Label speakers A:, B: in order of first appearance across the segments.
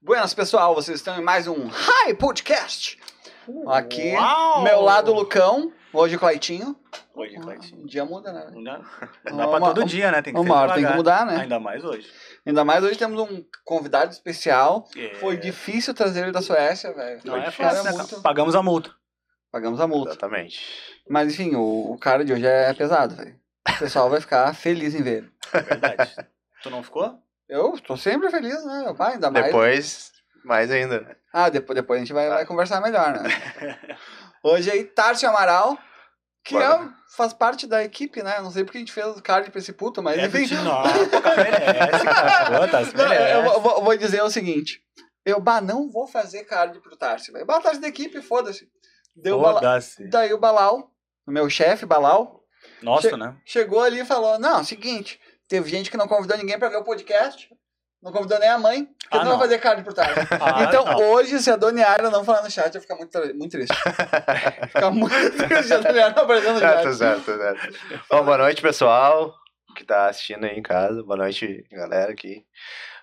A: Buenas, pessoal, vocês estão em mais um Hi Podcast. Aqui,
B: Uau!
A: meu lado, Lucão. Hoje, Claitinho.
B: Hoje,
A: Ah,
B: Cleitinho.
A: um dia muda, né?
B: Não dá, não
A: Uma-
B: dá pra todo dia, né? Tem que
A: uma
B: ser
A: hora tem que
B: devagar.
A: mudar, né?
B: Ainda mais hoje.
A: Ainda mais hoje temos um convidado especial.
B: É,
A: Foi difícil trazer ele da Suécia, velho.
B: Não é
A: Cara,
B: fácil, né,
A: muito-
B: cara? Pagamos a multa.
A: Pagamos a multa.
C: Exatamente.
A: Mas, enfim, o, o cara de hoje é pesado, velho. O pessoal vai ficar feliz em ver. ele.
B: É verdade. tu não ficou?
A: Eu tô sempre feliz, né? Vai, ainda mais.
C: Depois, mais ainda. né?
A: Ah, depois, depois a gente vai, vai conversar melhor, né? Hoje aí, Tarcio Amaral, que é,
C: Bora.
A: faz parte da equipe, né? Não sei porque a gente fez o card pra esse puto, mas
B: é
A: enfim.
B: do time. Não, o cara merece, é, cara. Pô, tá, se
A: Não,
B: merece.
A: eu vou- vou, vou dizer o seguinte. Eu, bah, não vou fazer card pro Tarcio. velho. Bah, Tarcio da equipe, foda-se. Deu bala...
B: Foda-se.
A: Daí o Balau, o meu chefe, Balau,
B: Nossa,
A: Che-
B: né?
A: chegou ali e falou, não, seguinte, teve gente que não convidou ninguém pra ver o podcast, não convidou nem a mãe, porque
B: Ah,
A: não,
B: não.
A: vai fazer card pro Tarcio.
B: Ah,
A: então,
B: não.
A: hoje, se a Dona Yara não falar no chat, eu vou ficar muito, tra- muito triste. ficar muito triste se a Dona Yara não aparecer no
C: Ah, tá
A: chat.
C: certo, tá certo. Bom, boa noite, pessoal que tá assistindo aí em casa. Boa noite, galera aqui.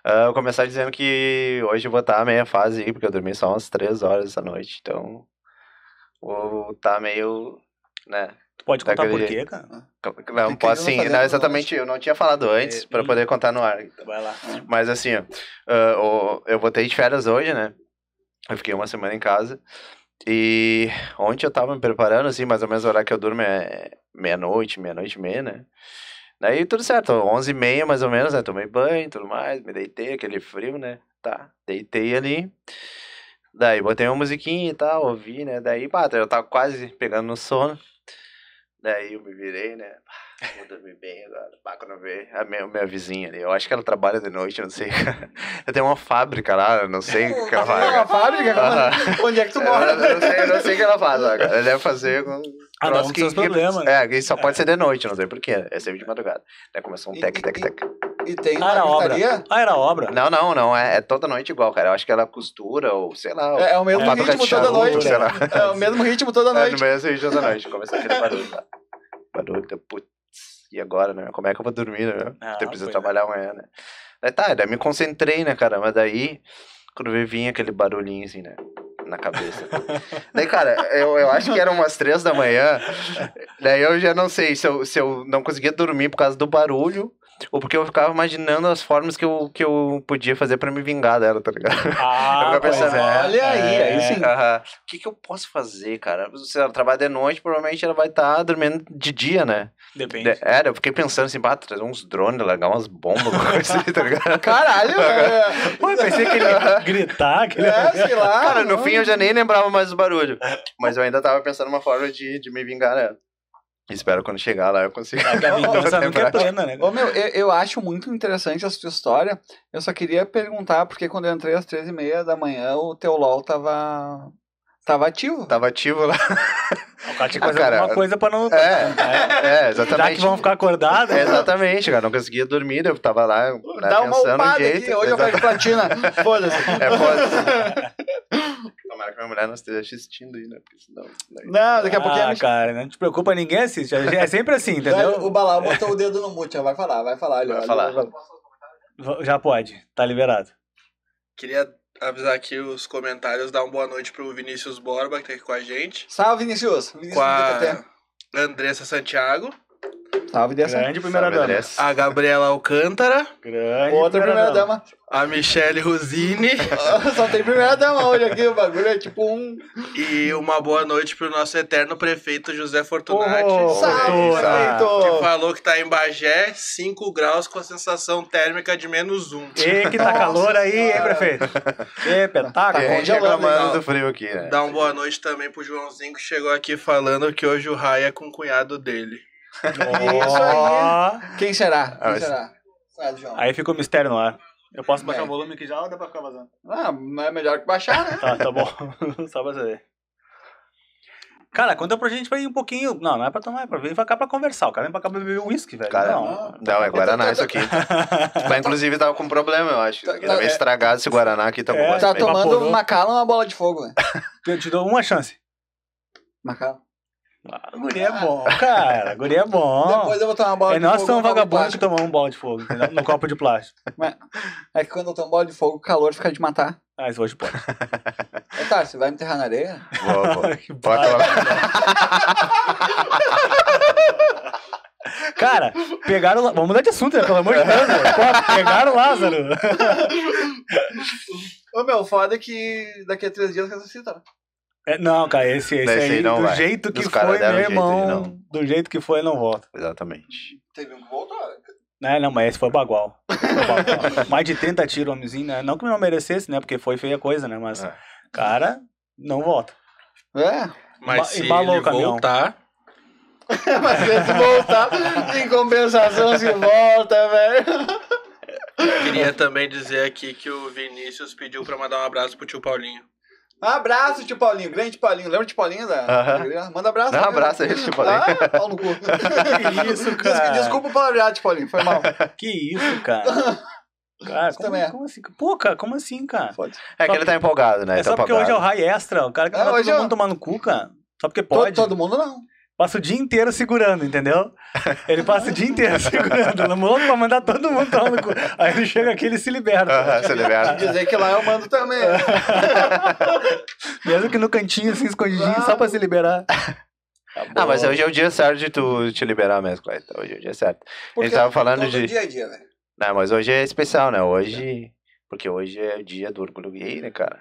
C: Ah, vou começar dizendo que hoje eu vou estar meia fase aí, porque eu dormi só umas três horas essa noite, então vou estar meio, né? é
B: Tu pode contar
C: daquele
B: por quê, cara?
C: Não,
A: que
C: posso
A: que nós
C: sim, um assim, não,
A: fazemos
C: exatamente, eu não tinha falado antes
B: É,
C: pra
B: hum.
C: poder contar no ar. então.
B: Vai lá.
C: Mas assim, ó, ah, o- eu voltei de férias hoje, né? Eu fiquei uma semana em casa. E ontem eu tava me preparando, assim, mais ou menos o horário que eu durmo é meia-noite, meia-noite e meia, né? Daí tudo certo, 11h30 mais ou menos, né? Tomei banho e tudo mais, me deitei, aquele frio, né? Tá, deitei ali. Daí botei uma musiquinha e tal, ouvi, né? Daí, pá, eu tava quase pegando no sono. Daí eu me virei, né? Pá, Vou dormir bem agora. Pá, quando eu ver a minha, minha vizinha ali. Eu acho que ela trabalha de noite, eu não sei. Eu tenho uma fábrica lá, eu não sei o que ela faz.
A: é Uma fábrica?
C: Ah.
A: Como- Onde é que tu
C: Eu
A: mora?
C: não- eu não sei, eu não sei o que ela faz lá, cara. Ela deve fazer com.
B: Ah, não,
C: troço
B: com seus problemas, né?
C: É, que só pode ser de noite, não sei porquê. É sempre de madrugada. Daí começou um tec, tec, tec.
A: E tá. tem
B: Ah, era
A: uma
B: obra.
A: pizzaria?
B: Ah, era obra.
C: Não, não, não. É, é toda noite igual, cara. Eu acho que ela costura ou sei lá.
A: É, é o mesmo
C: uma fábrica
A: ritmo
C: de
A: toda
C: charuto,
A: noite.
C: sei lá.
A: É o mesmo ritmo toda
C: É, no
A: noite.
C: mesmo dia da noite. Começa aquele barulho lá. Barulho, deu putz. E agora, né? Como é que eu vou dormir, né?
B: Ah,
C: Eu
B: pois
C: preciso
B: é.
C: trabalhar amanhã, né? Daí tá, daí me concentrei, né, cara? Mas daí, quando eu vi, vinha aquele barulhinho assim, né? Na cabeça. assim. daí, cara, eu, eu acho que era umas três da manhã. Daí eu já não sei se eu, se eu não conseguia dormir por causa do barulho. Ou porque eu ficava imaginando as formas que eu, que eu podia fazer pra me vingar dela, tá ligado?
B: Ah,
C: Eu
B: pois
C: pensava,
B: é.
A: olha aí, aí
B: É.
A: sim.
C: Aham. O que, que eu posso fazer, cara? Se ela trabalha de noite, provavelmente ela vai estar dormindo de dia, né?
B: Depende.
C: De- era, eu fiquei pensando assim, bah, trazer uns drones, largar umas bombas, uma coisa assim, tá ligado?
A: Caralho, é,
B: Pô, eu pensei que ele ia gritar, que ele
A: é, sei lá.
C: Cara, no
A: não.
C: fim eu já nem lembrava mais do barulho. Mas eu ainda tava pensando uma forma de, de me vingar, né? Espero quando chegar lá eu consiga.
B: Tá, que a vingança nunca é
C: lembrar.
B: plena, né?
A: Ô, meu, eu, eu acho muito interessante essa tua história. Eu só queria perguntar, porque quando eu entrei às 13h30 da manhã, o teu LOL tava, tava ativo.
C: Tava ativo lá.
B: O cara tinha que
C: Ah,
B: fazer
C: cara,
B: alguma coisa pra não... né?
C: É, é,
B: Já que
C: exatamente.
B: vão ficar acordados,
C: É, exatamente, cara. Não conseguia dormir, eu tava lá né,
A: Dá uma
C: pensando um
A: upada
C: jeito.
A: aqui, hoje eu pego platina. Foda-se.
C: É foda. Tomara que minha mulher não esteja assistindo aí, né? Porque senão.
A: Não, daqui a pouquinho... é
B: Ah,
A: a gente-
B: cara, não te preocupa, ninguém assiste. É sempre assim, entendeu?
A: O Balau botou o dedo no mute, ó, vai falar, vai falar.
C: Vai falar.
B: V- Já pode, tá liberado.
D: Queria avisar aqui os comentários, dar uma boa noite pro Vinícius Borba, que tá aqui com a gente.
A: Salve, Vinicius. Vinicius
D: Com
B: tá
A: DTT.
D: a Andressa Santiago.
A: Salve, dessa.
B: Grande primeira dama.
D: A Gabriela Alcântara.
B: Grande
A: Outra primeira dama.
D: A Michele Rosini.
A: Só tem primeira dama hoje aqui, o bagulho é tipo um...
D: e uma boa noite pro nosso eterno prefeito José Fortunati.
B: Oh,
A: Salve,
B: Fortuna.
D: Que
A: prefeito!
D: falou que tá em Bagé, 5 graus com a sensação térmica de menos 1.
B: Ei, que tá
A: Nossa
B: calor aí, hein,
A: senhora.
B: prefeito? Ei,
A: Tá
B: petáculo.
A: bom,
C: Tá
A: já
C: reclamando
D: vamos,
C: do frio aqui,
B: É.
C: né?
D: Dá uma boa noite também pro Joãozinho, que chegou aqui falando que hoje o Rai é com o cunhado dele.
A: Tá Isso aí. Quem será?
C: Ah,
A: Quem
C: mas-
A: será? Sai, João.
B: Aí fica o mistério no ar. Eu posso um
A: baixar o
B: volume aqui já ou dá pra ficar vazando?
A: Ah, mas é melhor que baixar, né?
B: Tá, tá bom. Só pra saber. Cara, conta pra gente pra ir um pouquinho. Não, não é pra tomar, é pra vir pra cá pra conversar. O cara vem pra cá pra beber uísque, velho.
C: Cara,
B: não.
C: Não, é Guaraná isso aqui. Mas inclusive tava com um problema, eu acho.
A: Tá-
C: Tá
A: tá-
C: meio estragado esse Guaraná aqui, tá com
B: É,
C: gosto
A: Tá
C: meio-
B: tomando-
A: tomando
B: evaporou.
A: uma cala uma bola de fogo, velho.
B: Eu te dou uma chance.
A: Macala.
B: Ah, guri é bom, cara. Guri é bom.
A: Depois eu vou tomar uma bola
B: é
A: de
B: nós
A: fogo.
B: que somos
A: num copo de
B: vagabundos que
A: plástico.
B: tomamos um balde de fogo, entendeu? Num copo de plástico.
A: É que quando eu tomo bola de fogo, o calor fica de matar.
B: Ah, isso hoje pode.
A: Ô, tá, você vai me enterrar na areia?
C: Vou, vou.
B: Que barra.
C: Bota lá.
B: Cara, pegaram. lá- Vamos mudar de assunto, né? Pelo amor de Deus. meu. Pô, pegaram o Lázaro.
A: Ô, meu, foda que daqui a três dias ressuscita. né?
B: É, não, cara, esse, esse
C: Desse aí
B: aí,
C: não
B: do
C: vai.
B: jeito que
C: Os
B: foi,
C: caras
B: meu
C: deram jeito de
B: irmão.
C: não.
B: Do jeito que foi, não volta.
C: Exatamente.
A: Teve um que voltou. né?
B: Né, não, mas esse foi bagual. Foi bagual. Mais de 30 tiros, homenzinho, né? Não que não merecesse, né? Porque foi feia coisa, né? Mas,
C: É.
B: cara, não volta.
A: É.
B: Ba-
D: Mas se
B: embalou o
D: ele
B: caminhão.
D: voltar,
A: Mas se eles voltar, em compensação se volta, velho.
D: queria também dizer aqui que o Vinícius pediu pra mandar um abraço pro tio Paulinho.
A: Um abraço, tio Paulinho. Grande Paulinho. Lembra de Paulinho? Da... Manda abraço.
C: Dá um
A: né?
C: abraço aí, tipo, ali.
A: Ah, pau no cu.
B: Que isso, cara?
A: Des- Desculpa o palavreado, tio Paulinho. Foi mal.
B: Que isso, cara. Cara, como,
A: também é.
B: como assim? Pô, cara, como assim, cara?
A: Foda-se.
C: É que ele tá empolgado, né?
B: É
C: Ele tá
B: só porque hoje é o
C: empolgado.
B: high extra. O cara que
A: É,
B: não vai
A: hoje é
B: todo
A: o-
B: mundo tomar no cu, cara. Só porque
A: Todo,
B: pode.
A: todo mundo não.
B: Passa o dia inteiro segurando, entendeu? Ele passa o dia inteiro segurando. Não louco pra mandar todo mundo tomar no cu. Aí ele chega aqui e ele se liberta.
C: Aham, se liberta.
A: Dizer que lá eu mando também. né?
B: Mesmo que no cantinho, assim, escondidinho,
A: Claro.
B: só pra se liberar. Tá
C: Ah, mas hoje é o dia certo de tu te liberar mesmo, Cleiton. Hoje é o dia certo.
A: Porque
C: Ele tava falando
A: todo
C: de-
A: dia a dia, né? velho.
C: Não, mas hoje é especial, né? Hoje. Porque hoje é o dia do orgulho gay, né, cara?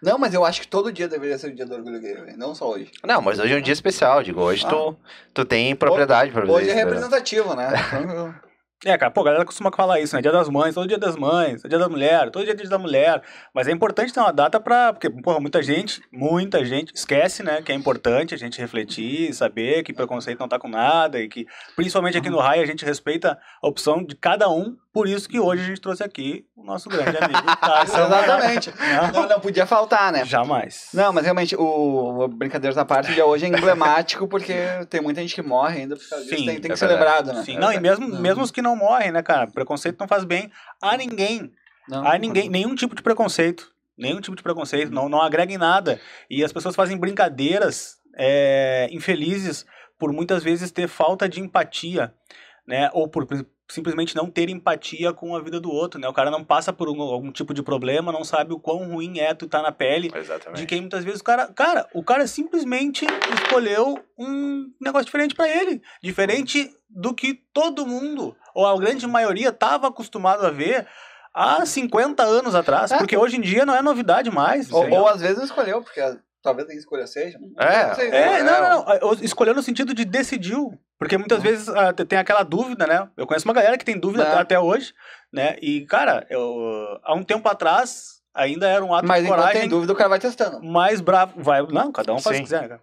A: Não, mas eu acho que todo dia deveria ser o dia do orgulho gay, velho. Não só hoje.
C: Não, mas hoje é um dia especial, digo. Hoje
B: Ah.
C: tu, tu tem propriedade pra fazer
A: Hoje
C: isso.
A: é
C: né?
A: representativo, né? Então,
B: É, cara, pô, a galera costuma falar isso, né? Dia das mães, todo dia das mães, dia da mulher, todo dia é dia da mulher. Mas é importante ter uma data pra. Porque, porra, muita gente, muita gente esquece, né? Que é importante a gente refletir, saber que preconceito não tá com nada e que, principalmente aqui no RAI, a gente respeita a opção de cada um. Por isso que hoje a gente trouxe aqui o nosso grande amigo Tyson.
A: Exatamente.
B: Não,
A: Não, não podia faltar, né?
B: jamais.
A: Não, mas realmente, o o Brincadeiras na Parte de hoje é emblemático porque tem muita gente que morre ainda por causa disso.
B: Sim,
A: tem, tem
C: é
A: que ser
C: verdade.
A: lembrado, né?
B: Sim, não, e mesmo,
A: Não.
B: mesmo os que não morrem, né, cara? Preconceito não faz bem a ninguém.
A: Não. Uhum.
B: Há ninguém, nenhum tipo de preconceito. Nenhum tipo de preconceito, não, não agrega em nada. E as pessoas fazem brincadeiras é, infelizes por muitas vezes ter falta de empatia, né? Ou por prin- simplesmente não ter empatia com a vida do outro, né? O cara não passa por um- algum tipo de problema, não sabe o quão ruim é tu tá na pele de
C: Exatamente.
B: quem muitas vezes o cara. Cara, o cara simplesmente escolheu um negócio diferente pra ele. Diferente do que todo mundo, ou a grande maioria, tava acostumado a ver há 50 anos atrás.
A: É.
B: Porque hoje em dia não é novidade mais.
A: Ou,
B: entendeu?
A: ou às vezes não escolheu, porque talvez nem escolha seja.
C: É,
A: Não sei,
B: É,
A: né?
B: não, não, não. Ou Escolheu no sentido de decidiu. Porque muitas
A: Uhum.
B: vezes ah, te- tem aquela dúvida, né? Eu conheço uma galera que tem dúvida
A: É.
B: até hoje, né? E, cara, eu, há um tempo atrás ainda era um ato
A: Mas
B: de
A: enquanto
B: coragem. É,
A: tem dúvida, o cara vai testando.
B: mais bravo. Vai, não, cada um faz o
C: Sim.
B: que quiser, né, cara.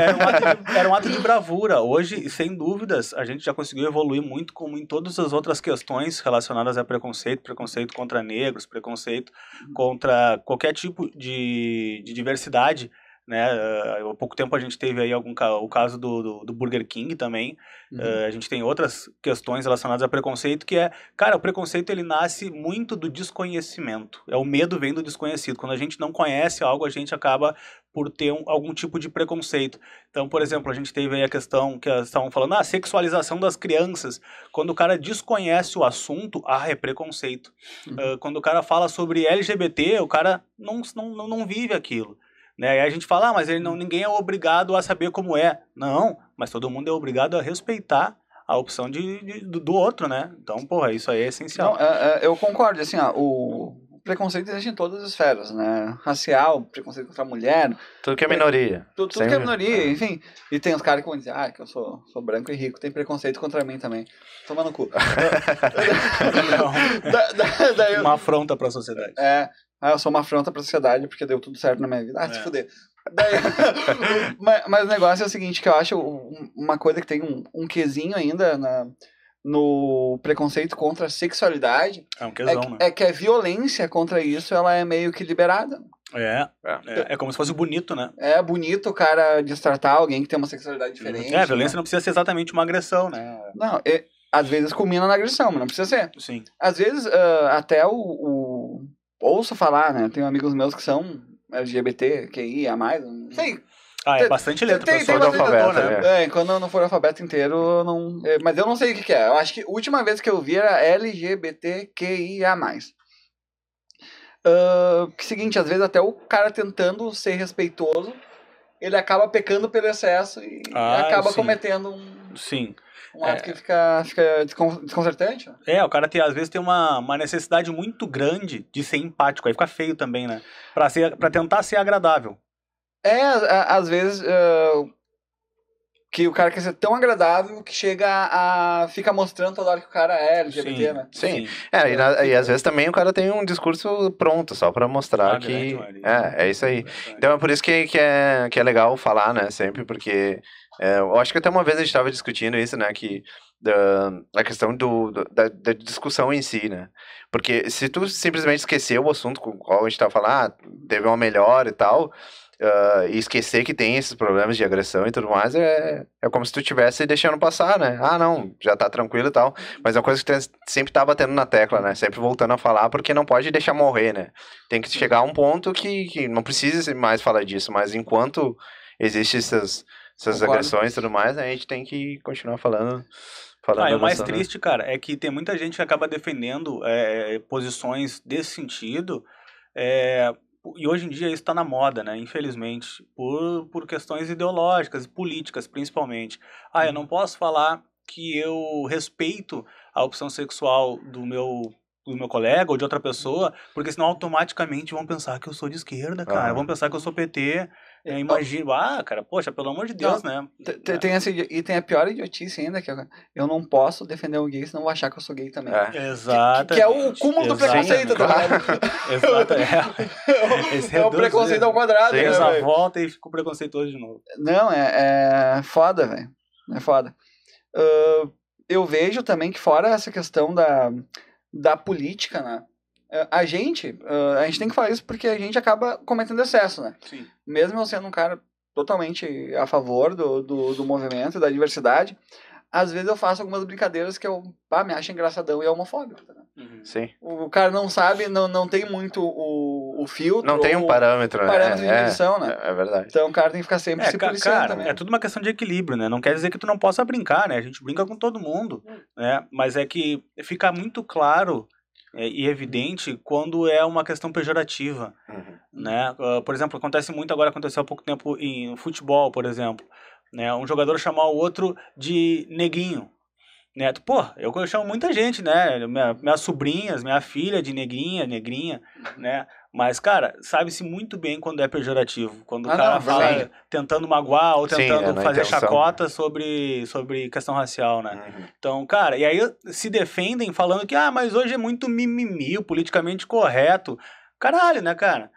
B: Era um, ato de, era um ato de bravura. Hoje, sem dúvidas, a gente já conseguiu evoluir muito, como em todas as outras questões relacionadas a preconceito, preconceito contra negros, preconceito contra qualquer tipo de, de diversidade. Né? Eh, Há pouco tempo a gente teve aí algum, ca- o caso do, do, do Burger King também.
A: Uhum.
B: Eh, a gente tem outras questões relacionadas a preconceito, que é Cara, o preconceito ele nasce muito do desconhecimento. É o medo vem do desconhecido. Quando a gente não conhece algo, a gente acaba por ter um- algum tipo de preconceito. Então, por exemplo, a gente teve aí a questão que elas estavam falando, ah, sexualização das crianças. Quando o cara desconhece o assunto, ah, é preconceito.
A: Uhum.
B: Ah, quando o cara fala sobre LGBT, o cara não, não, não- não vive aquilo. Né? E aí a gente fala, ah, mas ele
A: Uhum.
B: não, ninguém é obrigado a saber como é. Não, mas todo mundo é obrigado a respeitar a opção de, de- do, do outro, né? Então, porra, isso aí é essencial.
A: Não, é, é, eu concordo, assim, ó, o preconceito existe em todas as esferas, né? Racial, preconceito contra a mulher,
C: Tudo que é minoria.
A: tudo, tudo
C: Sem-
A: que é minoria,
C: é.
A: enfim. E tem os caras que vão dizer, ah, que eu sou, sou branco e rico, tem preconceito contra mim também. Toma no cu. é
B: Então,
A: Da- da- daí eu-
B: uma afronta pra sociedade.
A: é, ah, eu sou uma afronta pra sociedade porque deu tudo certo na minha vida. Ah, se
B: É.
A: fuder. Daí- mas, mas o negócio é o seguinte, que eu acho um- uma coisa que tem um, um quesinho ainda na- no preconceito contra a sexualidade,
B: É um
A: é,
B: quesão, né?
A: que- é que a violência contra isso, ela é meio que liberada.
B: É,
C: É.
B: é, é como se fosse bonito, né?
A: É bonito o cara destratar alguém que tem uma sexualidade diferente.
B: É, a violência não precisa ser exatamente uma agressão, né?
A: Não, é- às vezes culmina na agressão, mas não precisa ser.
B: Sim.
A: Às vezes, ah, até o, o- Ouço falar, né? Tenho amigos meus que são LGBT, QI, a mais. Não sei.
B: Ah, é
A: Tem-
B: bastante letra.
A: tem-
B: pessoal
A: tem
B: do
A: bastante
B: alfabeto,
C: letra,
B: né?
A: É, quando eu não for alfabeto inteiro, eu não. é, mas eu não sei o que, que é. Eu acho que a última vez que eu vi era LGBTQIA. ah, que seguinte, às vezes até o cara tentando ser respeitoso, ele acaba pecando pelo excesso e
B: Ah,
A: acaba
B: sim.
A: cometendo um,
B: Sim.
A: um ato
B: É.
A: que fica, fica descon- desconcertante. né?
B: É, o cara tem, às vezes tem uma, uma necessidade muito grande de ser empático. Aí fica feio também, né? Pra, ser, pra tentar ser agradável.
A: É, a- às vezes, ah, que o cara quer ser tão agradável que chega a... fica mostrando toda hora que o cara é LGBT, né?
C: Sim. É, e, na- e às vezes também o cara tem um discurso pronto, só pra mostrar
B: Ah,
C: que.
B: grande maioria.
C: É, é isso aí.
B: Verdade.
C: Então é por isso que, que, é, que é legal falar, né? Sempre, porque é, eu acho que até uma vez a gente estava discutindo isso, né? Que da, a questão do, do- da, da discussão em si, né? Porque se tu simplesmente esquecer o assunto com o qual a gente tava falando, ah, teve uma melhora e tal, ah, e esquecer que tem esses problemas de agressão e tudo mais, é, é como se tu tivesse deixando passar, né? Ah, não, já tá tranquilo e tal. Mas é uma coisa que tu sempre tá batendo na tecla, né? Sempre voltando a falar, porque não pode deixar morrer, né? tem que chegar a um ponto que, que não precisa se mais falar disso, mas enquanto existem essas, essas
A: Concordo.
C: agressões e tudo mais, né, a gente tem que continuar falando. falando
B: Ah, e
C: da
B: o mais
C: nossa-
B: triste, cara, é que tem muita gente que acaba defendendo é, posições desse sentido. é, e hoje em dia isso está na moda, né? Infelizmente, por, por questões ideológicas e políticas, principalmente. Ah, eu não posso falar que eu respeito a opção sexual do meu do meu colega ou de outra pessoa, porque senão automaticamente vão pensar que eu sou de esquerda, cara.
C: Aham.
B: Vão pensar que eu sou PT. É, imagina, ah, cara, poxa, pelo amor de Deus, né?
A: Te- te- Tem essa idi- e tem a pior idiotice ainda, que eu- eu não posso defender um gay, senão vou achar que eu sou gay também.
C: É.
A: Que,
B: Exatamente.
A: que é o cúmulo do preconceito, tá
C: Exatamente.
A: ligado?
B: Exatamente. Esse
A: É o
B: reduz,
A: preconceito
B: né?
A: ao quadrado,
C: Sim,
A: né,
B: Fez a
A: velho?
B: volta e ficou preconceituoso de novo.
A: Não, é, é foda, velho. É foda. Ah, eu vejo também que fora essa questão da, da política, né? eh, A gente, ah, a gente tem que falar isso porque a gente acaba cometendo excesso, né?
B: Sim.
A: mesmo eu sendo um cara totalmente a favor do, do, do movimento, da diversidade, às vezes eu faço algumas brincadeiras que eu pá, me acho engraçadão e é homofóbico. tá ligado?
C: É, Sim.
A: O cara não sabe, não, não tem muito o, o filtro.
C: Não tem um
A: ou
C: parâmetro, né?
A: parâmetro de
C: É,
A: medição, né?
C: é, é verdade.
A: Então o cara tem que ficar sempre
B: É,
A: se
B: ca-
A: policiando
B: cara,
A: também.
B: é tudo uma questão de equilíbrio, né? Não quer dizer que tu não possa brincar, né? A gente brinca com todo mundo, né? Mas é que fica muito claro é, e evidente quando é uma questão pejorativa.
C: Uhum.
B: né? Ah, Por exemplo, acontece muito agora, aconteceu há pouco tempo em no futebol, por exemplo, né? Um jogador chamar o outro de neguinho, né? Tu, Pô, eu eu chamo muita gente, né? Minha, minhas sobrinhas, minha filha de negrinha, negrinha,
A: Uhum.
B: né? Mas, cara, sabe-se muito bem quando é pejorativo. Quando
A: Ah,
B: o cara
A: não,
B: fala
C: sim.
B: tentando magoar ou
C: Sim,
B: tentando
C: é, na
B: fazer
C: intenção.
B: chacota sobre, sobre questão racial,
A: É.
B: né?
C: Uhum.
B: Então, cara, e aí se defendem falando que, ah, mas hoje é muito mimimi, o politicamente correto. Caralho, né, cara?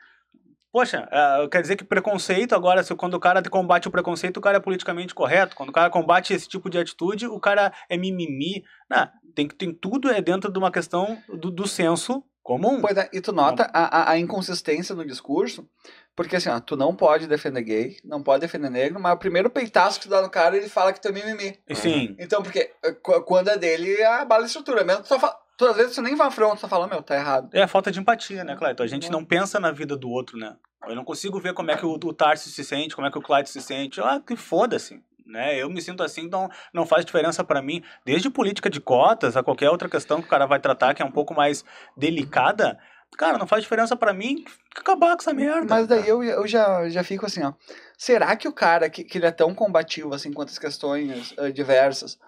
B: Poxa, ah, quer dizer que preconceito agora, se quando o cara combate o preconceito, o cara é politicamente correto. Quando o cara combate esse tipo de atitude, o cara é mimimi. Não, tem, que- tem tudo é dentro de uma questão do, do senso comum.
A: Pois é, e tu nota a, a, a inconsistência no discurso, porque assim, ó, tu não pode defender gay, não pode defender negro, mas o primeiro peitaço que tu dá no cara, ele fala que tu é mimimi.
B: Sim,
A: Então, porque eh, qu- quando é dele, abala a estrutura. Mesmo tu só fala, tu, às vezes tu nem vai front, tu só fala, meu, tá errado.
B: é a falta de empatia, né, Clayton? A gente não pensa na vida do outro, né? Eu não consigo ver como é que o, o Tarso se sente, como é que o Clyde se sente. Ah, que foda-se. Né? Eu me sinto assim, então não faz diferença pra mim. Desde política de cotas a qualquer outra questão que o cara vai tratar, que é um pouco mais delicada, cara, não faz diferença pra mim acabar com essa merda.
A: Mas
C: é.
A: daí eu, eu já, já fico assim, ó. Será que o cara que, que ele é tão combativo assim quanto as questões eh, diversas,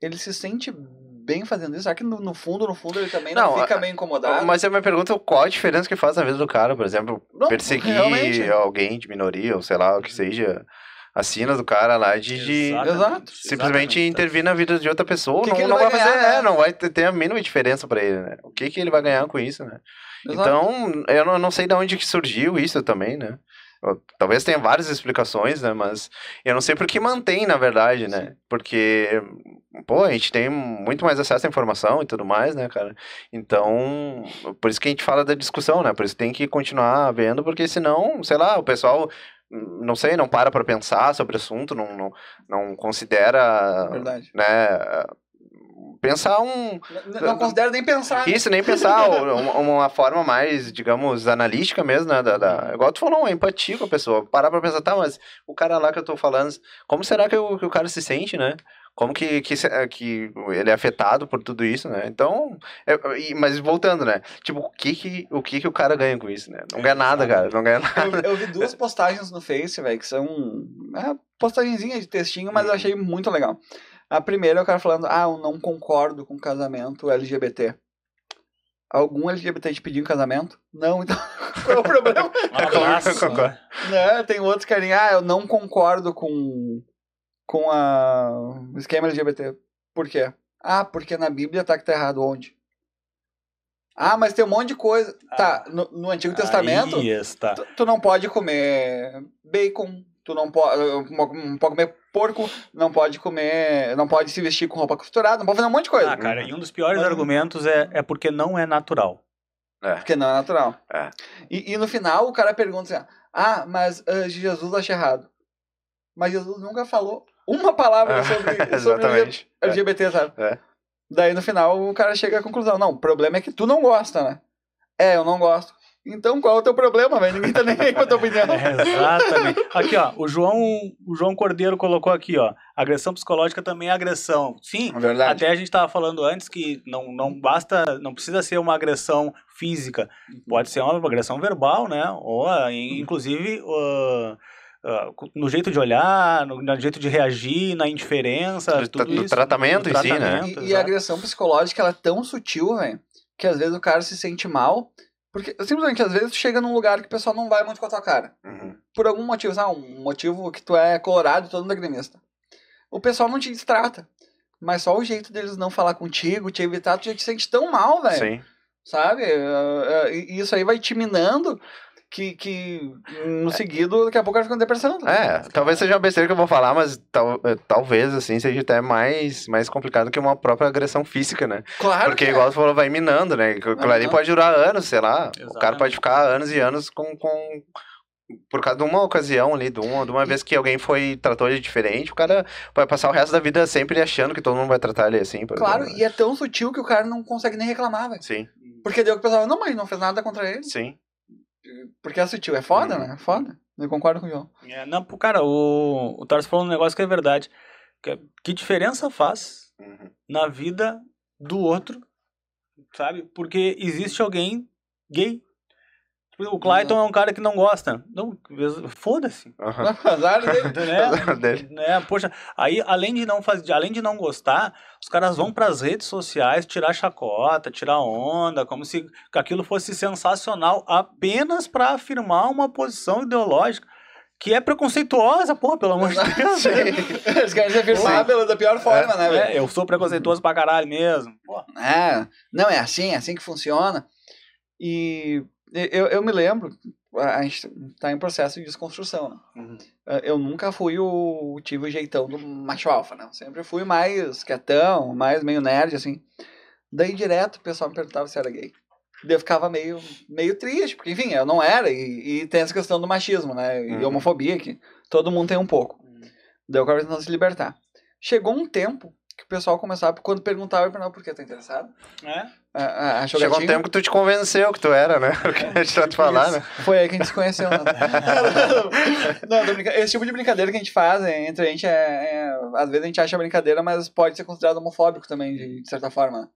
A: ele se sente bem fazendo isso? Será que no, no fundo, no fundo, ele também não,
C: Não,
A: fica
C: a-
A: meio incomodado?
C: Uhum. Mas eu me pergunto qual a diferença que faz na vida do cara, por exemplo,
A: Não,
C: perseguir
A: realmente. Uhum.
C: alguém de minoria, ou sei lá, o que seja, a sina do cara lá de- de,
A: Exato.
C: simplesmente
B: Exatamente.
C: intervir na vida de outra pessoa,
A: Que
C: não,
A: que ele
C: não
A: vai
C: vai, fazer,
A: ganhar, né?
C: é, não vai ter, ter a mínima diferença pra ele, né? O que que ele vai ganhar com isso, né?
A: Exato.
C: Então, eu não, eu não sei de onde que surgiu isso também, né? Eu- Talvez tenha várias explicações, né? Mas eu não sei por que mantém, na verdade, né? Porque, pô, a gente tem muito mais acesso à informação e tudo mais, né, cara? Então, por isso que a gente fala da discussão, né? Por isso tem que continuar vendo, porque senão, sei lá, o pessoal, hum, não sei, não para pra pensar sobre o assunto, não, não, não considera,
A: Verdade.
C: né? Pensar um,
A: N- Não, considero nem pensar. né?
C: isso, nem pensar o- um- uma forma mais, digamos, analítica mesmo, né? Da, da- igual tu falou, uma empatia com a pessoa. Parar pra pensar, tá, mas o cara lá que eu tô falando, como será que, o- que o cara se sente, né? como que, que, se- que ele é afetado por tudo isso, né? Então, é- e- mas voltando, né? Tipo, o que que o, que que o cara ganha com isso, né? Não ganha nada, cara. Não ganha nada.
A: Eu, eu vi duas postagens no Face, velho, que são. É, postagenzinha de textinho, mas eu achei muito legal. A primeira é o cara falando: Ah, eu não concordo com casamento LGBT. Algum LGBT te pediu em casamento? Não, então. Qual é o problema?
B: Um abraço.
C: Concordo.
A: né? Tem outros carinha, ah, eu não concordo com. com a. o esquema LGBT. Por quê? Ah, porque na Bíblia tá que tá errado onde? Ah, mas tem um monte de coisa. Tá, no, no Antigo Testamento.
B: Aí está.
A: Tu, tu não pode comer bacon, tu não pode, não pode comer porco, não pode comer, não pode se vestir com roupa costurada, não pode fazer um monte de coisa.
B: Ah, cara, e um dos piores
A: Mas-
B: argumentos é, é porque não é natural.
A: Porque não é natural.
C: É.
A: E, e no final o cara pergunta assim, ah, mas ah, Jesus acha errado. Mas Jesus nunca falou uma palavra sobre, sobre
C: Ah, Exatamente. É.
A: LGBT, sabe?
C: É.
A: Daí no final o cara chega à conclusão, não, o problema é que tu não gosta, né? É, eu não gosto. Então qual é o teu problema, velho? Ninguém tá nem aí com a tua opinião.
B: É. Exatamente. Aqui, ó, o João, o João Cordeiro colocou aqui, ó. Agressão psicológica também é agressão. Sim,
A: Verdade.
B: Até a gente estava falando antes que não, não basta, não precisa ser uma agressão física, pode ser uma agressão verbal, né? Ou ah, in- inclusive ah, ah, no jeito de olhar, no, no jeito de reagir, na indiferença,
C: Do,
B: tudo
C: do
B: isso.
C: tratamento
B: do
C: em si, né?
B: tratamento.
A: E- E, a
B: exato.
A: agressão psicológica, ela é tão sutil, velho, que às vezes o cara se sente mal. Porque, simplesmente, às vezes tu chega num lugar que o pessoal não vai muito com a tua cara.
C: Uhum.
A: Por algum motivo, sabe? Um motivo que tu é colorado e todo mundo é gremista. O pessoal não te destrata. Mas só o jeito deles não falar contigo, te evitar, tu já te sente tão mal, velho.
C: Sim.
A: Sabe? Eh, eh, E isso aí vai te minando que, que no seguido, daqui a pouco ela fica com depressão. tá?
C: É, talvez seja uma besteira que eu vou falar, mas tal- talvez, assim, seja até mais, mais complicado que uma própria agressão física, né?
A: Claro
C: Porque,
A: que é.
C: igual tu falou, vai minando, né? Aquilo
A: Vai
C: ali
A: minando.
C: pode durar anos, sei lá. O cara
B: Exatamente.
C: pode ficar anos e anos com. com... Por causa de uma ocasião ali, de uma, de uma vez que alguém foi tratou ele diferente, o cara vai passar o resto da vida sempre achando que todo mundo vai tratar ele assim. por
A: Claro,
C: exemplo. né?
A: e é tão sutil que o cara não consegue nem reclamar, velho.
C: Sim,
A: Porque deu que o pessoal, não, mas não fez nada contra ele.
C: sim.
A: Porque é sutil, é foda,
C: Uhum.
A: né? É foda. Eu concordo com o João.
B: É, não, pô, cara, o, o Tarso falou um negócio que é verdade. Que, que diferença faz
C: Uhum.
B: na vida do outro, sabe? Porque existe alguém gay. Tipo, O Clayton é um cara que não gosta. Não, foda-se.
C: Aham.
A: Azar dele.
B: né?
C: Dele.
B: né? Poxa, aí além de não fazer, além de não gostar, os caras vão pras redes sociais tirar chacota, tirar onda, como se aquilo fosse sensacional apenas pra afirmar uma posição ideológica que é preconceituosa, porra, pelo amor de Deus. né?
C: Sim.
A: Eles querem se afirmar pela, da pior forma, né, velho?
B: É, eu sou preconceituoso pra caralho mesmo. Pô,
A: Ah, não, é assim, é assim que funciona. E eu, eu me lembro, a a gente tá em processo de desconstrução, né?
B: Uhum.
A: Eh, Eu nunca fui o. tive o jeitão do macho alfa, né? Eu sempre fui mais quietão, mais meio nerd, assim. Daí direto o pessoal me perguntava se era gay. Daí eu ficava meio, meio triste, porque enfim, eu não era. E, e tem essa questão do machismo, né? E
C: Uhum.
A: homofobia, que todo mundo tem um pouco. Daí eu acabei tentando se libertar. Chegou um tempo que o pessoal começava, quando perguntava, eu perguntava por que tá interessado.
B: né?
A: A, a, Ah, achou
C: Chegou um
A: gatinho?
C: tempo que tu te convenceu que tu era, né?
A: É,
C: O que a gente tá te falar, né?
A: Foi aí que a gente se conheceu. Né? não, tô brincando. Esse tipo de brincadeira que a gente faz é, entre a gente é, é- Às vezes a gente acha brincadeira, mas pode ser considerado homofóbico também, de, de certa forma.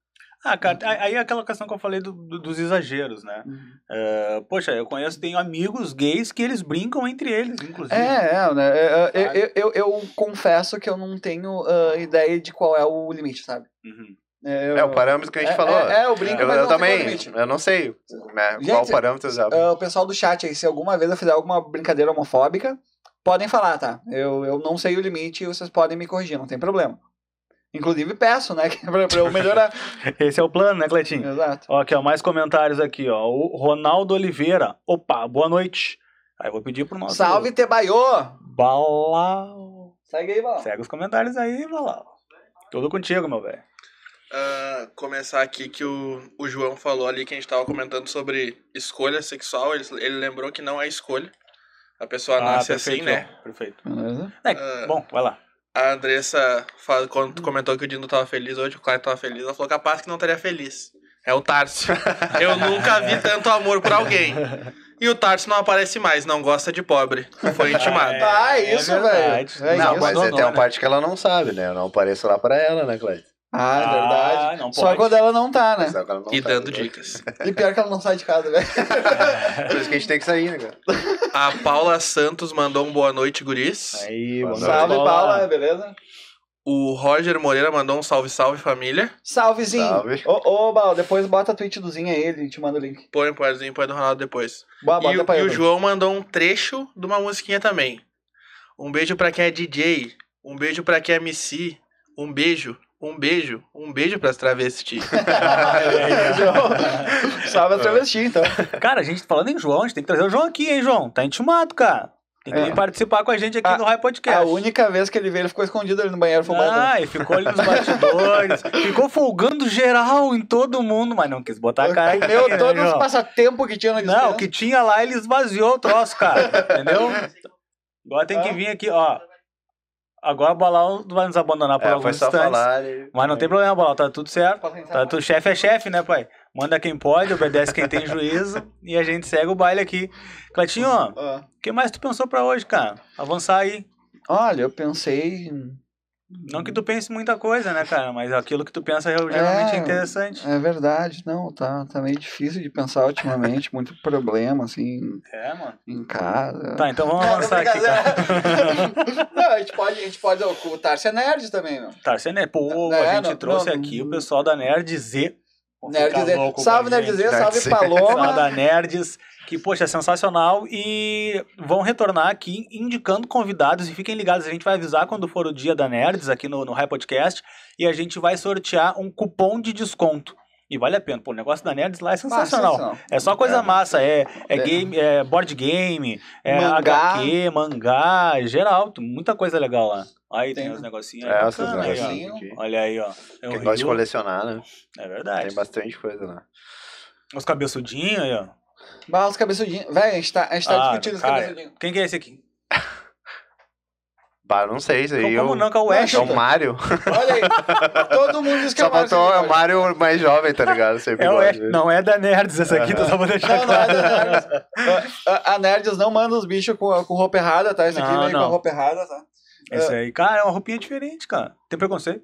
B: Ah, cara,
A: Uhum.
B: aí é aquela questão que eu falei do- do- dos exageros, né? Eh, poxa, eu conheço, tenho amigos gays que eles brincam entre eles, inclusive.
A: É, é, né? É, é,
B: Sabe?
A: eu, eu, eu confesso que eu não tenho ah, ideia de qual é o limite, sabe?
B: Uhum.
A: É, eu-
C: É o parâmetro que a gente
A: é-
C: falou.
A: É, é, o brinco,
C: eu
A: mas não sei
C: eu
A: qual é o
C: também,
A: limite.
C: eu não sei né,
A: Gente,
C: qual parâmetro usar.
A: Ah, o pessoal do chat aí, se alguma vez eu fizer alguma brincadeira homofóbica, podem falar, tá? Eu, eu não sei o limite e vocês podem me corrigir, não tem problema. Inclusive peço, né? que- pra, pra eu melhorar.
B: Esse é o plano, né, Cleitinho?
A: Exato.
B: Ó, aqui, ó, mais comentários aqui, ó. O Ronaldo Oliveira. Opa, boa noite. Aí eu vou pedir pro nosso.
A: Salve, Tebaiô!
B: Balau.
A: Segue aí, Balão.
B: Segue os comentários aí, Balau. Tudo contigo, meu velho.
D: Ah, começar aqui que o, o João falou ali que a gente tava comentando sobre escolha sexual. Ele, ele lembrou que não é escolha. A pessoa nasce assim, né?
B: João, Ah, Perfeito.
A: Beleza?
B: É,
D: Ah.
B: Bom, vai lá.
D: A Andressa, fala- quando tu comentou que o Dino tava feliz hoje, o Clyde tava feliz, ela falou capaz que não estaria feliz. É o Tarso. Eu nunca vi tanto amor por alguém. E o Tarso não aparece mais, não gosta de pobre. Foi intimado.
B: É,
A: Ah, isso,
B: é verdade.
A: velho. É
B: Não,
A: isso.
C: mas um
B: abandonou,
C: tem uma
B: né?
C: parte que ela não sabe, né? Eu não apareço lá pra ela, né, Cleide?
A: Ah, é
B: Ah,
A: verdade.
B: não
A: Só
B: pode.
A: quando ela não tá, né?
C: Só que ela não
D: E
C: tá,
D: dando
C: né?
D: dicas.
A: E pior que ela não sai de casa, velho.
C: Por isso que a gente tem que sair, né, cara?
D: A Paula Santos mandou um boa noite, guris.
B: Aí,
C: Boa
B: boa
C: noite.
A: Salve, Paula, beleza?
D: O Roger Moreira mandou um salve, salve, família.
A: Salvezinho.
C: Salve.
A: Ô, ô, Bal, depois bota a tweet do Zinho aí, ele te manda o link.
D: Põe o poezinho, põe do Ronaldo depois.
A: Boa,
D: E,
A: Ah, bota
D: o-
A: pra
D: e
A: ele.
D: o João mandou um trecho de uma musiquinha também. Um beijo pra quem é DJ. Um beijo pra quem é MC. Um beijo, um beijo, um beijo pras travestis.
A: João. Salve
C: É.
A: a travesti, então.
B: Cara, a gente falando em João, a gente tem que trazer o João aqui, hein, João? Tá intimado, cara. Tem que
A: É.
B: vir participar com a gente aqui
A: A-
B: no High Podcast.
A: A única vez que ele veio, ele ficou escondido ali no banheiro fumando.
B: é? Ah, e ficou ali nos bastidores, ficou folgando geral em todo mundo, mas não quis botar a cara aqui,
A: Meu,
B: né,
A: todos os
B: João?
A: passatempos que tinha na
B: Não,
A: dispensa.
B: o que tinha lá ele esvaziou o troço, cara, entendeu? Tá. Agora tem que
A: Ah.
B: vir aqui, ó. Agora o Balão vai nos abandonar por
C: É, foi
B: alguns
C: só
B: instantes.
C: falar e...
B: Mas não tem problema, Balão, tá tudo certo.
A: Posso entrar?
B: Tá, tu chefe é chefe, né, pai? Manda quem pode, obedece quem tem juízo e a gente segue o baile aqui. Cletinho, ó,
A: Ah.
B: o que mais tu pensou pra hoje, cara? Avançar aí.
A: Ah, Olha, eu pensei. em-
B: Não que tu pense muita coisa, né, cara? Mas aquilo que tu pensa geralmente é,
A: É.
B: interessante.
A: É verdade, não, tá, tá meio difícil de pensar ultimamente, muito problema, assim,
B: É, mano.
A: em casa.
B: Tá, então vamos avançar aqui, cara.
A: cara. não, a gente pode, a gente pode. O Tarso é nerd também, meu.
B: Tá, você é nerd. Pô,
A: Não,
B: a gente
A: não,
B: trouxe
A: não.
B: aqui o pessoal da Nerd Z. Vão
A: Nerd
B: ficar
A: dizer.
B: louco com a
A: Salve,
B: gente.
A: nerd dizer,
C: Nerd
A: salve
C: dizer.
B: Pessoal
A: Paloma.
B: da Nerds, que, poxa, é sensacional. E vão retornar aqui indicando convidados. E fiquem ligados, a gente vai avisar quando for o dia da Nerds aqui no, no High Podcast. E a gente vai sortear um cupom de desconto. E vale a pena. Pô, o negócio da Nerds lá é sensacional. É só coisa
C: É.
B: massa, é, é,
A: Ah, É.
B: game, é board game, é
A: Mangá.
B: HQ, mangá, geral, tem muita coisa legal lá. Aí tem,
A: Tem.
B: os negocinhos aí.
C: É, essas
B: bacana,
A: né?
B: aí,
A: Sim.
C: negocinhos aqui.
B: ó. Olha aí, ó. É, o
C: Quem gosta de
B: Ryu,
C: colecionar, né?
B: é
C: Tem
B: verdade.
C: bastante coisa né? lá.
B: Os cabeçudinhos aí, ó.
A: Bah, os cabeçudinhos. Véi, a gente tá, a gente tá
B: Ah,
A: discutindo os
B: cara.
A: cabeçudinhos.
B: Quem que é esse aqui?
C: Bah, não sei, isso aí
B: Como, como
C: eu...
B: não, que é o
A: Não,
B: Ash.
C: É o Mario.
A: Olha aí. Todo mundo diz que
C: Só
A: é Mario.
C: faltou o Mario mais jovem, tá ligado? Sem
B: É o Ash.
C: bigode.
B: Não é da Nerds essa aqui, então só vou deixar
A: Não, não é
B: claro.
A: da Nerds. A- a- A Nerds não manda os bichos com, com roupa errada, tá? Esse aqui
B: Não,
A: veio com a
B: não.
A: roupa errada, tá?
B: Esse aí, cara, é uma roupinha diferente, cara. Tem preconceito?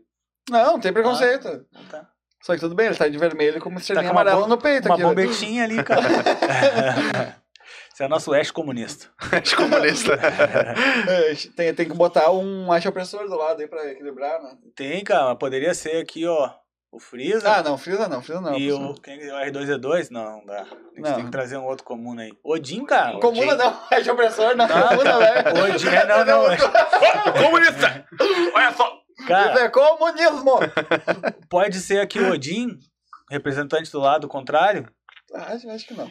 A: Não, não tem preconceito.
B: Não tá.
A: Só que tudo bem, ele tá de vermelho com uma estrelinha
B: uma
A: amarela
B: bom-
A: no peito
B: Uma
A: aqui. né?
B: bombetinha ali, cara. Esse é o nosso Ash comunista.
C: Acho comunista.
A: É, tem, tem que botar um acha opressor do lado aí pra equilibrar, né?
B: Tem, cara, poderia ser aqui, ó, o Freeza.
A: Ah, não, Frieza não, Frieza não.
B: E
A: opressor.
B: o, quem, é o R2-D2? Não, não dá. A gente
A: Não.
B: tem que trazer um outro comum aí. Odin, cara.
A: Comuna não, acha opressor não,
B: Tá.
A: comuna, velho.
B: Odin, é, não, não. é.
D: Comunista! Olha só!
A: Isso
B: Cara,
A: é comunismo!
B: pode ser aqui o Odin, representante do lado contrário?
A: Ah, acho, acho que não.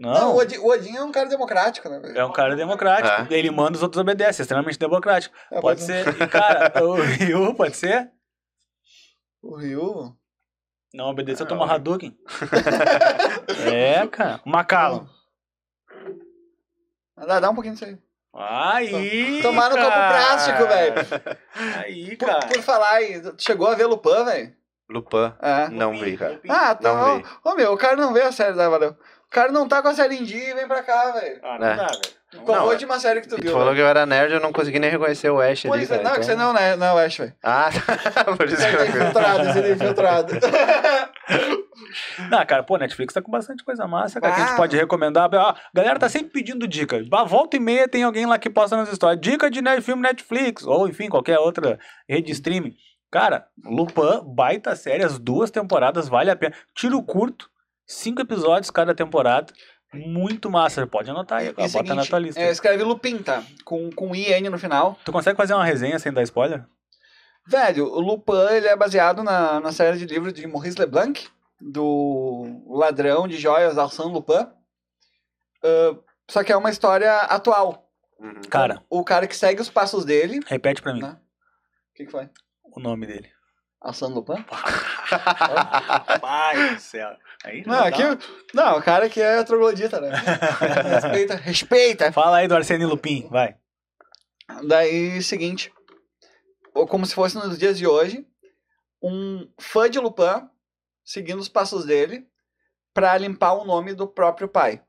B: Não.
A: Não, o Odin, o Odin é um cara democrático, né, velho?
B: É um cara democrático. Ele manda, os outros obedecem. É extremamente democrático.
A: É,
B: Pode ser. E, cara, o Ryu pode ser?
A: O Ryu.
B: Não obedeceu,
C: Ah,
B: toma
C: olha.
B: Hadouken. é, cara. Macalo.
A: Dá, dá um pouquinho disso aí.
B: Aí.
A: Tomaram
B: cara.
A: copo plástico, velho.
B: Aí,
A: Por,
B: cara.
A: por falar aí, tu chegou a ver Lupin, velho?
C: Lupin.
A: É.
C: Não vi, cara.
A: Ah, tá.
C: Não
A: Ô, ô, meu, o cara não vê a série, tá, valeu. O cara não tá com a série em dia e vem pra cá, velho.
B: Ah,
C: É.
B: não dá, velho. Não
A: Qual
C: Não,
A: foi a
C: é.
A: última série que tu
C: E
A: viu?
C: tu falou
A: velho?
C: que eu era nerd, eu não consegui nem reconhecer o Ash ali,
A: Pois é,
C: cara.
A: não, que você
C: então-
A: não, né? Não, Ash, velho.
C: Ah, tá. Por isso
A: Você
C: que
A: é
C: eu...
A: infiltrado, você é infiltrado.
B: Não, cara, pô, Netflix tá com bastante coisa massa, cara, que a gente
A: Ah.
B: pode recomendar. Ó, a galera tá sempre pedindo dica. A volta e meia tem alguém lá que posta nas histórias. Dica de net, filme Netflix, ou enfim, qualquer outra rede de streaming. Cara, Lupin, baita série, as duas temporadas, vale a pena. Tiro curto, cinco episódios cada temporada. Muito massa, pode anotar aí,
A: E
B: cara, bota
A: seguinte,
B: na tua lista.
A: é, escreve Lupin, tá? Com, com IN no final.
B: Tu consegue fazer uma resenha sem dar spoiler?
A: Velho, o Lupin, ele é baseado na, na série de livro de Maurice Leblanc, do ladrão de joias Arsène Lupin. Ah, só que é uma história atual.
C: Uhum.
B: Cara,
A: O cara que segue os passos dele...
B: repete pra mim
A: Não. O que, que foi?
B: o nome dele.
A: Arsène Lupin?
B: Pai do céu. Aí
A: Não,
B: dá.
A: aqui. Não, o cara Ah, que é troglodita, né? respeita, respeita.
B: Fala aí do Arsene Lupin, vai.
A: Daí, seguinte. Ou como se fosse nos dias de hoje, um fã de Lupin seguindo os passos dele, para limpar o nome do próprio pai.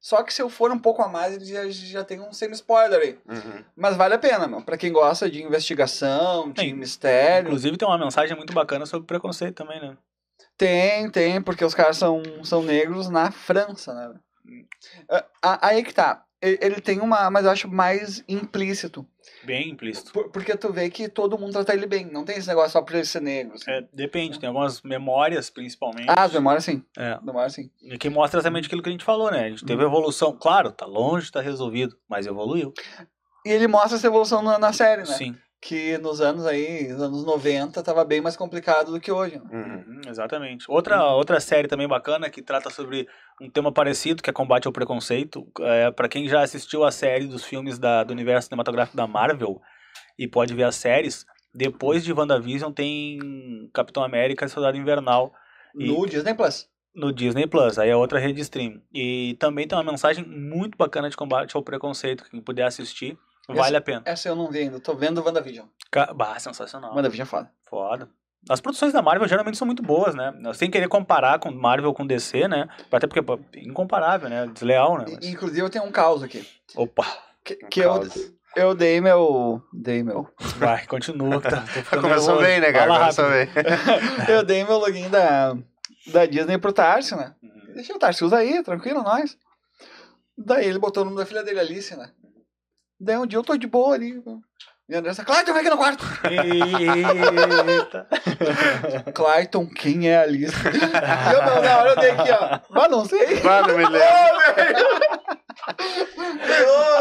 A: Só que se eu for um pouco a mais, ele já, já tem um semi-spoiler aí.
C: Uhum.
A: Mas vale a pena, meu. Pra quem gosta de investigação, de
B: Sim.
A: mistério.
B: É, Inclusive tem uma mensagem muito bacana sobre preconceito também, né?
A: Tem, tem, porque os caras são, são negros na França, né? Ah, ah, Aí que tá. E- Ele tem uma, mas eu acho mais implícito.
B: Bem implícito.
A: Por- Porque tu vê que todo mundo trata ele bem. Não tem esse negócio só por ele ser negro. assim.
B: É, depende, tem algumas memórias, principalmente.
A: Ah, demora sim.
B: É,
A: Demora sim.
B: e que mostra exatamente aquilo que a gente falou, né? A gente
A: Uhum.
B: teve evolução. Claro, tá longe, tá resolvido, mas evoluiu.
A: E ele mostra essa evolução na, na série, né?
B: Sim.
A: Que nos anos aí, nos anos 90, tava bem mais complicado do que hoje. né?
C: Uhum.
B: Uhum, exatamente. Outra,
A: Uhum.
B: outra série também bacana que trata sobre um tema parecido, que é combate ao preconceito. É, para quem já assistiu a série dos filmes da, do universo cinematográfico da Marvel e pode ver as séries, depois de WandaVision tem Capitão América e Soldado Invernal E-
A: No Disney Plus.
B: no Disney Plus, aí é outra rede stream. E também tem uma mensagem muito bacana de combate ao preconceito, quem puder assistir, vale a pena.
A: Essa eu não vi ainda. Tô vendo WandaVision.
B: Ca- Bah, sensacional.
A: WandaVision é foda.
B: Foda. As produções da Marvel geralmente são muito boas, né? Sem querer comparar com Marvel com DC, né? Até porque pô, incomparável, né? Desleal, né?
A: E-
B: Mas-
A: Inclusive, eu tenho um caos aqui.
B: Opa,
A: Que, que eu,
C: Caos.
A: eu dei meu. Dei meu.
B: vai, continua. que Tá, tô ficando
C: Começou
B: nervoso.
C: bem, né, cara?
B: Fala
C: Começou
B: rápido.
C: bem.
A: eu dei meu login da, da Disney pro Tarso, né?
B: Uhum.
A: Deixa o Tarso usar aí, tranquilo, nós. Daí ele botou o nome da filha dele, Alice, né? Daí um dia eu tô de boa ali. E a Andressa, Clayton, vem aqui no quarto.
B: Eita.
A: Clayton, quem é a Alice? e eu, não, na hora eu dei aqui, ó. Mas não sei.
C: Mano, me lembro.
A: né?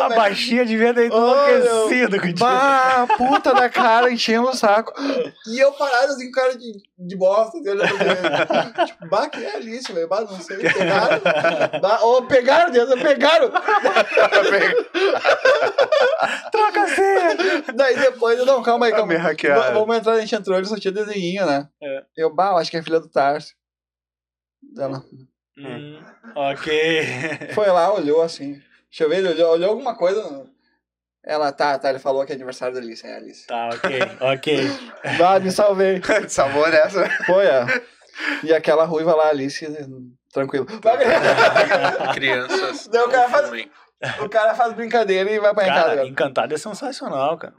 B: A baixinha devia ter enlouquecido contigo.
A: Bah, puta da cara, enchendo o saco. E eu parado assim, com cara de, de bosta, assim, olhando pra ele. Tipo, bah, que é Alice, velho. Bah, não sei, pegaram. Bah, ô, pegaram, Deus, pegaram.
C: Tá
B: Troca a senha.
A: Daí depois, eu, não, calma aí, calma
C: Me
A: aí. V-
C: hackearam.
A: Vamos entrar, a gente entrou, ele só tinha desenhinho, né?
B: É.
A: Eu, bah, eu acho que é filha do Tarso. Ela
B: Hum, ok.
A: foi lá, olhou assim. Deixa eu ver, ele olhou, olhou alguma coisa. Ela, tá, tá, ele falou que é aniversário da Alice, é a Alice.
B: Tá, ok, ok.
A: Bah, me salvei.
C: Salvou dessa.
A: Foi, é. E aquela ruiva lá, Alice, tranquilo.
D: Crianças.
A: Não,
D: não
A: cara, faz-
D: fumem.
A: o cara faz brincadeira e vai pra
B: Cara,
A: entrada.
B: Encantado é sensacional, cara.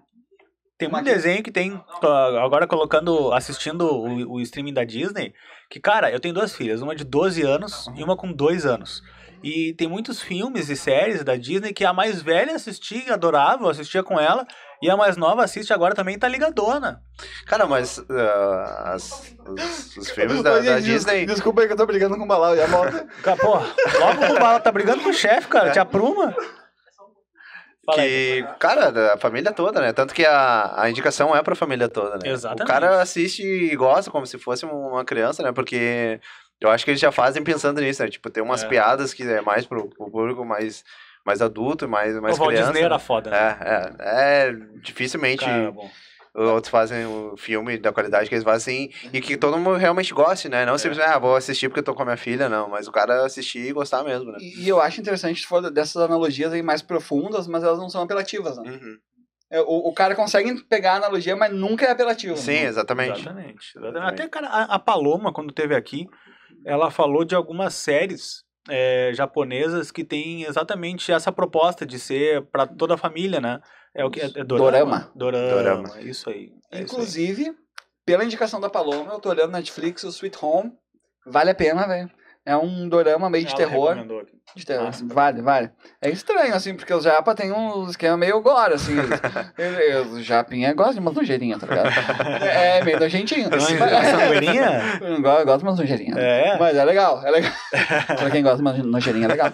B: Tem um
A: Mas-
B: desenho que tem, ah, agora colocando, assistindo o, o streaming da Disney, que, cara, eu tenho duas filhas, uma de 12 anos e uma com 2 anos. E tem muitos filmes e séries da Disney que a mais velha assistia, adorava, eu assistia com ela, e a mais nova assiste agora também e tá ligadona.
C: Cara, mas ah, as- os, os filmes da,
A: Ô,
C: da
A: gente, des-
C: Disney.
A: Desculpa aí que eu tô brigando com o Balau e a moto.
B: Cara, Pô, logo com bala, tá brigando com o chefe, cara, te apruma. Fala aí.
C: É. Que, cara, da família toda, né? Tanto que a, a indicação é pra família toda, né?
B: Exatamente.
C: O cara assiste e gosta como se fosse uma criança, né? Porque eu acho que eles já fazem pensando nisso, né? Tipo, tem umas
B: É.
C: piadas que é mais pro, pro público mais, mais adulto, mais, mais
B: o Walt
C: criança.
B: Disney era
C: né?
B: foda, né?
C: É, é, é, dificilmente
B: Cara, bom.
C: outros fazem o filme da qualidade que eles fazem assim, e
A: Uhum.
C: que todo mundo realmente goste, né?
A: É.
C: Não simplesmente, ah, vou assistir porque eu tô com a minha filha, não. Mas o cara assistir e gostar mesmo, né?
A: E, e eu acho interessante se for dessas analogias aí mais profundas, mas elas não são apelativas, né?
C: Uhum.
A: É, O, o cara consegue pegar a analogia, mas nunca é apelativo.
C: Sim, exatamente.
B: Exatamente.
C: Exatamente.
B: Até, cara, a, a Paloma, quando teve aqui, ela falou de algumas séries é, japonesas que têm exatamente essa proposta de ser pra toda a família, né? É o que é, é dorama.
A: Dorama.
B: Dorama.
C: Dorama.
B: Isso aí. É isso aí.
A: Inclusive, pela indicação da Paloma, eu tô olhando na Netflix o Sweet Home. Vale a pena, velho. É um dorama meio de
B: Ela
A: terror.
B: recomendou aqui.
A: De terror. assim.
B: Massa.
A: Vale, vale. É estranho, assim, porque os japa tem um esquema meio gore, assim. Eles, eles, os japinha gosta de umas nojeirinhas, tá ligado? É, meio nojentinho.
C: Assim,
B: A sangueirinha?
A: Eu go- eu gosto de umas nojeirinhas.
B: É,
A: Mas é legal, é legal. pra quem gosta de umas nojeirinhas, é legal.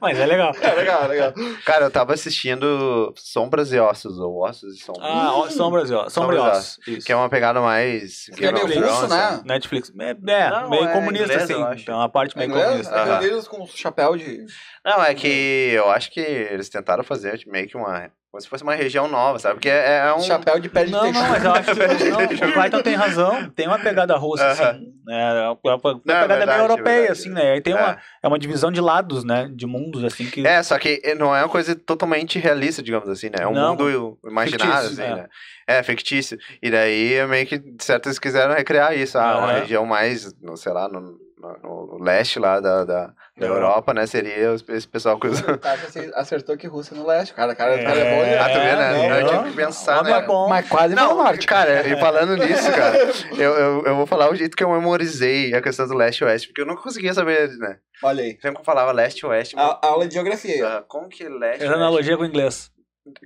B: mas é legal.
A: É legal, é legal.
C: Cara, eu tava assistindo Sombras e Ossos, ou Ossos e Sombras.
B: Ah, ó, Sombras e Ossos. Sombras e
C: Sombras e
B: Ossos. Isso.
C: Que é uma pegada mais.
A: Que Ah, é meio russo, né?
B: Netflix. É, é,
C: Não,
B: meio
C: é
B: comunista,
C: inglês, eu
B: assim.
C: acho.
B: É uma parte
A: É
B: meio
A: inglês?
B: comunista.
C: aham.
A: Aqueles com chapéu de. É.
C: Não, é que eu acho que eles tentaram fazer meio que uma, Como se fosse uma região nova, sabe? Porque é, é um.
A: Chapéu de pele
B: Não,
A: de
B: não,
A: textura.
B: mas eu acho que não, o Python tem razão. Tem uma pegada russa,
C: Aham.
B: assim. né? É uma, uma pegada
C: verdade,
B: meio europeia,
C: verdade.
B: assim, né? Aí tem uma,
C: É.
B: é uma divisão de lados, né? De mundos, assim, que...
C: É, só que não é uma coisa totalmente realista, digamos assim, né? É um
B: Não.
C: mundo imaginário,
B: Fictício,
C: assim,
B: é.
C: né? É, fictício. E daí é meio que certos quiseram recriar isso. Ah, uma
B: Aham.
C: região mais, no- sei lá, no, no- no leste lá da, da, da
B: Da
C: Europa, né? Seria os- esse pessoal que usa.
A: O Tata ace- tá acertou que Rússia no leste. Cara, cara, cara é
B: É.
A: bom é. olhar.
C: ah, tu vê, né?
B: não,
C: eu tinha que pensar,
B: Mas
C: né?
B: bom.
A: Mas quase não,
C: Não,
A: no norte.
C: cara, e falando nisso, cara, eu, eu, eu vou falar o jeito que eu memorizei a questão do leste e oeste, porque eu não conseguia saber, né?
A: Olha aí.
C: Sempre que eu falava leste e
B: Ah,
C: oeste, mas-
A: A, aula de geografia. aí, ó.
C: ah, como que leste?
B: Essa
C: oeste?
B: analogia com o inglês.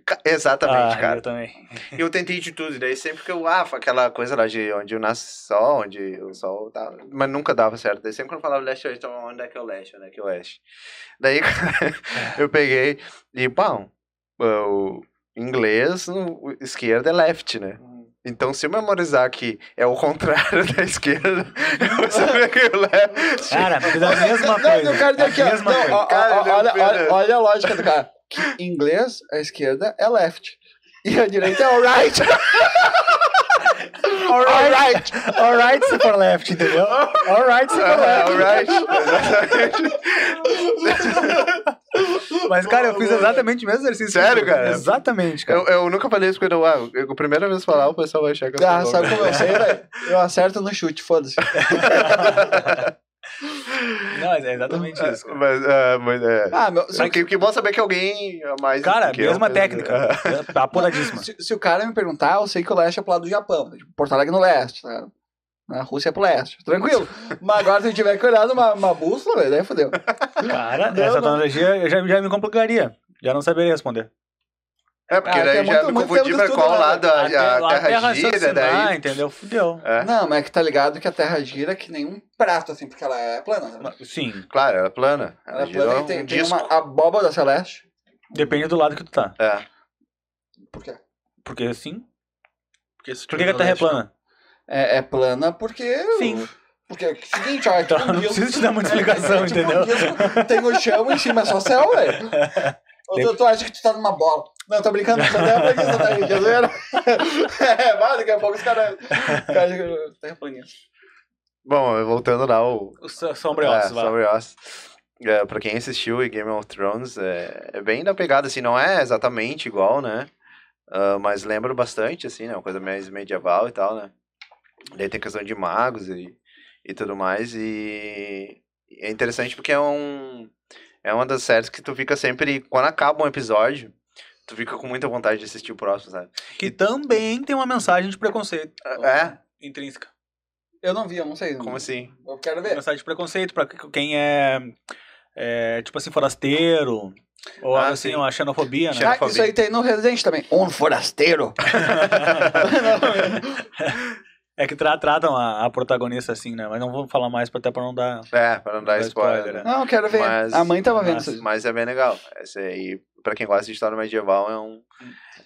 C: Ca- Exatamente,
B: Ah,
C: cara.
B: Eu também.
C: E eu tentei de tudo, e daí sempre que eu, ah, aquela coisa lá de onde eu nasci sol, onde o sol tá, mas nunca dava certo. Daí sempre quando eu falava leste oeste, então onde é que é o leste, onde é que é o oeste. Daí eu peguei e, bom, o inglês, o esquerda é left, né?
A: Hum.
C: Então se eu memorizar que é o contrário da esquerda, eu vou saber que é o left.
B: Cara, fiz a mesma
A: Não,
B: coisa.
A: não, cara,
B: a
A: daqui, ó.
B: mesma
A: Não,
B: coisa.
A: ó, ó,
C: Cara,
A: ó,
C: deu
A: olha,
C: pena.
A: olha, olha a lógica do cara. Que em inglês, a esquerda é left. E a direita é alright.
B: Alright, alright se for left, entendeu? Alright se for
C: Ah,
B: left.
C: alright, exatamente.
B: Mas, cara, eu fiz exatamente o mesmo exercício.
C: Sério, cara?
B: Exatamente, cara.
C: Eu, eu nunca falei isso quando eu, ah, eu, a primeira vez que falar, o pessoal vai achar que eu
A: Ah,
C: sou
A: sabe
C: louco.
A: como eu sei, velho? Eu acerto no chute, foda-se.
B: Não, é exatamente isso. cara.
C: Mas, ah, mas é.
A: Ah, meu, se,
C: Só que, que bom saber que alguém é mais.
B: Cara,
C: do que né? eu,
B: mesma
C: mas-
B: técnica. Tá apuradíssima.
A: se- se o cara me perguntar, eu sei que o leste é pro lado do Japão. Tipo, Porto Alegre é no leste, tá? Na Rússia é pro leste. Tranquilo. Mas agora, se eu tiver que olhar numa uma bússola, velho, daí fodeu.
B: Cara,
A: Não,
B: essa
A: não.
B: analogia eu já, já me complicaria. Já não saberia responder.
C: É, porque
A: Ah,
C: daí
A: tem
C: já
A: muito-
C: me
A: muito
C: confundi
A: tempo
C: pra
A: de
C: qual
A: estudo, né,
C: lado a, a Ah, terra, gira,
B: raciocinar,
C: daí.
B: entendeu? Fudeu.
C: É.
A: Não, mas é que tá ligado que a Terra gira que nem um prato, assim, porque ela é plana. né?
B: Sim,
C: Claro, ela é plana. Ela,
A: Ela é
C: girou
A: plana e
C: um
A: tem, tem
C: disco.
A: uma abóbada celeste.
B: depende do lado que tu tá.
C: É.
A: Por quê?
B: Porque assim.
D: Porque se
B: Por que,
D: tiver
B: que a
D: no
B: Terra é
D: leste,
B: plana?
A: É, é plana porque.
B: Sim.
A: Porque é o seguinte, ó, é tipo
B: Então
A: um
B: não
A: disco-
B: precisa te dar muita explicação,
A: é tipo um
B: entendeu?
A: disco, tem o chão em cima, é só céu, velho. Ou Tu, tu acha que tu tá numa bola. Não, tô brincando, só terra planista, tá aí, zoeira. É, mas daqui a pouco os caras. cara, um terra planista.
C: Bom, voltando lá ao.
B: Os so- sombreotes,
C: é,
B: vai.
C: sobre Oz. É, pra quem assistiu e Game of Thrones, é, é bem da pegada, assim, não é exatamente igual, né? Ah, mas lembra bastante, assim, né? Uma coisa mais medieval e tal, né? Daí tem questão de magos e, e tudo mais. E é interessante porque é um. É uma das séries que tu fica sempre. Quando acaba um episódio, tu fica com muita vontade de assistir o próximo, sabe?
B: Que também tem uma mensagem de preconceito.
C: É?
B: Intrínseca.
A: Eu não vi, eu não sei.
C: Como assim?
A: Eu quero ver.
B: Mensagem de preconceito pra quem é. é, tipo assim, forasteiro. Ou
C: Ah,
B: algo assim,
C: sim.
B: uma xenofobia, né?
C: Xeno-
A: Ah, isso aí tem no Resident também. Um forasteiro.
B: é que tra- tratam a, a protagonista assim, né? Mas não vou falar mais pra- até pra não dar.
C: É, pra não dar
B: Dá
C: spoiler,
B: spoiler,
C: né?
A: Não, eu quero ver.
C: Mas-
A: a mãe tava vendo
B: mas-
A: isso.
C: Mas é bem legal. Essa aí, pra quem gosta de história medieval, é, um,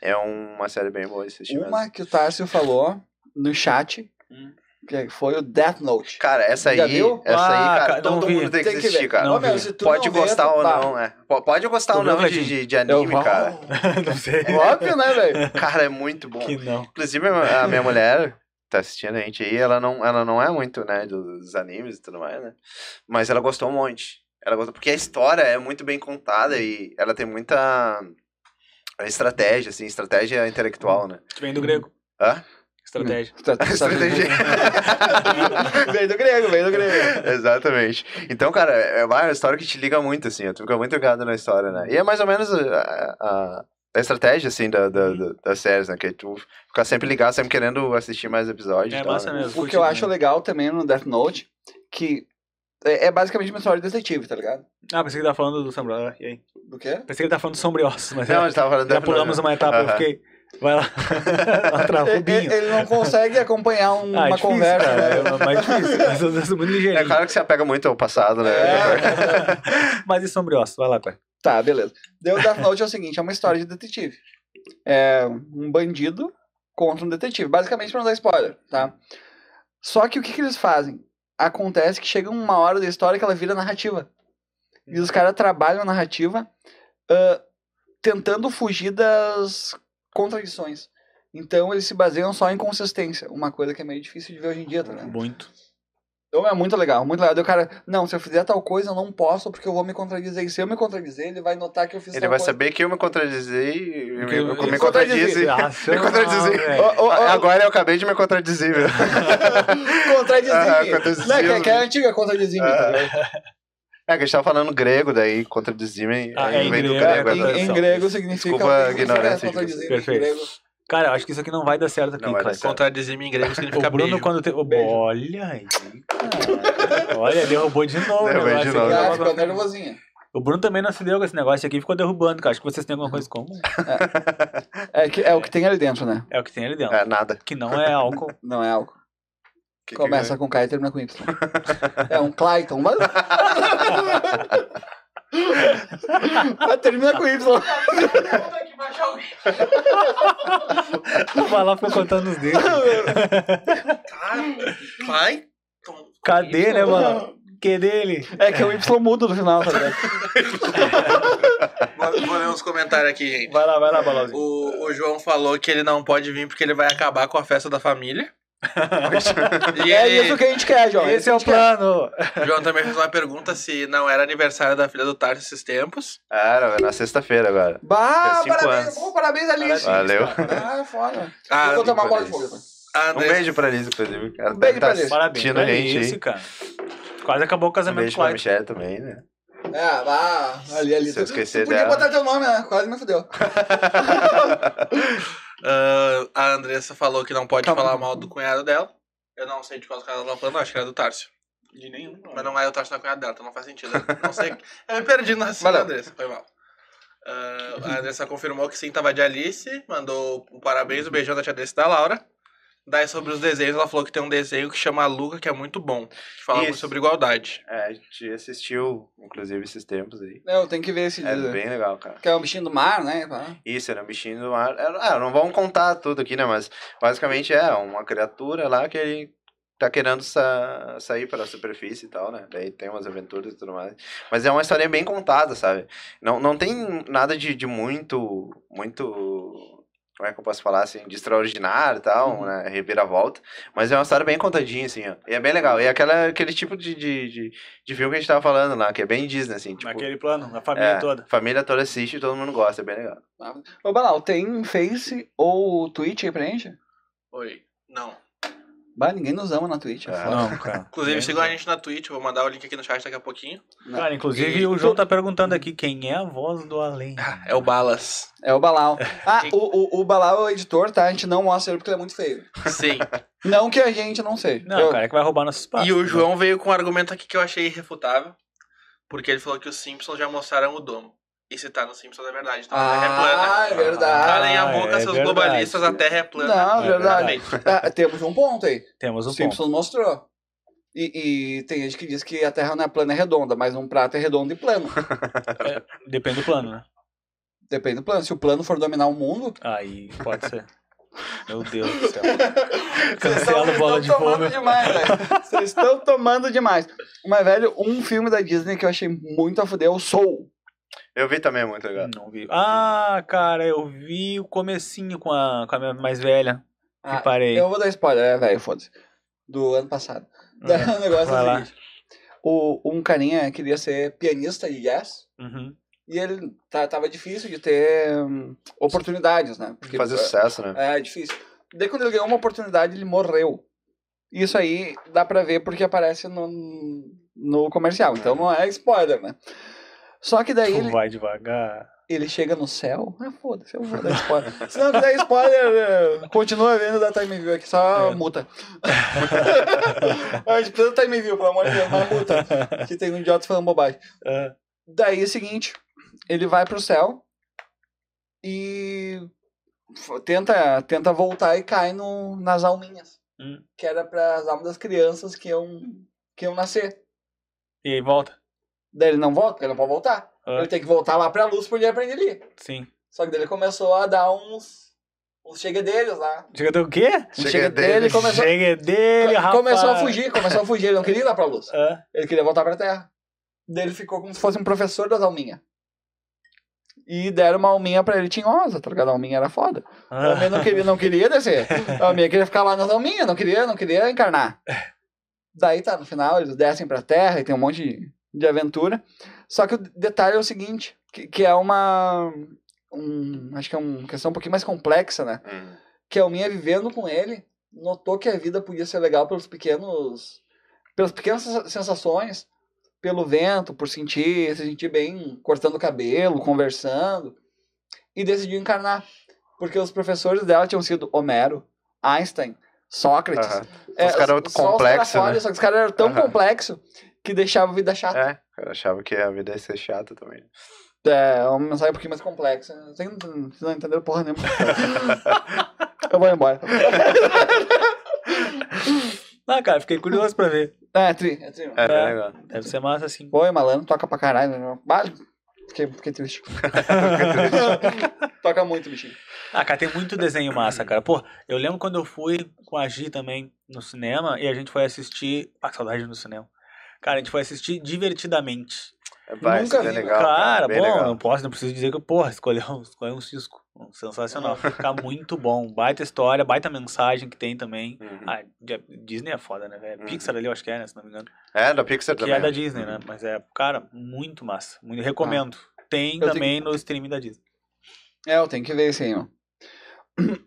C: é uma série bem boa de assistir. mesmo.
A: Uma que o Tássio falou no chat,
B: Hum.
A: que foi o Death Note.
C: Cara, essa aí,
A: Já viu?
C: essa
B: Ah,
C: aí, cara,
B: cara, não
C: todo
B: vi.
C: mundo tem que
A: Tem que
C: assistir,
A: ver.
C: cara.
B: Não
A: Ô, meu,
B: vi.
A: se tu
C: Pode
A: não vê, tá.
C: gostar
A: tu-
C: ou
A: pá.
C: não, é. Po- Pode gostar
B: Tu
C: ou
B: viu,
C: não de,
B: Fredinho?
C: de- de anime,
A: Eu-
C: cara.
B: não sei.
A: Óbvio, né, velho?
C: Cara, é muito bom.
B: Que não.
C: Inclusive, a a minha mulher tá assistindo a gente aí, ela não, ela não é muito, né, dos animes e tudo mais, né? Mas ela gostou um monte. Ela gostou, porque a história é muito bem contada e ela tem muita estratégia, assim, estratégia intelectual, né?
B: Te vem do grego.
C: Hã?
B: Estratégia.
A: tá-
C: Estratégia.
A: Veio do grego, veio do grego.
C: Exatamente. Então, cara, é uma história que te liga muito, assim. Tu fica muito ligado na história, né? E é mais ou menos a, a- a estratégia, assim, da, da, da- das séries, né? Que tu fica sempre ligado, sempre querendo assistir mais episódios. e
B: É
C: tal,
B: massa
C: né?
B: mesmo.
A: O que eu
B: curti,
A: acho
B: né?
A: legal também no Death Note, que é, é basicamente uma história de detetive, tá ligado?
B: Ah, pensei que ele tava falando do sombreoso. E aí?
A: Do quê?
B: Pensei que ele tava falando do sombreoso, mas
C: Não, a
B: é,
C: gente tava falando né?
B: já
C: da-
B: pulamos uma etapa eu
C: Aham.
B: fiquei. Vai lá. lá atrás,
A: Ele,
B: Ah, um Rubinho.
A: É, ele não consegue acompanhar um-
B: Ah, é
A: uma
B: difícil,
A: conversa.
B: cara,
A: né?
B: É mais difícil. mas Eu sou muito ligeirinho.
C: É claro que você apega muito ao passado, né?
A: É.
B: Mas e sombreoso? Vai lá, cara.
A: Tá, beleza. Deu Death Note é o seguinte, é uma história de detetive. É um bandido contra um detetive, basicamente pra não dar spoiler, tá? Só que o que, que eles fazem? Acontece que chega uma hora da história que ela vira narrativa. E os caras trabalham a narrativa ah, tentando fugir das contradições. Então eles se baseiam só em consistência, uma coisa que é meio difícil de ver hoje em dia, tá ligado?
B: Muito.
A: Então é muito legal, muito legal. Daí o cara, não, se eu fizer tal coisa, eu não posso porque eu vou me contradizer. E se eu me contradizer, ele vai notar que eu fiz
C: Ele
A: tal
C: vai
A: é coisa.
C: saber que eu me contradizei e eu,
B: Porque
C: eu,
B: eu-
C: me
A: eu contradizi.
C: contradizi.
B: Ah,
C: Me contradizi.
B: velho.
A: Ó, ó, ó.
C: Agora eu acabei de me contradizer, velho. Ah,
A: Contradizir. Não, que,
C: contradizir.
A: é- que é a antiga contradizir. tá ligado?
C: É que a gente tava falando grego, daí contradizir vem,
B: Ah, é
C: aí
B: em
C: vem do
B: grego, é
C: grego.
B: em-
C: essa
A: em, em
C: tradução.
A: grego significa.
C: Desculpa a ignorância,
A: Contradizir em
B: Perfeito.
A: grego.
B: Cara, eu acho que isso aqui não vai dar certo aqui,
C: Não vai
B: cara.
C: dar certo.
D: é Contradizir em grego significa
B: O Bruno,
D: beijo.
B: quando teve.
A: Beijo.
B: Olha aí, cara. Olha, derrubou de novo. né? o
C: Derrubei
B: negócio
C: de novo.
B: aqui.
A: Ah, ficou nervosinha.
B: O Bruno também não se deu com esse negócio aqui e ficou derrubando, cara. Acho que vocês têm alguma coisa comum.
A: É, que, é o que tem ali dentro, né?
B: É o que tem ali dentro.
C: É, nada.
B: Que não é álcool.
A: Não é álcool.
C: Que-
A: Começa com K e termina com Y. É um Clayton, mas. mas termina com Y.
B: Vai lá, fica contando os dedos.
D: Vai.
B: Cadê, né, mano? Que dele?
A: É que o Y muda no final, tá ligado?
D: Vou, vou ler uns comentários aqui, gente.
B: Vai lá, vai lá, balãozinho.
D: O, o João falou que ele não pode vir porque ele vai acabar com a festa da família. E
A: É
D: ele-
A: isso que a gente quer, João.
B: Esse é
A: isso
B: o
A: que a gente
B: plano.
D: o João também fez uma pergunta se não era aniversário da filha do Tarso esses tempos.
C: Ah, Era, na sexta-feira agora.
A: quer. Bah,
C: É cinco
A: parabéns,
C: anos.
A: bom, parabéns, Alice.
C: Valeu.
A: Ah, foda.
D: Ah,
A: Vou tomar uma bola de
C: parabéns.
A: fogo.
D: A
C: Um
D: Andressa-
C: beijo pra Liz, inclusive. Ela
A: Um
C: deve
A: beijo pra
C: tá
A: Liz.
B: Parabéns.
C: assistindo a
B: olha
C: gente aí.
B: isso, cara. Quase acabou o
C: Um
B: casamento
C: beijo
B: com
C: pra
B: a
C: Michelle também, né?
A: Ah, vá, ali, ali.
C: Se eu esquecer
A: tu podia
C: dela.
A: botar teu nome, né? Quase me fudeu.
D: ah, a Andressa falou que não pode
A: Calma.
D: falar mal do cunhado dela. Eu não sei de qual cara ela tá falando, acho que era do Tarso.
B: De nenhum.
D: Mas não é o Tarso na cunhada dela, então não faz sentido. Eu Não sei. Eu me perdi no raciocínio da
A: Valeu.
D: Andressa, foi mal. Ah, a Andressa confirmou que sim, tava de Alice, mandou um parabéns, um beijão da tia Alice e da Laura. Daí sobre os desenhos, ela falou que tem um desenho que chama Luca, que é muito bom. Que fala muito
C: Isso.
D: sobre igualdade.
C: É, a gente assistiu, inclusive, esses tempos aí.
A: Não, tem que ver esse
C: É
A: dia.
C: bem legal, cara.
A: Que é um bichinho do mar, né? pá.
C: Isso, era um bichinho do mar. Era- Ah, não vamos contar tudo aqui, né? Mas basicamente é uma criatura lá que ele tá querendo sa- sair para a superfície e tal, né? Daí tem umas aventuras e tudo mais. Mas é uma história bem contada, sabe? Não, não tem nada de, de muito, muito, como é que eu posso falar assim, de extraordinário e tal,
A: Uhum.
C: né? Reviravolta. Mas é uma história bem contadinha, assim, ó. E é bem legal. E é aquela, aquele tipo de, de, de, de filme que a gente tava falando lá, que é bem Disney, assim. Tipo,
B: Naquele plano, na família
C: é,
B: toda.
C: Família toda assiste e todo mundo gosta, é bem legal.
A: Ô, Banal, tem Face ou Twitch aí pra gente?
D: Oi. Não.
A: Bah, ninguém nos ama na Twitch. É.
C: Ah.
A: foda.
B: Não, cara.
D: Inclusive,
B: Bem,
D: sigam a gente na Twitch, eu vou mandar o link aqui no chat daqui a pouquinho.
B: Cara, inclusive
D: E
B: o João tá perguntando aqui quem é a voz do além.
D: É o Balas.
A: É o Balau. Ah, o, o, o Balau é o editor, tá? A gente não mostra ele porque ele é muito feio.
D: Sim.
A: Não que a gente não seja.
B: Não,
A: Eu-
B: cara, é que vai roubar nossos passos.
D: E o João veio com um argumento aqui que eu achei irrefutável. Porque ele falou que os Simpsons já mostraram o domo. E se tá no Simpsons é verdade. Então a Terra é
A: Ah,
D: plana.
A: é verdade.
D: Calem a boca,
B: é
D: seus
B: verdade.
D: globalistas, a Terra é plana.
A: Não,
B: É
A: é verdade.
D: Perfeito.
A: Ah, temos um ponto aí.
B: Temos
A: O
B: um
A: Simpsons mostrou. E, e tem gente que diz que a Terra não é plana, é redonda, mas um prato é redondo e plano.
B: ponto. Depende do plano, né?
A: Depende do plano. Se o plano for dominar o mundo,
B: Aí, pode ser. Meu Deus do céu.
A: Vocês
B: Cancela
A: estão-
B: a
A: estão
B: bola de fogo.
A: tá tomando demais, velho. Vocês estão tomando demais. Mas, velho, um filme da Disney que eu achei muito a fuder é o Soul.
C: Eu vi também, é muito legal.
B: Não vi. Ah, cara, eu vi o comecinho com a, com a minha mais velha.
A: Ah,
B: e parei.
A: Eu vou dar spoiler, é, velho, foda-se. Do ano passado. Da-
B: É,
A: o negócio
B: vai
A: é o
B: lá.
A: seguinte. O, um carinha queria ser pianista de jazz.
B: Uhum.
A: E ele tá- tava difícil de ter hum, oportunidades, né? Porque
C: Fazer sucesso, né?
A: É, é difícil. Daí quando ele ganhou uma oportunidade, ele morreu. Isso aí dá pra ver porque aparece no, no comercial. Então não é spoiler, né? Só que daí ele,
B: Vai devagar.
A: ele chega no céu. Ah, foda-se, eu vou dar spoiler. Se não quiser spoiler, eh, continua vendo da Time View aqui, só
B: É.
A: multa. A gente precisa do Time View, pelo amor de Deus, mas multa. Que tem um idiota falando bobagem.
B: É.
A: Daí é o seguinte, ele vai pro céu e f- tenta, tenta voltar e cai no, nas alminhas.
B: Hum.
A: Que era para as almas das crianças que iam, que iam nascer.
B: E aí, volta.
A: Daí ele não volta, porque ele não pode voltar.
B: Ah.
A: Ele tem que voltar lá pra luz pra ele aprender ali.
B: Sim.
A: Só que daí ele começou a dar uns. uns chega deles lá.
B: Chega do quê?
A: Uns
C: Chega
A: chega dele
C: deles,
A: começou,
B: Chega dele, rapaz.
A: começou a fugir, começou a fugir. Ele não queria ir lá pra luz.
B: Ah,
A: Ele queria voltar pra terra. Daí ele ficou como se fosse um professor das alminhas. E deram uma alminha pra ele tinhosa, tá ligado? A alminha era foda. O homem
B: Ah.
A: não queria, não queria descer. A alminha queria ficar lá nas alminhas, não queria, não queria encarnar. Daí tá, no final eles descem pra terra e tem um monte de, de aventura. Só que o detalhe é o seguinte, que, que é uma... um- acho que é uma questão um pouquinho mais complexa, né?
C: Hum.
A: que a Alminha vivendo com ele notou que a vida podia ser legal pelos pequenos pelas pequenas sensa- sensações pelo vento por sentir se sentir bem cortando o cabelo conversando e decidiu encarnar porque os professores dela tinham sido Homero Einstein Sócrates É,
C: Aham. Os caras eram
A: só
C: complexos,
A: caras foda,
C: né?
A: Só que os caras eram tão
C: Aham.
A: complexos que deixava a vida chata.
C: É, eu achava que a vida ia ser chata também.
A: É, é uma mensagem um pouquinho mais complexa. Vocês não, vocês não entenderam porra nenhuma. Eu vou embora.
B: Ah, cara, fiquei curioso pra ver.
A: É, é tri, é tri. mano.
C: É,
B: É.
C: é. legal.
B: Deve ser massa, assim.
A: Oi, malandro, toca pra caralho. Né? Ah, fiquei, fiquei triste. toca muito, bichinho.
B: Ah, cara, tem muito desenho massa, cara. Pô, eu lembro quando eu fui com a Gi também no cinema e a gente foi assistir. Ah, que saudade no cinema. Cara, a gente foi assistir divertidamente.
C: Vai,
A: Nunca
C: isso é
A: vi,
C: legal.
B: cara,
C: bem
B: bom, não
C: legal.
B: posso, não preciso dizer que, porra, escolheu um, escolheu um cisco. Sensacional. Tá muito bom. Baita história, baita mensagem que tem também.
C: Uhum.
B: Ah, Di- Disney é foda, né, velho?
C: Uhum.
B: Pixar ali, eu acho que é, né? Se não me engano.
C: É, da Pixar
B: Que
C: também.
B: é da Disney, né? Mas é, cara, muito massa. Muito, recomendo.
C: Ah.
B: Tem
A: Eu
B: também no streaming da Disney.
A: É, eu tenho que ver esse aí, ó.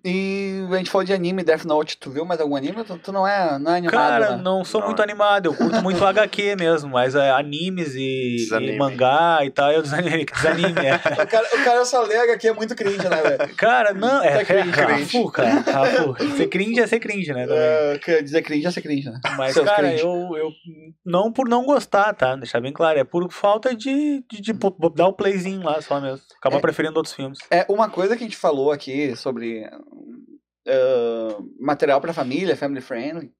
A: E a gente falou de anime, Death Note. Tu viu mais algum anime? Tu, tu não é, não é animado,
B: Cara,
A: né?
B: não sou
C: Não,
B: muito
C: né?
B: animado, eu curto muito HQ mesmo, mas é, animes e,
C: Desanime.
B: e mangá e tal, eu desanime, que desanime. é.
A: O cara, o cara só lê HQ, é muito cringe, né, velho?
B: Cara, não, é, é,
A: Tá cringe,
B: Rafu, cara, Rafu. Ser cringe é ser cringe, né, também.
A: É, que dizer cringe é ser cringe, né?
B: Mas,
A: seus
B: cara,
A: cringe.
B: eu, eu, não por não gostar, tá, deixar bem claro, é por falta de, de, de pô- pô- dar o playzinho lá só mesmo, acabar
A: É.
B: preferindo outros filmes.
A: É, uma coisa que a gente falou aqui sobre ah, material pra família, family friendly,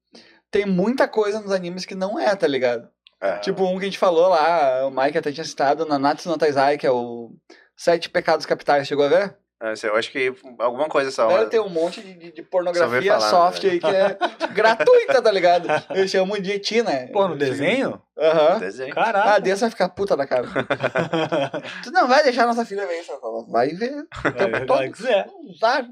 A: tem muita coisa nos animes que não é, tá ligado?
C: É.
A: Tipo um que a gente falou lá, o Mike até tinha citado, na Natsu no Taizai, que é o Sete Pecados Capitais, chegou a ver?
C: Ah, isso Eu acho que alguma coisa só.
A: Deve
C: mas-
A: ter um monte de, de- de
C: é- Só vi
A: pornografia
C: falar,
A: soft
C: né?
A: aí que é gratuita, tá ligado? Eu chamo de Eti, né?
B: Pô, no desenho?
A: Aham.
B: É,
C: Desenho.
B: Caraca.
A: Ah, Deus vai ficar puta da cara.
B: Ah,
A: tu não vai deixar nossa filha ver isso. Ela fala, Vai ver.
B: Vai, vai, quiser.
A: Não vai.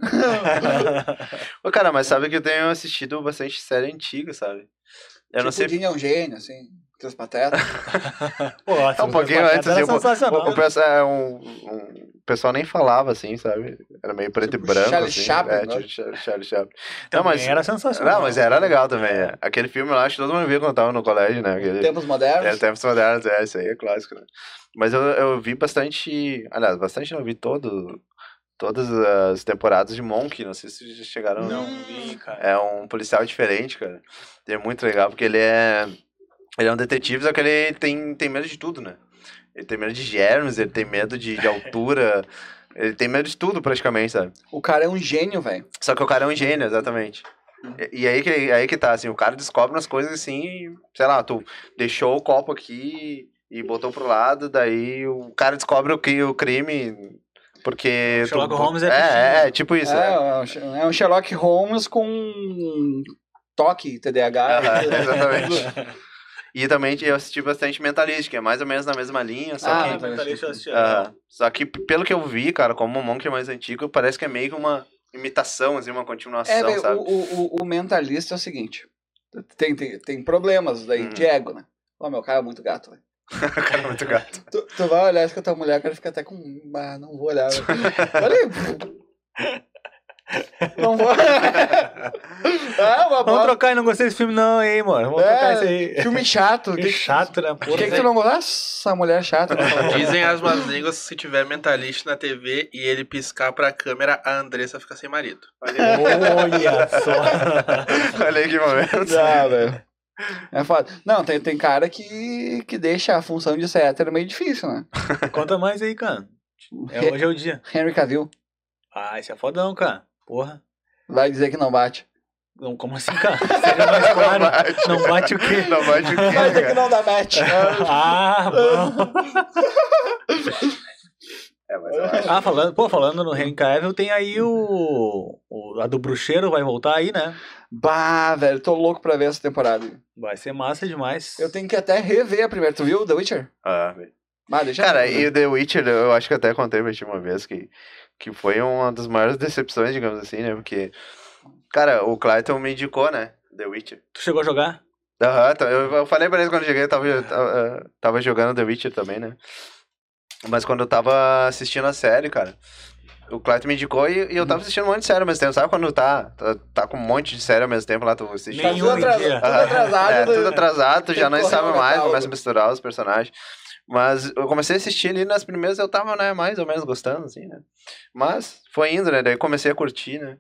C: Ô, cara, mas sabe que eu tenho assistido bastante série antiga, sabe? Eu não
A: tipo,
C: sei.
A: O Jim é um gênio, assim. Seus patetas.
B: Pô,
C: É um pouquinho
B: Pateta
C: antes,
B: era
C: assim, um po-
B: sensacional.
C: O, pessoal, é um, um- o pessoal nem falava assim, sabe? Era meio preto
A: Tipo
C: e branco.
A: Charlie
C: assim.
A: Chaplin,
C: É,
A: né?
C: tipo Charlie, Charlie Chaplin. Não,
B: Também
C: mas,
B: era sensacional.
C: não, mas era legal também. é. Aquele filme eu acho que todo mundo viu quando tava no colégio, né? Aquele...
A: Tempos modernos.
C: É, tempos modernos, é, isso aí é clássico, né? Mas eu, eu vi bastante. Aliás, bastante não eu vi todo, todas as temporadas de Monk, não sei se vocês já chegaram.
B: Não vi, cara.
C: É um policial diferente, cara. E é muito legal, porque ele é. Ele é um detetive, só que ele tem, tem medo de tudo, né? Ele tem medo de germes, ele tem medo de, de altura. ele tem medo de tudo, praticamente, sabe?
A: O cara é um gênio, velho.
C: Só que o cara é um gênio, exatamente. E, e aí, que, aí que tá, assim, o cara descobre umas coisas assim, e, sei lá, tu deixou o copo aqui e botou pro lado, daí o cara descobre o, cri- o crime porque... tu-
B: Sherlock Holmes é assim,
C: é,
B: né?
C: é, tipo isso, né?
A: É, um Sh- é um Sherlock Holmes com toque TDAH.
C: Aham, exatamente. E também eu assisti bastante Mentalist, que é mais ou menos na mesma linha, só
A: Ah,
C: que...
A: mas-
C: Aham. só que pelo que eu vi, cara, como o Monk é mais antigo, parece que é meio que uma imitação, assim, uma
A: É,
C: continuação,
A: velho,
C: sabe?
A: o, o, o mentalista é o seguinte: tem, tem, tem problemas daí
C: Hum.
A: de ego, né? Ó, meu cara é muito gato, velho.
C: O cara é muito gato.
A: Tu, tu vai olhar isso com a tua mulher, cara fica até com. Ah, não vou olhar. velho." Olha aí. Não vou. ah, uma
B: Vamos
A: bosta.
B: trocar, eu não gostei desse filme não, hein, mano. Vamos trocar isso aí.
A: É, filme chato.
B: Que chato, né?
A: Por
B: Porra,
A: que, que tu não gosta? Essa mulher é chata. por favor.
D: Dizem as más línguas que se tiver mentalista na TV e ele piscar pra câmera, a Andressa fica sem marido.
C: Olha
B: Olha só.
C: aí, olha aí que momento.
A: Ah, velho. É foda. Não, tem, tem cara que, que deixa a função de ser hétero meio difícil, né?
B: Conta mais aí, cara. É, hoje é o dia.
A: Henry Cavill
B: Ah, esse é fodão, cara. Porra.
A: vai dizer que não bate.
B: Não, como assim, cara? Seja mais claro.
C: Não bate.
B: né? Não bate o quê?
C: Não bate o quê,
A: Vai dizer é que
C: cara?
A: não dá match.
B: Ah, bom.
C: É, mas eu acho.
B: Ah, falando, pô, falando no Henry Cavill, tem aí o, o- A do bruxeiro vai voltar aí, né?
A: Bah, velho, tô louco pra ver essa temporada.
B: Vai ser massa demais.
A: Eu tenho que até rever a primeira. Tu viu The Witcher?
C: Ah, velho.
A: Mas deixa
C: Cara, e o The Witcher, eu acho que até contei pra ti uma vez que, que foi uma das maiores decepções, digamos assim, né? Porque, cara, o Clayton me indicou, né? The Witcher.
B: Tu chegou a jogar?
C: Aham, tá, eu, eu falei pra eles quando eu cheguei, eu tava, eu tava, eh, tava jogando The Witcher também, né? Mas quando eu tava assistindo a série, cara, o Clayton me indicou e, e eu tava assistindo um monte de série ao mesmo tempo. Sabe quando tá, tá, tá com um monte de série ao mesmo tempo lá, tu assiste
A: Tá tudo
B: Nenhum
A: atrasado,
B: dia.
A: tudo
C: Aham.
A: atrasado.
C: É, tudo
A: né?
C: atrasado, tu já não
A: Tempo
C: sabe
A: real,
C: mais,
A: catálogo.
C: começa a misturar os personagens. Mas eu comecei a assistir ali nas primeiras, eu tava, né, mais ou menos gostando, assim, né? Mas foi indo, né? Daí comecei a curtir, né?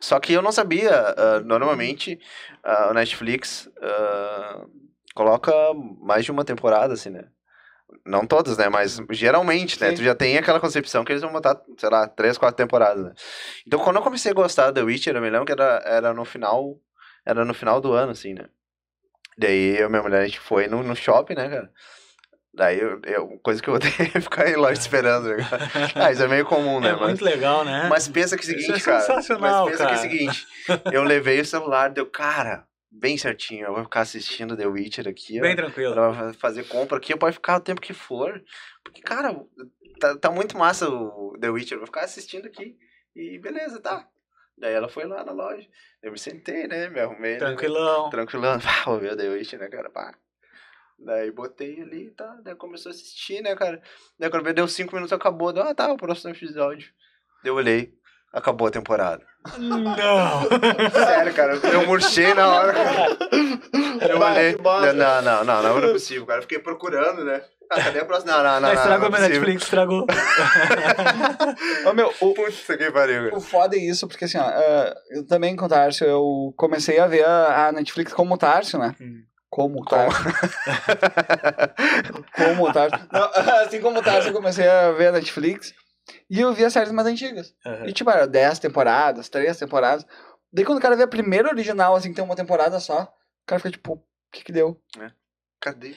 C: Só que eu não sabia, ah, normalmente ah, o Netflix ah, coloca mais de uma temporada, assim, né? Não todos, né?
B: Uhum.
C: Mas geralmente, né?
A: Sim.
C: Tu já tem aquela concepção que eles vão botar, sei lá, três, quatro temporadas, né? Então quando eu comecei a gostar da Witcher, eu me lembro que era, era no final. Era no final do ano, assim, né? Daí eu e minha mulher, a gente foi no, no shopping, né, cara? Daí eu, eu- coisa que eu odeio é ficar em loja esperando. né, cara? Ah, isso é meio comum, né?
B: É
C: mas,
B: muito legal, né?
C: mas pensa que é o
B: Isso
C: seguinte,
B: é
C: cara.
B: sensacional,
C: mas pensa que é o
B: cara.
C: seguinte. Eu levei o celular, deu, cara, bem certinho. Eu vou ficar assistindo The Witcher aqui. ó.
B: Bem tranquilo.
C: Ela vai fazer compra aqui, pode ficar o tempo que for. Porque, cara, tá, tá muito massa o The Witcher. Eu vou ficar assistindo aqui. E beleza, tá. Daí ela foi lá na loja. Eu me sentei, né? Me arrumei. né?
B: Tranquilão.
C: Tranquilão. Pá, vou ver o The Witch, né, cara? Pá. Daí botei ali e tá, Daí começou a assistir, né, cara? Daí quando veio, deu cinco minutos, acabou. Deu, ah, tá, o próximo episódio. Daí eu olhei. Acabou a temporada.
B: Não!
C: Sério, cara, eu murchei na hora. Eu
A: Bah,
C: olhei.
A: que bosta.
C: Não, não, não, não, não era possível, cara. Eu fiquei procurando, né? Ah, cadê a próxima? Não,
A: Tá
C: não, não.
B: Ah,
C: não, não,
B: estragou
C: é
B: meu
C: possível.
B: Netflix, estragou.
A: Ô, meu, o,
C: Putz, que pariu,
A: O
C: cara.
A: foda é isso, porque assim, ó, eh, eu também com o Tarso, eu comecei a ver a, a Netflix como Tarso, né?
B: Hum.
A: Como Tarso. como Tarso. Não, assim como Tarso, eu comecei a ver a Netflix. E eu vi as séries mais antigas. E tipo, era 10 temporadas, 3 temporadas. Daí quando o cara vê a primeira original, assim, que tem uma temporada só, o cara fica tipo, o que que deu?
C: Cadê?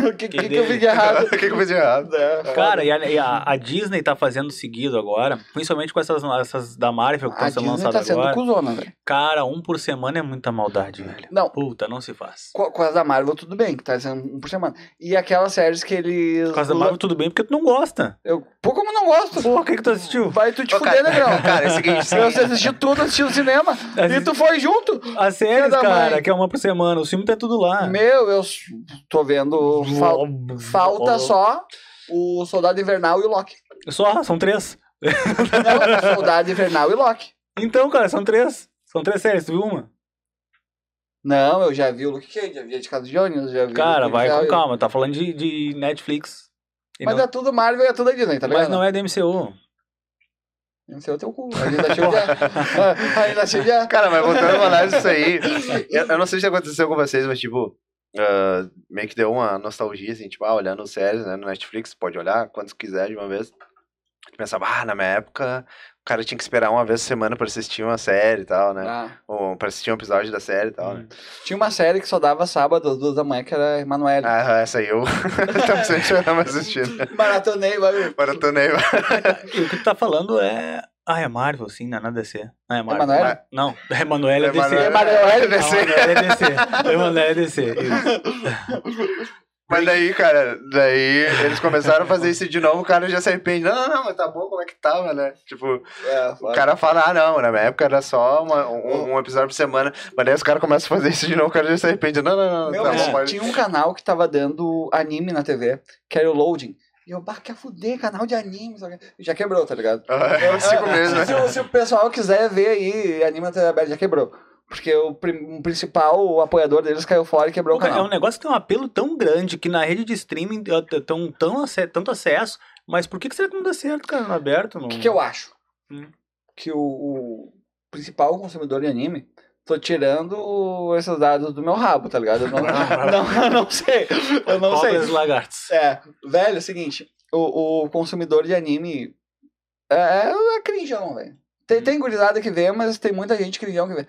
A: O que, que, que eu
B: deu?
A: fiz de errado?
C: O que que eu fiz de errado?
A: É, foda.
B: Cara, e a, e a- a Disney tá fazendo seguido agora, principalmente com essas, essas da Marvel que
A: a
B: estão sendo
A: Disney tá
B: lançadas
A: sendo
B: agora.
A: cuzona, velho.
B: Cara, um por semana é muita maldade, velho.
A: Não,
B: Puta, não se faz.
A: Co- Com as da Marvel, tudo bem, que tá sendo um por semana. E aquelas séries que eles.
B: Por causa da Marvel, tudo bem, porque tu não gosta.
A: Eu, pô, como eu não gosto?
B: Pô, o que que tu assistiu?
A: Vai tu te
C: Ô,
A: fuder,
C: cara,
A: negrão.
C: Cara, é o seguinte,
A: Eu você assistiu tudo, assistiu o cinema. e tu foi junto?
B: As séries,
A: da
B: cara,
A: mãe.
B: que é uma por semana. O filme tá tudo lá.
A: Meu, eu s- tô vendo. fal- falta só o Soldado Invernal e o Loki.
B: Só, são três.
A: Não, Soldado Invernal e Loki.
B: Então, cara, são três. São três séries, tu viu uma?
A: Não, eu já vi o Luke Cage, já vi a de Casa de Jones, já vi.
B: Cara,
A: o
B: vai
A: Luke
B: com
A: Cage.
B: calma. Tá falando de, de Netflix. E
A: Mas
B: não-
A: é tudo Marvel e é tudo a Disney, tá ligado?
B: mas não é DMCU.
A: Não sei o teu cu. Ainda cheio de. Ainda é. cheio de.
C: Cara, mas voltando a falar disso aí, eu, eu não sei se aconteceu com vocês, mas tipo, ah, meio que deu uma nostalgia, assim, tipo, ah, olhando séries, né, no Netflix, pode olhar quantos quiser de uma vez. Pensava, ah, na minha época, o cara tinha que esperar uma vez por semana pra assistir uma série e tal, né?
A: Ah.
C: Ou pra assistir um episódio da série e
A: Tá,
C: tal, né?
A: Tinha uma série que só dava sábado às duas da manhã, que era Emanuele.
C: Ah, essa aí eu tava sem chorar mais assistindo.
A: Maratonei, vai.
C: Maratonei.
B: E o que tu tá falando é. Ah, é Marvel, sim, não é nada DC. Não é Marvel.
A: Emanuele?
B: Mas- Não, é Emanuele é DC.
C: Emanuele.
A: Emanuele
B: Não,
C: DC.
B: Emanuele é DC. Emanuele é DC. isso.
C: Mas daí, cara, daí eles começaram a fazer isso de novo, o cara já se arrepende. Não, não, não, mas tá bom, como é que tava, né? Tipo,
A: É,
C: O
A: foda.
C: cara fala, ah, não, na minha época era só uma- um, um episódio por semana. Mas daí os caras começam a fazer isso de novo, o cara já se arrepende. Não, não, não,
A: Meu,
C: tá
A: mas
C: bom,
B: é.
C: pode-
A: tinha um canal que tava dando anime na TV, que era o Loading. E eu, bah, quer fuder, canal de anime. sabe? Já quebrou, tá ligado?
C: Ah, Cinco meses,
A: Se,
C: né?
A: o- se o pessoal quiser ver aí anime na TV aberta, já quebrou. Porque o prim- o principal apoiador deles caiu fora e quebrou
B: Pô,
A: o
B: cara, É
A: canal.
B: um negócio que tem um apelo tão grande que na rede de streaming eh, t- tão, tão ace- tanto acesso. Mas por que, que será que não dá certo, cara, no aberto? No...
A: O que, que eu acho?
B: Hum.
A: Que o, o principal consumidor de anime. Tô tirando o- esses dados do meu rabo, tá ligado? Eu não, não, não sei. Eu não sei.
B: Cobras e lagartos.
A: É, velho, é o seguinte, o, o consumidor de anime é, é, é crinjão, velho.
B: Uhum.
A: Tem, tem gurizada que vê, mas tem muita gente crinjão que vê.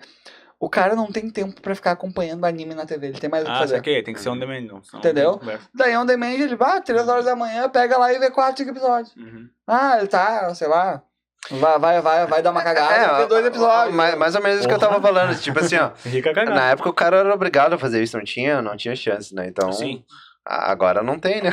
A: O cara não tem tempo pra ficar acompanhando anime na TV, ele tem mais o que
B: Ah,
A: fazer.
B: saquei. Tem que ser um demand, não. senão-
A: Entendeu? Daí on demand, ele vai, três horas da manhã, pega lá e vê quatro cinco episódios.
B: Uhum.
A: Ah, ele tá, sei lá, vai, vai, vai, vai
B: É,
A: dar uma cagada, vê Ah, dois episódios.
C: mais, É, mais ou menos isso que eu tava
B: Porra.
C: falando. Tipo assim, ó.
B: Rica cagada.
C: Na época o cara era obrigado a fazer isso, não tinha, não tinha chance, né? Então,
B: Sim.
C: Ah, Agora não tem, né?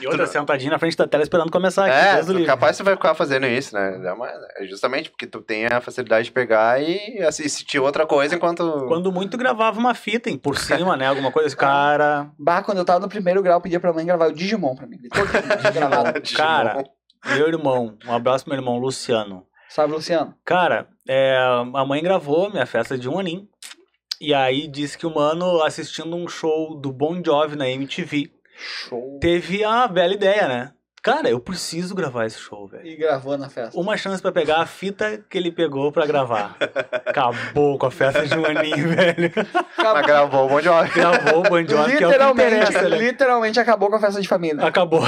B: E outra sentadinha na frente da tela esperando começar aqui.
C: é,
B: Ah, Deus do
C: tu-
B: livre.
C: capaz você vai ficar fazendo isso, né? É uma- é justamente porque tu tem a facilidade de pegar e assim, assistir outra coisa enquanto.
B: Quando muito gravava uma fita hein, por cima, né? Alguma coisa. Cara,
A: Bah, quando eu tava no primeiro grau, eu pedia pra mãe gravar o Digimon pra mim. Ele Todo dia gravado.
B: cara. meu irmão, um abraço pro meu irmão Luciano.
A: Sabe, Luciano?
B: Cara, é, a mãe gravou minha festa de um aninho. E aí disse que o mano, assistindo um show do Bon Jovi na MTV,
A: Show.
B: teve a bela ideia, né? Cara, eu preciso gravar esse show, velho.
A: E gravou na festa.
B: Uma chance pra pegar a fita que ele pegou pra gravar. Acabou com a festa de um aninho, velho.
C: Mas gravou um monte de hora.
B: Gravou o Bon Jovi, que é o que
A: Literalmente,
B: interessa, né? Ah,
A: literalmente acabou com a festa de família.
B: Acabou.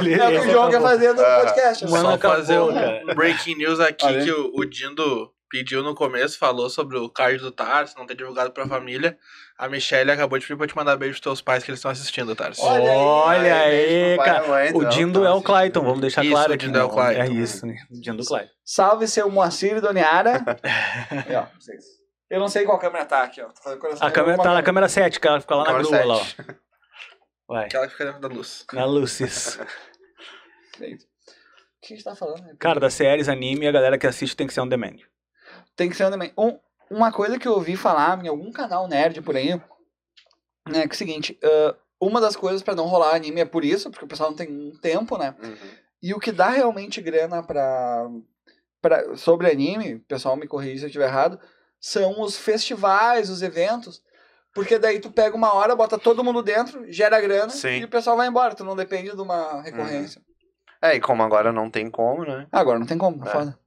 B: Ele-
A: É o que
B: ele
A: o João quer
B: acabou.
A: fazer no
C: Ah,
A: podcast. né?
B: Mano,
D: Só
B: acabou,
D: fazer um
B: cara.
D: um breaking news aqui
A: Olha aí.
D: que o, o Dindo pediu no começo, falou sobre o card do Tarso, não ter divulgado pra família. A Michelle acabou de pedir pra te mandar beijo pros teus pais que eles estão assistindo, Tarso.
A: Olha aí,
B: Olha
C: beijo
B: aí,
C: pro pai e
B: cara.
C: mãe,
B: O Dindo
C: então, tá
B: é o
C: assistindo.
B: Clayton, vamos deixar
D: Isso,
B: claro
D: o
B: aqui.
D: Dindo é o
B: não,
D: Clayton.
B: É isso, né? Dindo Clayton.
A: Salve seu Moacir e Doniara. Aí, ó, pra vocês. eu não sei qual câmera tá aqui, ó. Tô fazendo coração
B: A câmera tá na
A: alguma
B: câmera 7, cara. Fica lá na
C: Agora
B: grua, lá, ó.
C: sete.
B: Vai.
D: Aquela que fica dentro da luz.
B: Na Lucis.
A: Perfeito. O que a gente tá falando? né?
B: Cara, das séries, anime, a galera que assiste tem que ser on demand.
A: Tem que ser também. Um, uma coisa que eu ouvi falar em algum canal nerd por aí, né, que é o seguinte, ah, uma das coisas pra não rolar anime é por isso, porque o pessoal não tem tempo, né?
C: Uhum.
A: E o que dá realmente grana pra, pra, sobre anime, o pessoal me corrige se eu estiver errado, são os festivais, os eventos. Porque daí tu pega uma hora, bota todo mundo dentro, gera grana
C: Sim.
A: e o pessoal vai embora. Tu não depende de uma recorrência.
B: Uhum.
C: É, e como agora não tem como, né?
A: Agora não tem como, é.
C: É.
A: foda.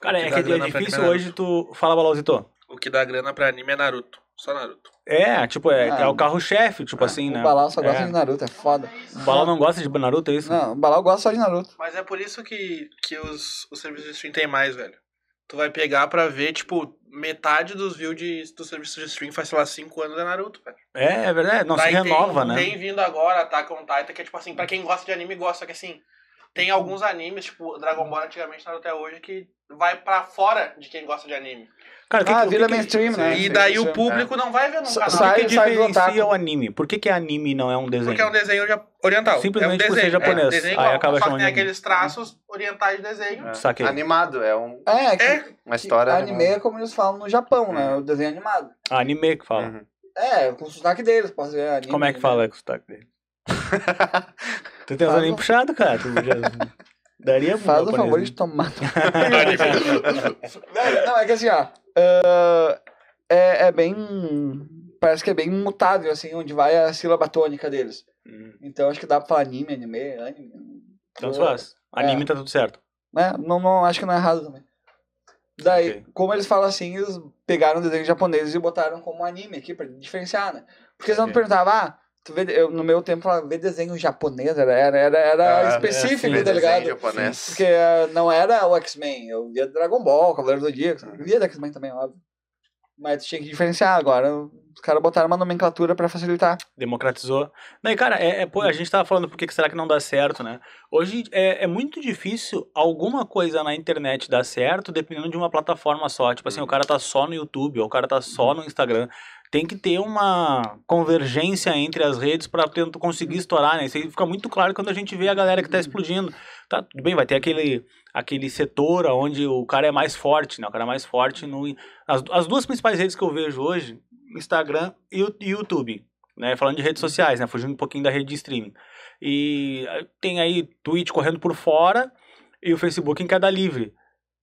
B: Cara, é
D: Que
B: que
D: dá
B: é
D: grana pra
B: difícil
D: caralho.
B: hoje tu. Fala, Balauzito.
D: O que dá grana pra anime é Naruto. Só Naruto.
B: É, tipo, é,
A: Ah.
B: é o carro-chefe, tipo assim, né?
A: O Balau só gosta
B: É.
A: de Naruto, é foda.
B: O Balau não gosta de Naruto, é isso?
A: Não, o Balau gosta só de Naruto.
D: Mas é por isso que, que os, os serviços de stream tem mais, velho. Tu vai pegar pra ver, tipo, metade dos views de, dos serviços de stream faz, sei lá, 5 anos é Naruto, velho.
B: É, é verdade. Não, se
D: Daí tem-
B: renova, né?
D: Tem vindo agora Attack on Titan, que é tipo assim, pra quem gosta de anime, gosta. Só que assim, tem
B: Uhum.
D: alguns animes, tipo Dragon Ball antigamente, Naruto até hoje, que vai pra fora de quem gosta de anime.
B: Cara, o que,
A: Ah,
B: que, o que,
A: vira
B: que,
A: mainstream,
C: Sim.
A: né?
D: e daí
A: Isso.
D: o público não vai ver no
A: Sa-
D: canal.
B: o
A: sai-
B: que que
A: sai do
B: diferencia
A: otaku.
B: o anime? Por que, que anime não é um desenho?
D: Porque é um desenho ja- oriental.
B: Simplesmente
D: é um
B: por ser
D: desenho,
B: japonês.
D: É um desenho
B: Aí
D: igual,
B: acaba
D: só que
B: chamando
D: tem
B: anime.
D: aqueles traços orientais de desenho.
C: É.
B: Saquei.
C: Animado, é um,
A: É, que,
D: É,
C: uma
A: que
C: história.
A: anime é como eles falam no Japão, né? O desenho animado.
B: Anime que fala.
C: Uhum.
A: É, com o sotaque deles, posso ver anime.
B: Como é que
A: né?
B: fala com o sotaque dele? tu tem os
A: Faz
B: anime
A: o-
B: puxado, cara. Tu já... Daria pro
A: Faz o
B: japonês,
A: favor
B: né?
A: de tomar.
D: Tá
A: Velho, Não, é que assim, ó. ah, é, é bem. Parece que é bem mutável, assim, onde vai a sílaba tônica deles.
B: Hum,
A: Então acho que dá pra falar anime, anime, anime.
B: Então se faz.
A: É.
B: Anime tá tudo certo.
A: Né? Não, não, acho que não é errado também. Daí,
B: Ok.
A: como eles falam assim, eles pegaram desenhos japoneses e botaram como anime aqui pra diferenciar, né? Porque senão tu
B: Ok.
A: perguntava, ah, tu vê, eu, no meu tempo falava, vê desenho japonês, era, era, era, era
C: Ah, é,
A: específico,
B: sim,
A: tá ligado?
C: Desenho japonês.
A: Porque eh, não era o X-Men, eu via Dragon Ball, Cavaleiro do Zodíaco, sabe? via do X-Men também, óbvio. Mas tinha que diferenciar agora. Os caras botaram uma nomenclatura pra facilitar.
B: Democratizou. Não, e cara, é, é, pô, a gente tava falando por que que será que não dá certo, né? Hoje é, é muito difícil alguma coisa na internet dar certo dependendo de uma plataforma só. Tipo
A: Uhum.
B: assim, o cara tá só no YouTube, ou o cara tá só no Instagram. Tem que ter uma convergência entre as redes pra tentar
A: Uhum.
B: conseguir estourar, né? Isso aí fica muito claro quando a gente vê a galera que tá explodindo. Tá, tudo bem, vai ter aquele, aquele setor onde o cara é mais forte, né? O cara é mais forte no... As, as duas principais redes que eu vejo hoje, Instagram e o- e YouTube né? Falando de redes sociais, né? Fugindo um pouquinho da rede de streaming. E ah, tem aí Twitch correndo por fora e o Facebook em queda livre.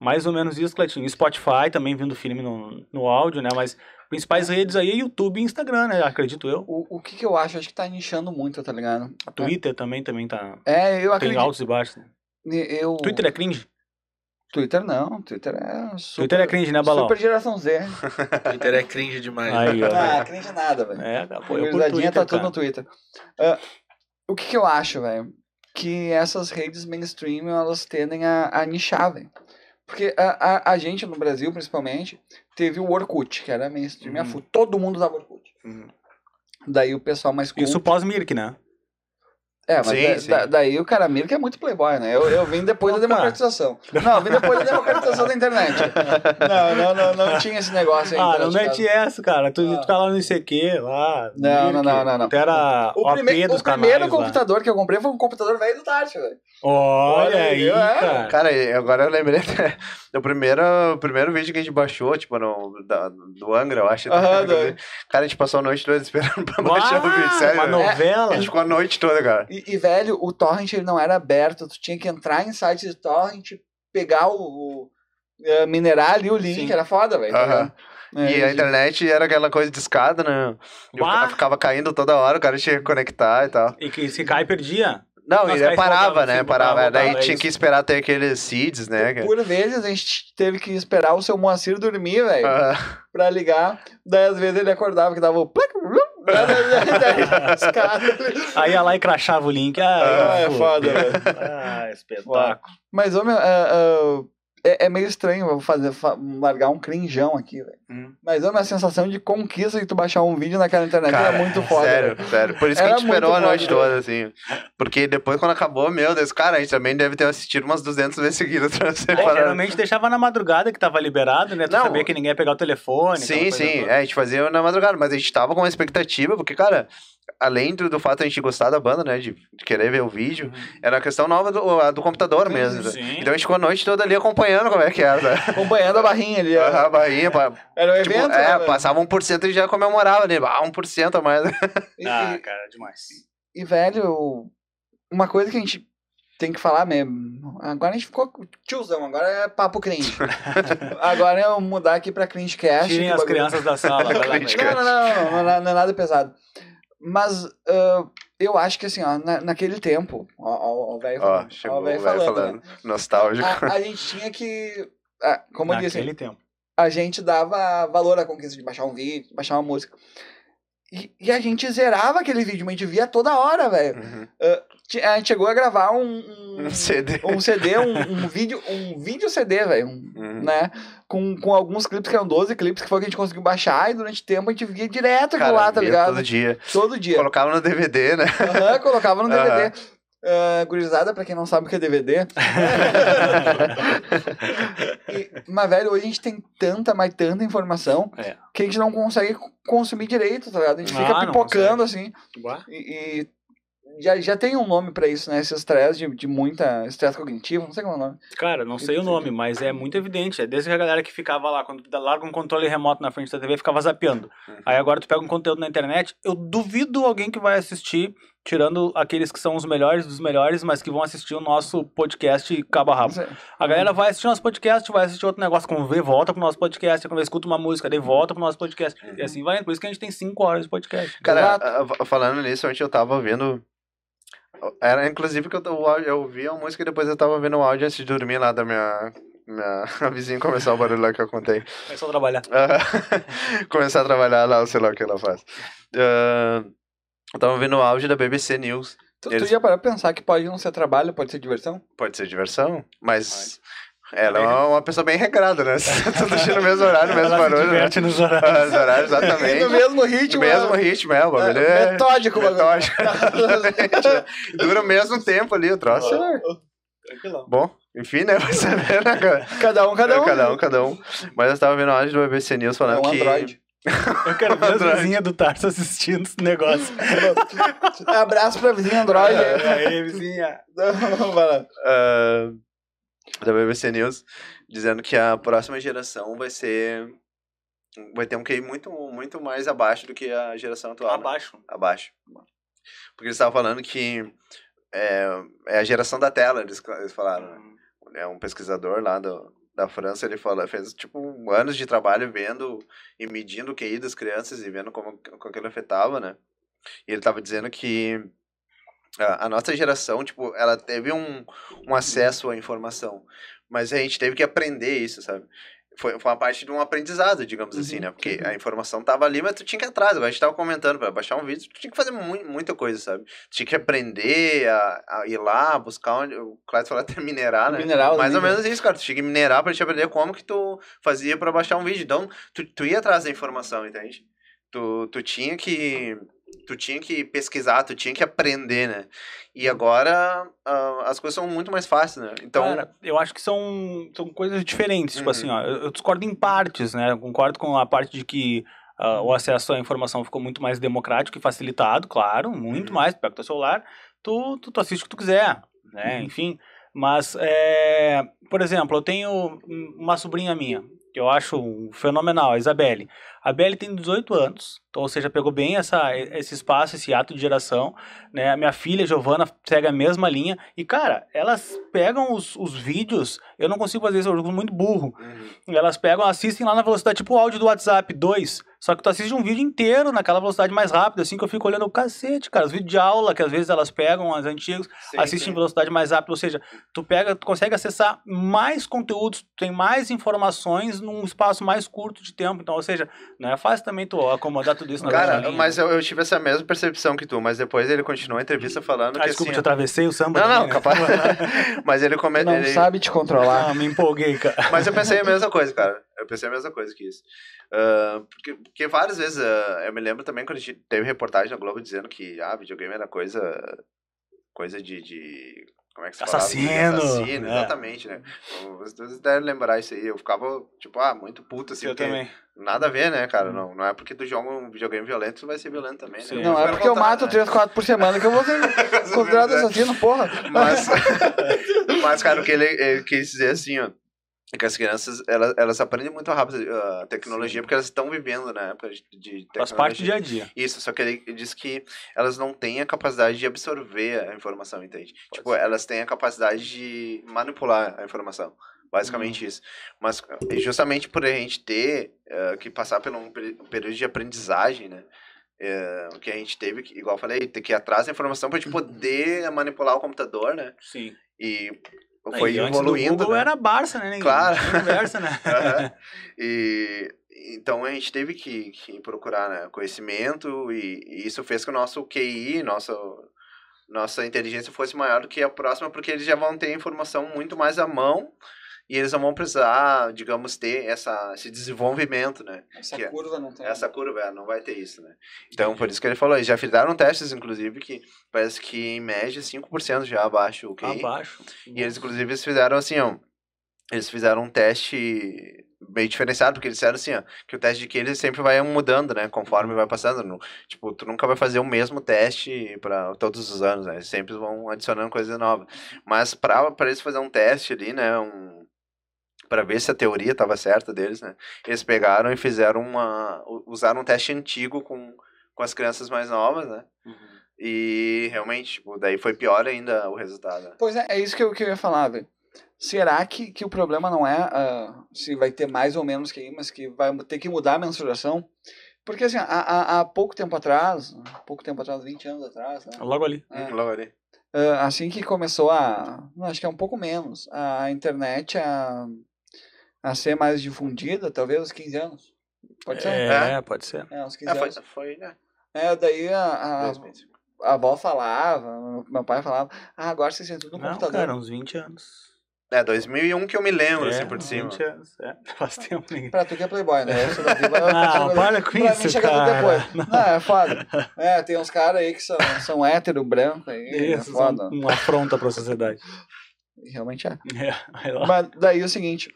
B: Mais ou menos isso, Cleitinho. E Spotify também vindo firme no, no áudio, né? Mas principais redes aí é YouTube e Instagram, né? Acredito eu.
A: O, o que que eu acho? Acho que tá nichando muito, tá ligado?
B: Twitter também, também tá.
A: É, eu
B: Tem
A: acredito.
B: altos e baixos. né?
A: Eu...
B: Twitter é cringe?
A: Twitter não, Twitter é super,
B: Twitter é cringe, né, Balão?
A: super geração Z.
D: Twitter é cringe demais.
B: Aí, ó.
A: Ah, cringe nada, velho.
B: né? É, cara, pô, eu curto
A: Gurizadinha
B: Twitter,
A: tá tudo
B: cara.
A: no Twitter. Ah, o que que eu acho, velho? Que essas redes mainstream, elas tendem a, a nichar, velho. Porque a, a, a gente, no Brasil, principalmente, teve o Orkut, que era mainstream.
B: Uhum.
A: a full. Todo mundo usava Orkut.
C: Uhum.
A: Daí o pessoal mais culto...
B: Isso pós-Mirk, né?
A: É, mas
C: Sim,
A: da-
C: sim.
A: da- daí o cara mira que é muito playboy, né? Eu, eu vim depois da
B: Não, cara.
A: democratização. Não, eu vim depois da democratização da internet. Não, não, não, não tinha esse negócio ainda.
B: Ah, não mete essa, cara. Tu,
A: Ah.
B: tu tá lá no ICQ, lá.
A: Não, não,
B: Mirk,
A: não, não, não.
B: Tu era
A: O,
B: OP
A: prime
B: dos
A: o primeiro né?
B: canais lá.
A: computador que eu comprei foi um computador velho do Tati, velho.
B: Olha,
A: Olha aí,
B: aí,
A: é.
B: cara.
C: Cara, e agora eu lembrei até do primeiro, o primeiro vídeo que a gente baixou, tipo, no, da- do Angra, eu acho.
A: Aham, do-
C: Cara, a gente passou a noite toda esperando pra baixar o vídeo, sério.
B: Uma novela.
A: É.
C: A gente ficou a noite toda, cara.
A: E, e, velho, o torrent ele não era aberto, tu tinha que entrar em site de torrent, pegar o, o eh, minerar ali o link,
B: Sim.
A: era foda, velho. tá
C: Aham.
A: ligado?
C: e
A: É,
C: a internet era aquela coisa de escada, né? E o
B: Bah.
C: cara ficava caindo toda hora, o cara tinha que conectar e tal.
B: E que se cai, perdia.
C: Não,
B: Nossa,
C: e
B: cara,
C: daí parava,
B: voltava,
C: né?
B: sim,
C: Parava.
B: voltava,
C: daí
B: voltava, é
C: tinha
B: isso.
C: que esperar até aqueles seeds, né? cara?
A: Por vezes a gente teve que esperar o seu Moacir dormir, velho,
C: Aham.
A: pra ligar. Daí às vezes ele acordava que dava o. plac, blum, daí- daí- os caras-
B: Aí ia lá e crachava o link. Ah,
A: Ah, é
B: pô.
A: foda, velho.
B: Ah, espetáculo.
A: Mas, homem, ah, ah, é, é meio estranho eu fazer, fa- largar um crinjão aqui, velho.
C: Hum.
A: Mas, homem, a sensação de conquista de tu baixar um vídeo naquela internet
C: Cara,
A: era muito foda. velho.
C: Sério, sério. Por isso que
A: Era
C: a gente esperou a
A: muito
C: noite
A: foda.
C: toda, assim. Porque depois, quando acabou, meu Deus, cara, a gente também deve ter assistido umas 200 vezes seguidas pra você
B: É,
C: parar.
B: geralmente deixava na madrugada que tava liberado, né? Tu
C: Não.
B: sabia que ninguém ia pegar o telefone.
C: Sim,
B: aquela coisa
C: sim.
B: toda.
C: É, a gente fazia na madrugada, mas a gente tava com uma expectativa, porque, cara, além do, do fato de a gente gostar da banda, né? De de querer ver o vídeo, era a questão nova do, a do computador mesmo. né?
B: Uhum. Sim.
C: Então a gente ficou a noite toda ali acompanhando como é que era. né?
A: Acompanhando a barrinha ali. ó.
C: A barrinha, pa-
A: Era um
C: tipo,
A: evento, né,
C: é,
A: velho?
C: passava 1% e já comemorava, né? Ah, 1% a mais.
A: E-
B: Ah,
A: e-
B: cara, demais.
A: E, velho, uma coisa que a gente tem que falar mesmo. Agora a gente ficou tiozão, agora é papo cringe. agora é eu mudar aqui pra cringe cast.
B: Tirem as crianças da sala. vai lá, né? vai.
C: Crítica.
A: Não, não, não, não, não, não é nada pesado. Mas ah, eu acho que assim, ó, na- naquele tempo, ó, ó, ó, o velho
C: Ó,
A: falando,
C: chegou
A: ó,
C: o velho
A: né? Ah,
C: falando. Nostálgico.
A: A, a gente tinha que. ah, como eu disse,
B: Naquele tempo.
A: a gente dava valor à conquista de baixar um vídeo, de baixar uma música. E, e a gente zerava aquele vídeo, mas a gente via toda hora, velho.
C: Uhum.
A: Ti- A gente chegou a gravar um, um,
C: Um CD.
A: um CD, um, um vídeo, um vídeo CD, velho. um-
C: Uhum.
A: Né? Com, com alguns clipes, que eram 12 clipes, que foi o que a gente conseguiu baixar, e durante tempo a gente via direto aquilo
C: Cara,
A: lá, tá
C: via
A: ligado?
C: Todo dia.
A: Todo dia.
C: Colocava no DVD, né?
A: Aham, colocava no
C: Aham.
A: DVD. Ah, gurizada, pra quem não sabe o que é DVD. E- mas, velho, hoje a gente tem tanta, mas tanta informação
B: É.
A: que a gente não consegue consumir direito, tá ligado? A gente
B: Ah,
A: fica
B: não
A: pipocando, assim.
B: Uá.
A: E, e já, já tem um nome pra isso, né? Esse estresse de, de muita estresse cognitivo, não sei como é o nome.
B: Cara, não sei o nome, mas é muito evidente. É desde que a galera que ficava lá, quando larga um controle remoto na frente da TV, ficava zapeando.
C: Uhum.
B: Aí agora tu pega um conteúdo na internet, eu duvido alguém que vai assistir, tirando aqueles que são os melhores dos melhores, mas que vão assistir o nosso podcast cabo
C: Ah,
B: a rabo. A galera vai assistir nosso podcast, vai assistir outro negócio, como vê, volta pro nosso podcast, quando vê, escuta uma música, daí volta pro nosso podcast. E assim vai, indo. por isso que a gente tem cinco horas de podcast.
C: Cara,
A: Exato.
C: a- a- falando nisso, ontem eu tava ouvindo. Era inclusive que eu, tô- o áudio- eu ouvi a música e depois eu tava ouvindo o áudio antes de dormir lá da minha. Minha a vizinha começar o barulho lá que eu contei.
B: É só trabalhar.
C: Ah, começar a trabalhar lá, sei lá o que ela faz. Ah, eu tava ouvindo o áudio da BBC News.
A: Tu,
C: Eles-
A: tu ia parar pra pensar que pode não ser trabalho, pode ser diversão?
C: Pode ser diversão, mas ela é uma pessoa bem regrada, né? Tô deixando o mesmo horário, o mesmo
B: Ela se
C: barulho. Né?
B: diverte nos horários.
C: Ah, Os horários,
A: no
C: exatamente.
A: mesmo ritmo.
C: O mesmo ritmo, é, o
A: é,
C: bagulho
A: é,
C: é.
A: metódico. o bagulho.
C: metódico. Exatamente, né? Dura o mesmo tempo ali o troço.
B: Tranquilão.
C: Bom, enfim, né? Vai saber, né, cara?
A: Cada um, cada um.
C: cada um,
A: né?
C: cada um. Mas eu tava vendo a áudio do BBC News
A: É
C: falando
A: um
C: que.
A: Android.
B: Eu quero ver as
C: Android.
B: vizinhas do Tarso assistindo esse negócio.
A: Abraço pra vizinha Android. aí.
C: É.
B: Aí, vizinha.
A: Não, vai lá.
C: ah, da BBC News, dizendo que a próxima geração vai ser. Vai ter um QI muito, muito mais abaixo do que a geração atual. né?
B: Abaixo.
C: abaixo. Porque eles estavam falando que é, é a geração da tela, eles, eles falaram. Né? É um pesquisador lá do, da França, ele falou, fez tipo um anos de trabalho vendo e medindo o QI das crianças e vendo como, como aquilo afetava, né? E ele tava dizendo que a, a nossa geração, tipo, ela teve um, um acesso à informação, mas a gente teve que aprender isso, sabe? Foi, foi uma parte de um aprendizado, digamos assim, né? Porque a informação tava ali, mas tu tinha que ir atrás. Agora a gente tava comentando, para baixar um vídeo, tu tinha que fazer mu- muita coisa, sabe? Tu tinha que aprender a, a ir lá, buscar onde... O Cláudio falou até minerar, né?
A: Mineral.
C: Mais ou
A: né?
C: menos isso, cara. Tu tinha que minerar pra te aprender como que tu fazia pra baixar um vídeo. Então, tu, tu ia atrás da informação, entende? Tu, tu tinha que tu tinha que pesquisar, tu tinha que aprender, né? E agora ah, as coisas são muito mais fáceis, né? Então,
B: Cara, eu acho que são, são coisas diferentes. Tipo
C: Uhum.
B: assim, ó, eu, eu discordo em partes, né? Eu concordo com a parte de que ah, o acesso à informação ficou muito mais democrático e facilitado, claro, muito
C: Uhum.
B: mais. Tu pega o teu celular, tu, tu, tu assiste o que tu quiser, né?
C: Uhum.
B: Enfim. Mas, é, por exemplo, eu tenho um- uma sobrinha minha, que eu acho fenomenal, a Isabelle. A Belle tem 18 anos, então, ou seja, pegou bem essa, esse espaço, esse ato de geração né? A minha filha, Giovana, segue a mesma linha. E, cara, elas pegam os, os vídeos. Eu não consigo fazer isso, eu jogo muito burro.
C: uhum,
B: Elas pegam, assistem lá na velocidade, tipo o áudio do WhatsApp 2. Só que tu assiste um vídeo inteiro naquela velocidade mais rápida, assim que eu fico olhando o cacete, cara. Os vídeos de aula que às vezes elas pegam, as antigas,
C: sim,
B: assistem em
C: sim.
B: velocidade mais rápida. Ou seja, tu pega, tu consegue acessar mais conteúdos, tu tem mais informações num espaço mais curto de tempo. Então, ou seja, não é fácil também tu acomodar tudo isso na mesma
C: Cara,
B: linha.
C: mas eu, eu tive essa mesma percepção que tu, mas depois ele continuou a entrevista falando
B: Ah,
C: que
B: desculpa, te
C: assim, ó-
B: atravessei o samba.
C: Não,
B: também,
C: não,
B: né?
C: capaz. mas ele
A: Tu não
C: comentou.
A: sabe te controlar.
B: Ah, me empolguei, cara.
C: Mas eu pensei a mesma coisa, cara. Eu pensei a mesma coisa que isso. Ah, porque, porque várias vezes ah, eu me lembro também quando a gente teve reportagem na Globo dizendo que ah, videogame era coisa. coisa de. de- como é que se falava? De
B: Assassino,
C: Assassino,
B: é.
C: exatamente, né? Vocês devem lembrar isso aí. Eu ficava, tipo, ah, muito puto assim.
B: Eu
C: porque
B: também. Uhum.
C: Nada a ver, né, cara? Não, não é porque tu joga um videogame violento, tu vai ser violento também, né?
B: Sim.
A: Não, é
C: Pelo
A: porque eu mato
C: contrário,
A: 3,
C: né?
A: 4 por semana que eu vou ser considerado assassino, porra.
C: Mas, mas cara, o que ele, ele quis dizer assim, ó. é Que as crianças, elas, elas aprendem muito rápido uh, a tecnologia, porque elas estão vivendo na época de de tecnologia.
B: Faz parte do dia a dia.
C: Isso, só que ele diz que elas não têm a capacidade de absorver a informação, entende? tipo, elas têm a capacidade de manipular a informação.
B: Uhum.
C: Basicamente isso. Mas uh, justamente por a gente ter uh, que passar por um peri- um período de aprendizagem, né? É, o que a gente teve, que, igual eu falei, ter que ir atrás da informação pra gente
B: Uhum.
C: poder manipular o computador, né?
B: Sim.
C: E foi
B: antes
C: evoluindo.
B: Do Google
C: né?
B: era Barça, né? ninguém?
C: Claro.
B: Conversa, né?
C: Aham. E então a gente teve que, que procurar né, conhecimento e, e isso fez que o nosso QI, nosso nossa inteligência fosse maior do que a próxima, porque eles já vão ter informação muito mais à mão e eles não vão precisar, digamos, ter essa, esse desenvolvimento, né?
A: Essa
C: Que é-
A: curva não tem.
C: Essa curva é, não vai ter isso, né? Então, por isso que ele falou, eles já fizeram testes, inclusive, que parece que em média 5% já abaixo o QI.
B: Abaixo.
C: E eles, inclusive, eles fizeram assim, ó. Eles fizeram um teste meio diferenciado, porque eles disseram assim, ó, que o teste de QI ele sempre vai mudando, né? Conforme vai passando. Nu- Tipo, tu nunca vai fazer o mesmo teste para todos os anos, né? Eles sempre vão adicionando coisas novas. Mas pra, pra eles fazer um teste ali, né? Um, para ver se a teoria tava certa deles, né? Eles pegaram e fizeram uma. u- Usaram um teste antigo com, com as crianças mais novas, né?
B: Uhum.
C: E realmente, tipo, daí foi pior ainda o resultado. né?
A: Pois é, é isso que eu, que eu ia falar, velho. Será que, que o problema não é ah, se vai ter mais ou menos que aí, mas que vai ter que mudar a mensuração? Porque assim, há, há, há pouco tempo atrás, pouco tempo atrás, 20 anos atrás, né?
B: Logo ali.
A: É.
C: Logo ali.
A: Ah, assim que começou a. não, Acho que é um pouco menos. A internet a, a ser mais difundida, talvez uns 15 anos. Pode ser?
B: É, pode ser.
A: É, uns 15
C: Ah, foi,
A: anos.
C: foi, né?
A: É, daí a, a,
C: Dois meses.
A: a avó falava, meu- meu pai falava, ah, agora vocês têm tudo no
B: Não,
A: computador.
B: cara, uns 20 anos.
C: É, 2001 que eu me lembro, assim,
B: É,
C: por
B: uns
C: cima.
B: 20 anos. É, faz tempo. ninguém-
A: Pra tu que é playboy, né? Eu sou da Viva, eu-
B: Não,
A: eu-
B: para com
A: pra mim
B: isso,
A: chega tudo
B: cara.
A: depois. Não, é foda. É, tem uns caras aí que são, são hétero, branco aí, é
B: Isso, são
A: foda.
B: uma afronta pra sociedade.
A: Realmente é.
B: É, vai lá.
A: Mas daí é o seguinte,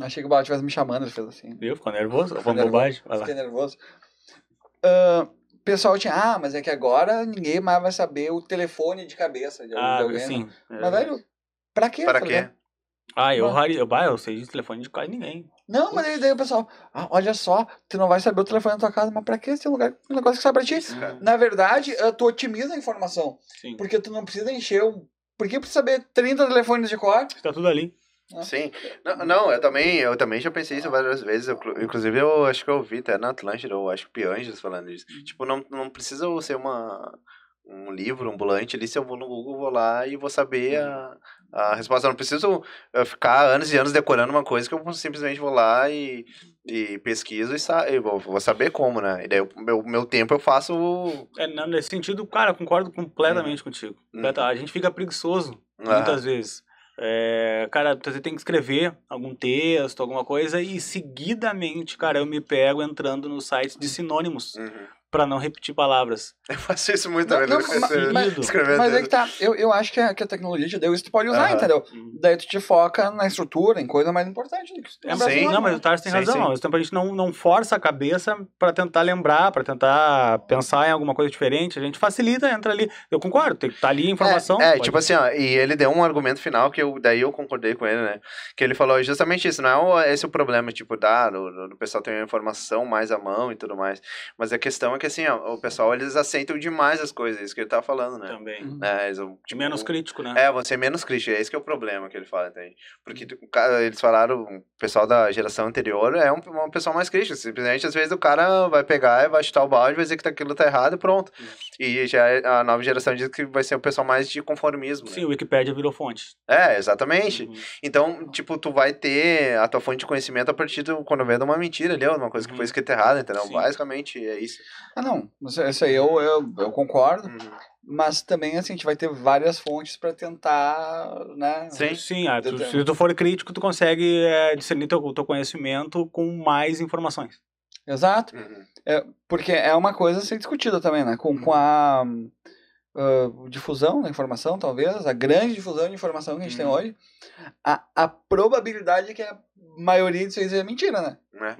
A: achei que o Bala estivesse me chamando, ele fez assim.
B: Viu? Ficou nervoso?
A: Ficou
B: Vamos bobagem? Vai lá.
A: Fiquei nervoso. Ah, o pessoal tinha, ah, mas é que agora ninguém mais vai saber o telefone de cabeça de,
B: Ah,
A: de alguém. né?
B: sim.
A: Mas, velho, pra quê?
C: Para
A: tá
C: quê?
A: ligado?
B: Ah, eu,
A: Mas-
B: rari- eu, bah, eu sei de telefone de quase ninguém.
A: Não, mas daí, daí o pessoal, ah, olha só, tu não vai saber o telefone da tua casa, mas pra quê? Tem um lugar, um negócio que sai pra ti.
C: Isso, cara.
A: Na verdade, ah, tu otimiza a informação,
B: Sim.
A: porque tu não precisa encher um. Por que precisa saber 30 telefones de cor?
B: Tá tudo ali.
C: Sim. Não, não, eu também, eu também já pensei isso várias vezes. eu clu- inclusive, eu acho que eu ouvi até na Atlântida, ou acho que Pianges falando isso. Tipo, não, não precisa eu ser uma, um livro ambulante ali. Se eu vou no Google, vou lá e vou saber a, a resposta. Eu não preciso eh, ficar anos e anos decorando uma coisa que eu simplesmente vou lá e, e pesquiso e sa eu vou, vou saber como, né? E daí, o meu, meu tempo eu faço
B: É, não, nesse sentido, cara, eu concordo completamente contigo.
C: ah,
B: Completa- Né, A gente fica preguiçoso tá, muitas vezes. É, cara, você tem que escrever algum texto, alguma coisa, e seguidamente, cara, eu me pego entrando nos sites de sinônimos.
C: Uhum.
B: pra não repetir palavras.
C: Eu faço isso muito
A: Não,
C: também.
A: não,
C: né?
A: mas-
C: Você
A: mas-
C: escrevendo.
A: Mas aí que tá, eu, eu acho que a, que a tecnologia te deu isso, tu pode usar,
C: Aham.
A: entendeu?
B: Uhum.
A: Daí tu te foca na estrutura, em coisa mais importante. do que tu
B: É, mas-
A: lembrar do nome,
B: não,
A: né?
B: mas o Tarso tem
C: Sim,
B: razão.
C: sim.
B: Ao mesmo tempo, a gente não, não força a cabeça pra tentar lembrar, pra tentar pensar em alguma coisa diferente. A gente facilita, entra ali. Eu concordo, tem que estar ali a informação.
C: É,
B: pode-
C: tipo assim, ó, e ele deu um argumento final que eu, daí eu concordei com ele, né? Que ele falou justamente isso, não é o- esse o problema, tipo, da, do, do pessoal ter a informação mais à mão e tudo mais. Mas a questão é que, assim, ó, o pessoal, eles aceitam demais as coisas, isso que ele tá falando, né?
A: Uhum.
B: Também.
C: É, eles vão,
B: De
C: tipo,
B: Então. menos crítico, né? Hum.
C: É, você é menos crítico, é esse que é o problema que ele fala, entende? Porque tu- o cara- eles falaram, o pessoal da geração anterior é um, um pessoal mais crítico. Simplesmente, às vezes, o cara vai pegar, vai chutar o balde, vai dizer que aquilo tá errado e pronto. E já é, a nova geração diz que vai ser um pessoal mais de conformismo. né?
B: Sim, o Wikipédia virou fonte.
C: É, exatamente.
B: Uhum.
C: Então, tipo, tu vai ter a tua fonte de conhecimento a partir do quando vendo uma mentira ali, alguma coisa que
B: Uhum.
C: foi escrita errada, entendeu?
B: Sim.
C: Basicamente é isso.
A: Ah, não. Isso, isso aí eu, eu, eu concordo.
C: Uhum.
A: Mas também, assim, a gente vai ter várias fontes pra tentar, né?
C: Sim.
B: Sim, ah, tu-
A: Entendeu?
B: se tu for crítico, tu consegue é, discernir teu, o teu conhecimento com mais informações.
A: Exato.
C: Uhum.
A: Porque é uma coisa a ser discutida também, né? Com, com a hum, ah, difusão da informação, talvez, a grande difusão de informação que a gente tem
C: Uhum.
A: hoje, a, a probabilidade é que a maioria disso aí seja mentira, né?
C: Né?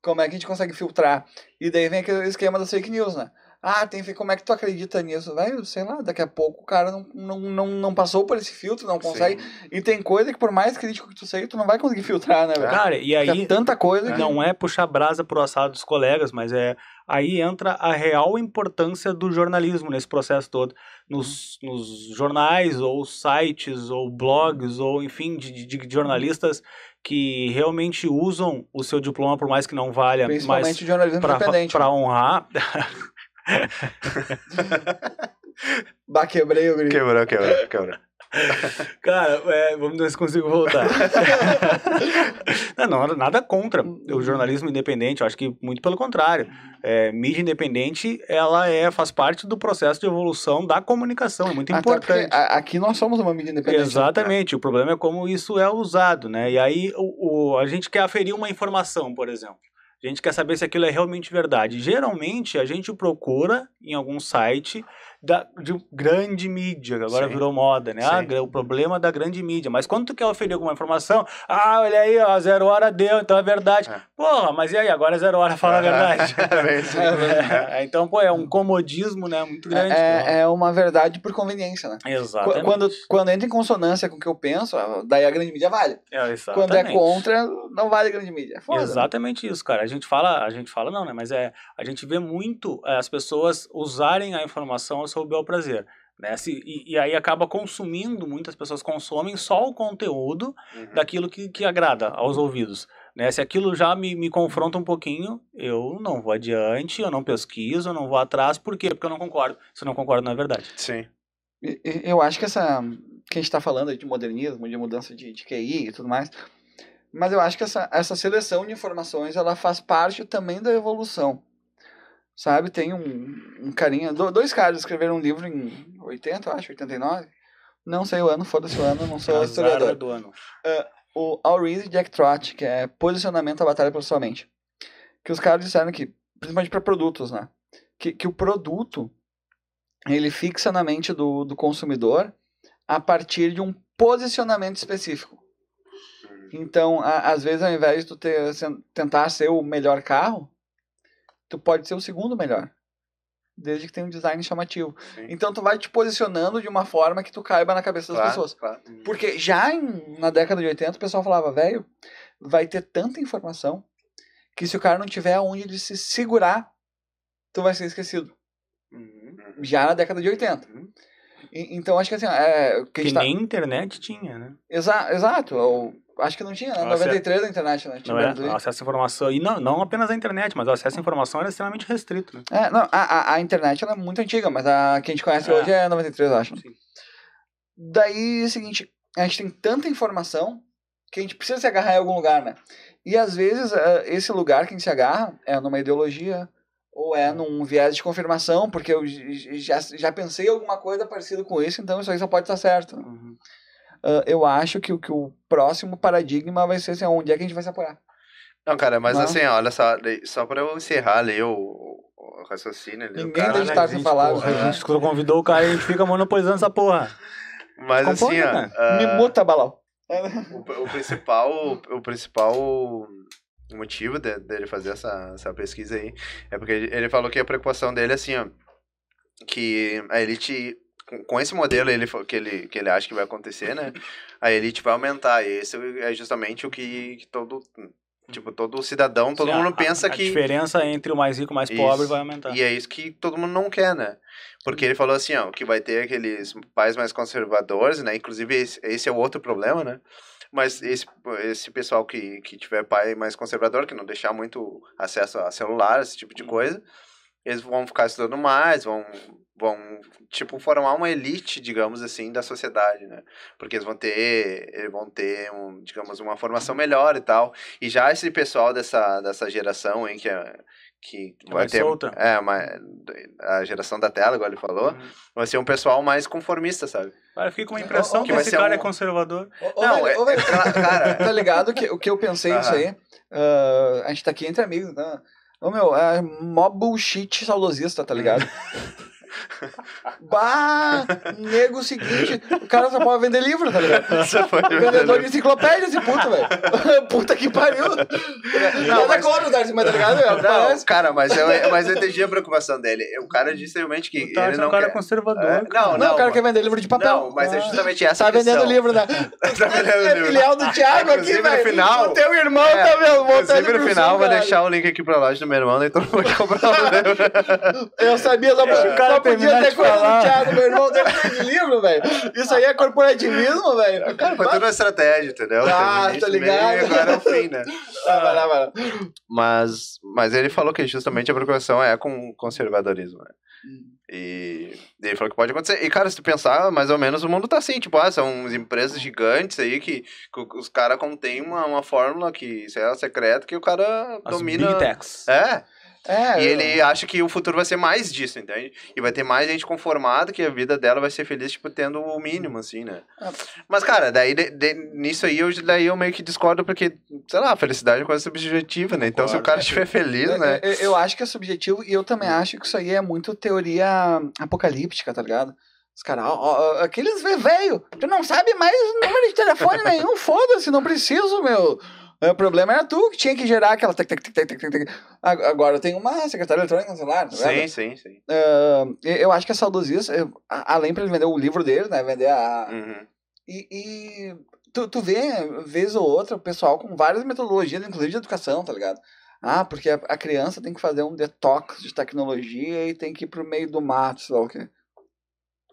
A: Como é que a gente consegue filtrar? E daí vem aquele esquema das fake news, né? Ah, tem fe- como é que tu acredita nisso? Vai, sei lá, daqui a pouco o cara não, não, não, não passou por esse filtro, não consegue.
C: Sim.
A: E tem coisa que por mais crítico que tu seja, tu não vai conseguir filtrar, né, velho?
B: Cara, e
A: Porque é
B: aí
A: tanta coisa que...
B: não é puxar brasa pro assado dos colegas, mas é aí entra a real importância do jornalismo nesse processo todo. Nos, nos jornais, ou sites, ou blogs, ou enfim, de, de- de jornalistas que realmente usam o seu diploma, por mais que não valha, é, mas
A: Principalmente o jornalismo
B: pra-
A: independente. né?
B: pra honrar,
A: Bah, quebrei o grito.
C: Quebrou, quebrou, quebrou.
B: Cara, é, vamos ver se consigo voltar. não, não, nada contra o jornalismo independente, eu acho que muito pelo contrário. É, mídia independente, ela é, faz parte do processo de evolução da comunicação, é muito
A: Até porque
B: importante.
A: a- aqui nós somos uma mídia independente.
B: Exatamente, o problema é como isso é usado, né? E aí o, o- a gente quer aferir uma informação, por exemplo. A gente quer saber se aquilo é realmente verdade. Geralmente a gente procura em algum site da, de grande mídia, que agora
C: Sim.
B: virou moda, né? Ah,
C: Sim.
B: gra- o problema da grande mídia. Mas quando tu quer oferir alguma informação, ah, olha aí, ó, zero hora deu, então é verdade.
C: É.
B: Porra, mas e aí, agora zero hora fala a verdade.
C: É bem isso.
B: É, então, pô, é um comodismo, né? Muito grande.
A: É, é uma verdade por conveniência, né? Qu-
B: Exatamente.
A: Quando, quando entra em consonância com o que eu penso, ah, daí a grande mídia vale.
B: É,
A: Quando é
B: exatamente.
A: contra, não vale a grande mídia. É Foda. né?
B: Exatamente isso, cara. A gente fala, a gente fala não, né? Mas é, a gente vê muito é, as pessoas usarem a informação ao seu bel prazer. Né? Se- e, e aí acaba consumindo, muitas pessoas consomem só o conteúdo
C: Uhum.
B: daquilo que, que agrada aos ouvidos. Né? Se aquilo já me, me confronta um pouquinho, eu não vou adiante, eu não pesquiso, eu não vou atrás. Por quê? Porque eu não concordo. Se eu não concordo, não é verdade.
C: Sim.
A: E- e- Eu acho que essa. que a gente tá falando aí de modernismo, de mudança de, de QI e tudo mais. Mas eu acho que essa, essa seleção de informações ela faz parte também da evolução. Sabe? Tem um, um carinha. do- Dois caras escreveram um livro em 80, eu acho, 89. Não sei o ano, foda-se o ano, não sou
B: Azar
A: é um historiador.
B: do ano.
A: o Al Reed e Jack Trott, que é posicionamento da batalha pela sua mente. Que os caras disseram que, principalmente para produtos, né? Que, que o produto ele fixa na mente do, do consumidor a partir de um posicionamento específico. Então, a- às vezes, ao invés de tu ter, sen- tentar ser o melhor carro, tu pode ser o segundo melhor. Desde que tenha um design chamativo.
C: Sim.
A: Então, tu vai te posicionando de uma forma que tu caiba na cabeça das
C: Claro,
A: pessoas.
C: claro.
A: Porque já em- na década de 80 o pessoal falava, velho, vai ter tanta informação que se o cara não tiver onde ele se segurar, tu vai ser esquecido.
C: Uhum,
A: Já na década de 80. E- então acho que assim, é, o que a
B: Que
A: gente tá-
B: nem internet tinha, né?
A: Exa- exato, ou- acho que não tinha, né?
B: Nossa, é.
A: 93 a internet, né? Tinha
B: Não era,
A: menos
B: o
A: aí.
B: acesso à informação. E não, não apenas à internet, mas o acesso à informação era extremamente restrito, né?
A: É, não, a, a, a internet ela é muito antiga, mas a que a gente conhece
B: É.
A: hoje é 93, eu acho.
B: Sim.
A: Daí é o seguinte, a gente tem tanta informação que a gente precisa se agarrar em algum lugar, né? E às vezes eh, esse lugar que a gente se agarra é numa ideologia ou é
C: Uhum.
A: num viés de confirmação, porque eu j- j- já, já pensei alguma coisa parecida com isso, então isso aí só pode estar certo. né?
C: Uhum.
A: Ah, eu acho que, o- que o próximo paradigma vai ser assim, onde é que a gente vai se apoiar.
C: Não, cara, mas
A: Não.
C: assim, olha só, daí- só pra eu encerrar ali o, o raciocínio ali. do
A: Ninguém
B: tá
C: cara,
A: tem
C: né?
A: estar sem palavras,
B: porra,
A: né?
B: a gente quando convidou o cara, a gente fica monopolizando essa porra.
C: Mas assim,
B: Compõe,
C: ó,
B: né?
C: ah,
A: Me muta, Balau.
C: o, o principal, o principal motivo de- dele fazer essa, essa pesquisa aí é porque ele ele falou que a preocupação dele é assim, ó, que a elite com- com esse modelo ele fa- que ele que ele acha que vai acontecer, né? A elite vai aumentar. E esse é justamente o que, que todo tipo todo cidadão, todo
B: Assim, a-
C: mundo pensa
B: a,
C: que
B: A diferença entre o mais rico e o mais
C: Isso.
B: pobre vai aumentar.
C: E é isso que todo mundo não quer, né? Porque ele falou assim, ó, que vai ter aqueles pais mais conservadores, né? Inclusive, esse, esse é o outro problema, né? Mas esse, esse pessoal que, que tiver pai mais conservador, que não deixar muito acesso a celular, esse tipo de coisa, eles vão ficar estudando mais, vão, vão tipo, formar uma elite, digamos assim, da sociedade, né? Porque eles vão ter, eles vão ter um, digamos, uma formação melhor e tal. E já esse pessoal dessa, dessa geração, hein, que é... Que
B: é mais solta.
C: é, mas a geração da tela, igual ele falou,
B: Uhum.
C: vai ser um pessoal mais conformista, sabe?
B: Cara, eu fiquei com a impressão
A: Ou-
B: que,
C: ou vai
B: esse
C: ser
B: cara
C: um-
B: é conservador.
C: não, é, é cla- cara,
A: Tá ligado que o que eu pensei
C: Aham.
A: nisso aí? ah, a gente tá aqui entre amigos, né? Ô meu, é mó bullshit saudosista, tá ligado? bah! Nego seguinte, o cara só pode vender livro, tá ligado?
C: você foi
A: Vendedor de enciclopédia esse puto, velho. Puta que pariu. é Não, mas...
C: mas-
A: contra o Darcy, mas tá ligado? meu?
C: Não,
A: Parece.
C: cara, mas eu, mas eu entendi a preocupação dele. O cara disse realmente que
B: Tá,
C: ele
B: é um
C: não
B: cara
C: quer...
B: conservador.
C: É,
B: cara.
A: Não,
C: não,
A: o cara
C: mas-
A: quer vender livro de papel.
C: Não, mas é
A: Ah.
C: justamente essa
A: Tá vendendo
C: questão.
A: livro, né?
C: Tá vendendo
A: É
C: livro.
A: filial do Thiago aqui,
C: Inclusive, no
A: velho.
C: final-
A: O teu irmão
C: É,
A: tá mesmo montando
C: Inclusive, no final, vou deixar o link aqui pra loja do meu irmão, daí todo mundo né? vai comprar o livro.
A: Eu sabia, só,
B: Deixa É. o cara
A: só podia
B: terminar
A: ter
B: de
A: coisa
B: falar.
A: do Thiago, meu irmão deu coisa de livro, velho. Isso aí é corporativismo,
B: É.
A: velho.
C: Cara, foi tudo uma estratégia, entendeu?
A: Ah,
C: Teve
A: tô
C: início, meio
A: ligado.
C: E agora é o fim, né?
A: Vai lá, vai lá, vai lá.
C: Mas, mas ele falou que justamente a preocupação é com o conservadorismo, né? E ele falou que pode acontecer. E, cara, se tu pensar, mais ou menos o mundo tá assim, tipo, ah, são umas empresas gigantes aí que, que os caras contêm uma, uma fórmula que, sei lá, secreta, que o cara
B: As
C: domina.
B: Big Techs.
C: É,
A: É,
C: e
A: eu-
C: ele acha que o futuro vai ser mais disso, entende? E vai ter mais gente conformada que a vida dela vai ser feliz, tipo, tendo o mínimo, assim, né?
A: Ah.
C: Mas, cara, daí de- de- nisso aí eu, daí eu meio que discordo, porque, sei lá, a felicidade é uma coisa subjetiva, né? Então, se o
B: Concordo.
C: cara estiver feliz,
A: eu-
C: né?
A: eu, eu acho que é subjetivo e eu também acho que isso aí é muito teoria apocalíptica, tá ligado? Os caras, ó, ó, ó, aqueles ve- velho, tu não sabe mais número de telefone nenhum, foda-se, não preciso, meu. É, O problema era tu que tinha que gerar aquela. tec, tec, tec, tec, tec, tec, tec. Ag- Agora tem uma secretária eletrônica no celular, tá ligado?
C: Sim, sim, sim.
A: Eu- Eu acho que é saudosista, eu- a- além pra ele vender o livro dele, né? Vender a.
C: Uhum.
A: E, e tu, tu vê, vez ou outra, o pessoal com várias metodologias, inclusive de educação, tá ligado? Ah, porque a, a criança tem que fazer um detox de tecnologia e tem que ir pro meio do mato, sei lá o quê.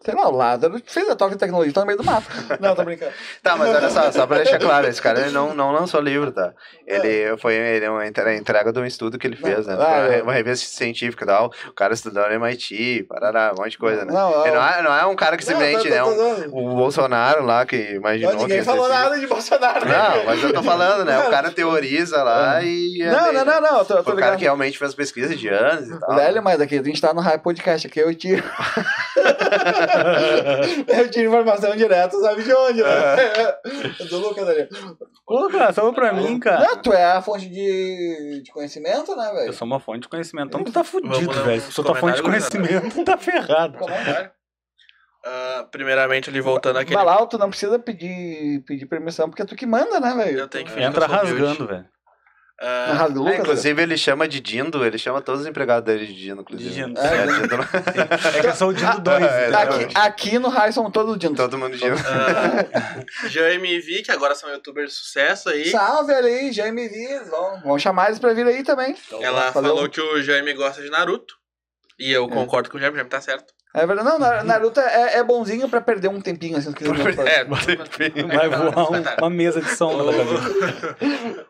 A: Sei lá, o Lázaro fez detox de tecnologia, tá no meio do mato. Não, tô brincando.
C: Tá, mas olha só, só pra deixar claro, esse cara ele não, não lançou livro, tá? Ele foi ele é uma entre- entrega de um estudo que ele fez, né?
A: Não, ah,
C: Uma re-
A: eu-
C: uma revista científica e tal. O cara estudou no MIT, parará, um monte de coisa, né?
A: Não,
C: Ele não é, não é um cara que simplesmente, né? um- o Bolsonaro lá que imaginou que
A: ninguém
C: ia ser
A: falou
C: assim.
A: nada de Bolsonaro. né?
C: Não, mas eu tô falando, né? O cara teoriza lá e. é
A: Não, não, não, não, eu tô, eu tô
C: O cara
A: ligado.
C: que realmente fez pesquisa de anos e tal.
A: Velho, mas aqui a gente tá no High Podcast, aqui eu tiro. eu tiro informação direto, sabe de onde, né? Do Lucas ali.
B: Ô, cara, só pra mim, cara.
A: Não, tu é a fonte de, de conhecimento, né,
B: Tá. Eu
A: velho?
B: sou uma fonte de conhecimento. Então tu tá fudido,
D: Vamos lá,
B: velho.
D: uns
B: Se tu tá fonte de
D: comentários,
B: conhecimento, tu tá ferrado.
A: é?
D: Ah, primeiramente, ele voltando aqui.
A: Balau, tu não precisa pedir, pedir permissão, porque é tu que manda, né,
D: Eu
A: velho?
D: tenho que fingir que
B: Entra
D: eu sou humilde.
B: rasgando, velho.
A: Não
D: Ah,
A: rasga o Lucas,
C: Ah,
A: velho.
C: inclusive, ele chama de Dindo, ele chama todos os empregados dele de Dindo, inclusive.
B: De Dindo.
C: É, Dindo
B: É que eu sou o Dindo 2.
C: Ah, é,
B: entendeu?
A: Aqui, aqui no High são todos
C: não-
A: dintos.
C: Todo mundo Dindo.
D: ah, Jean e Mivi, que agora são youtubers de sucesso aí.
A: Salve ali, Jaime Viz. Vamos, vamos chamar eles pra vir aí também.
D: Ela
A: Falou.
D: falou que o Jaime gosta de Naruto. E eu concordo com o Jaime, o Jaime tá certo.
A: É verdade. Não, Na- Naruto é, é bonzinho pra perder um tempinho, assim, que
D: É,
B: Vai voar um- uma mesa de som na tua cabeça.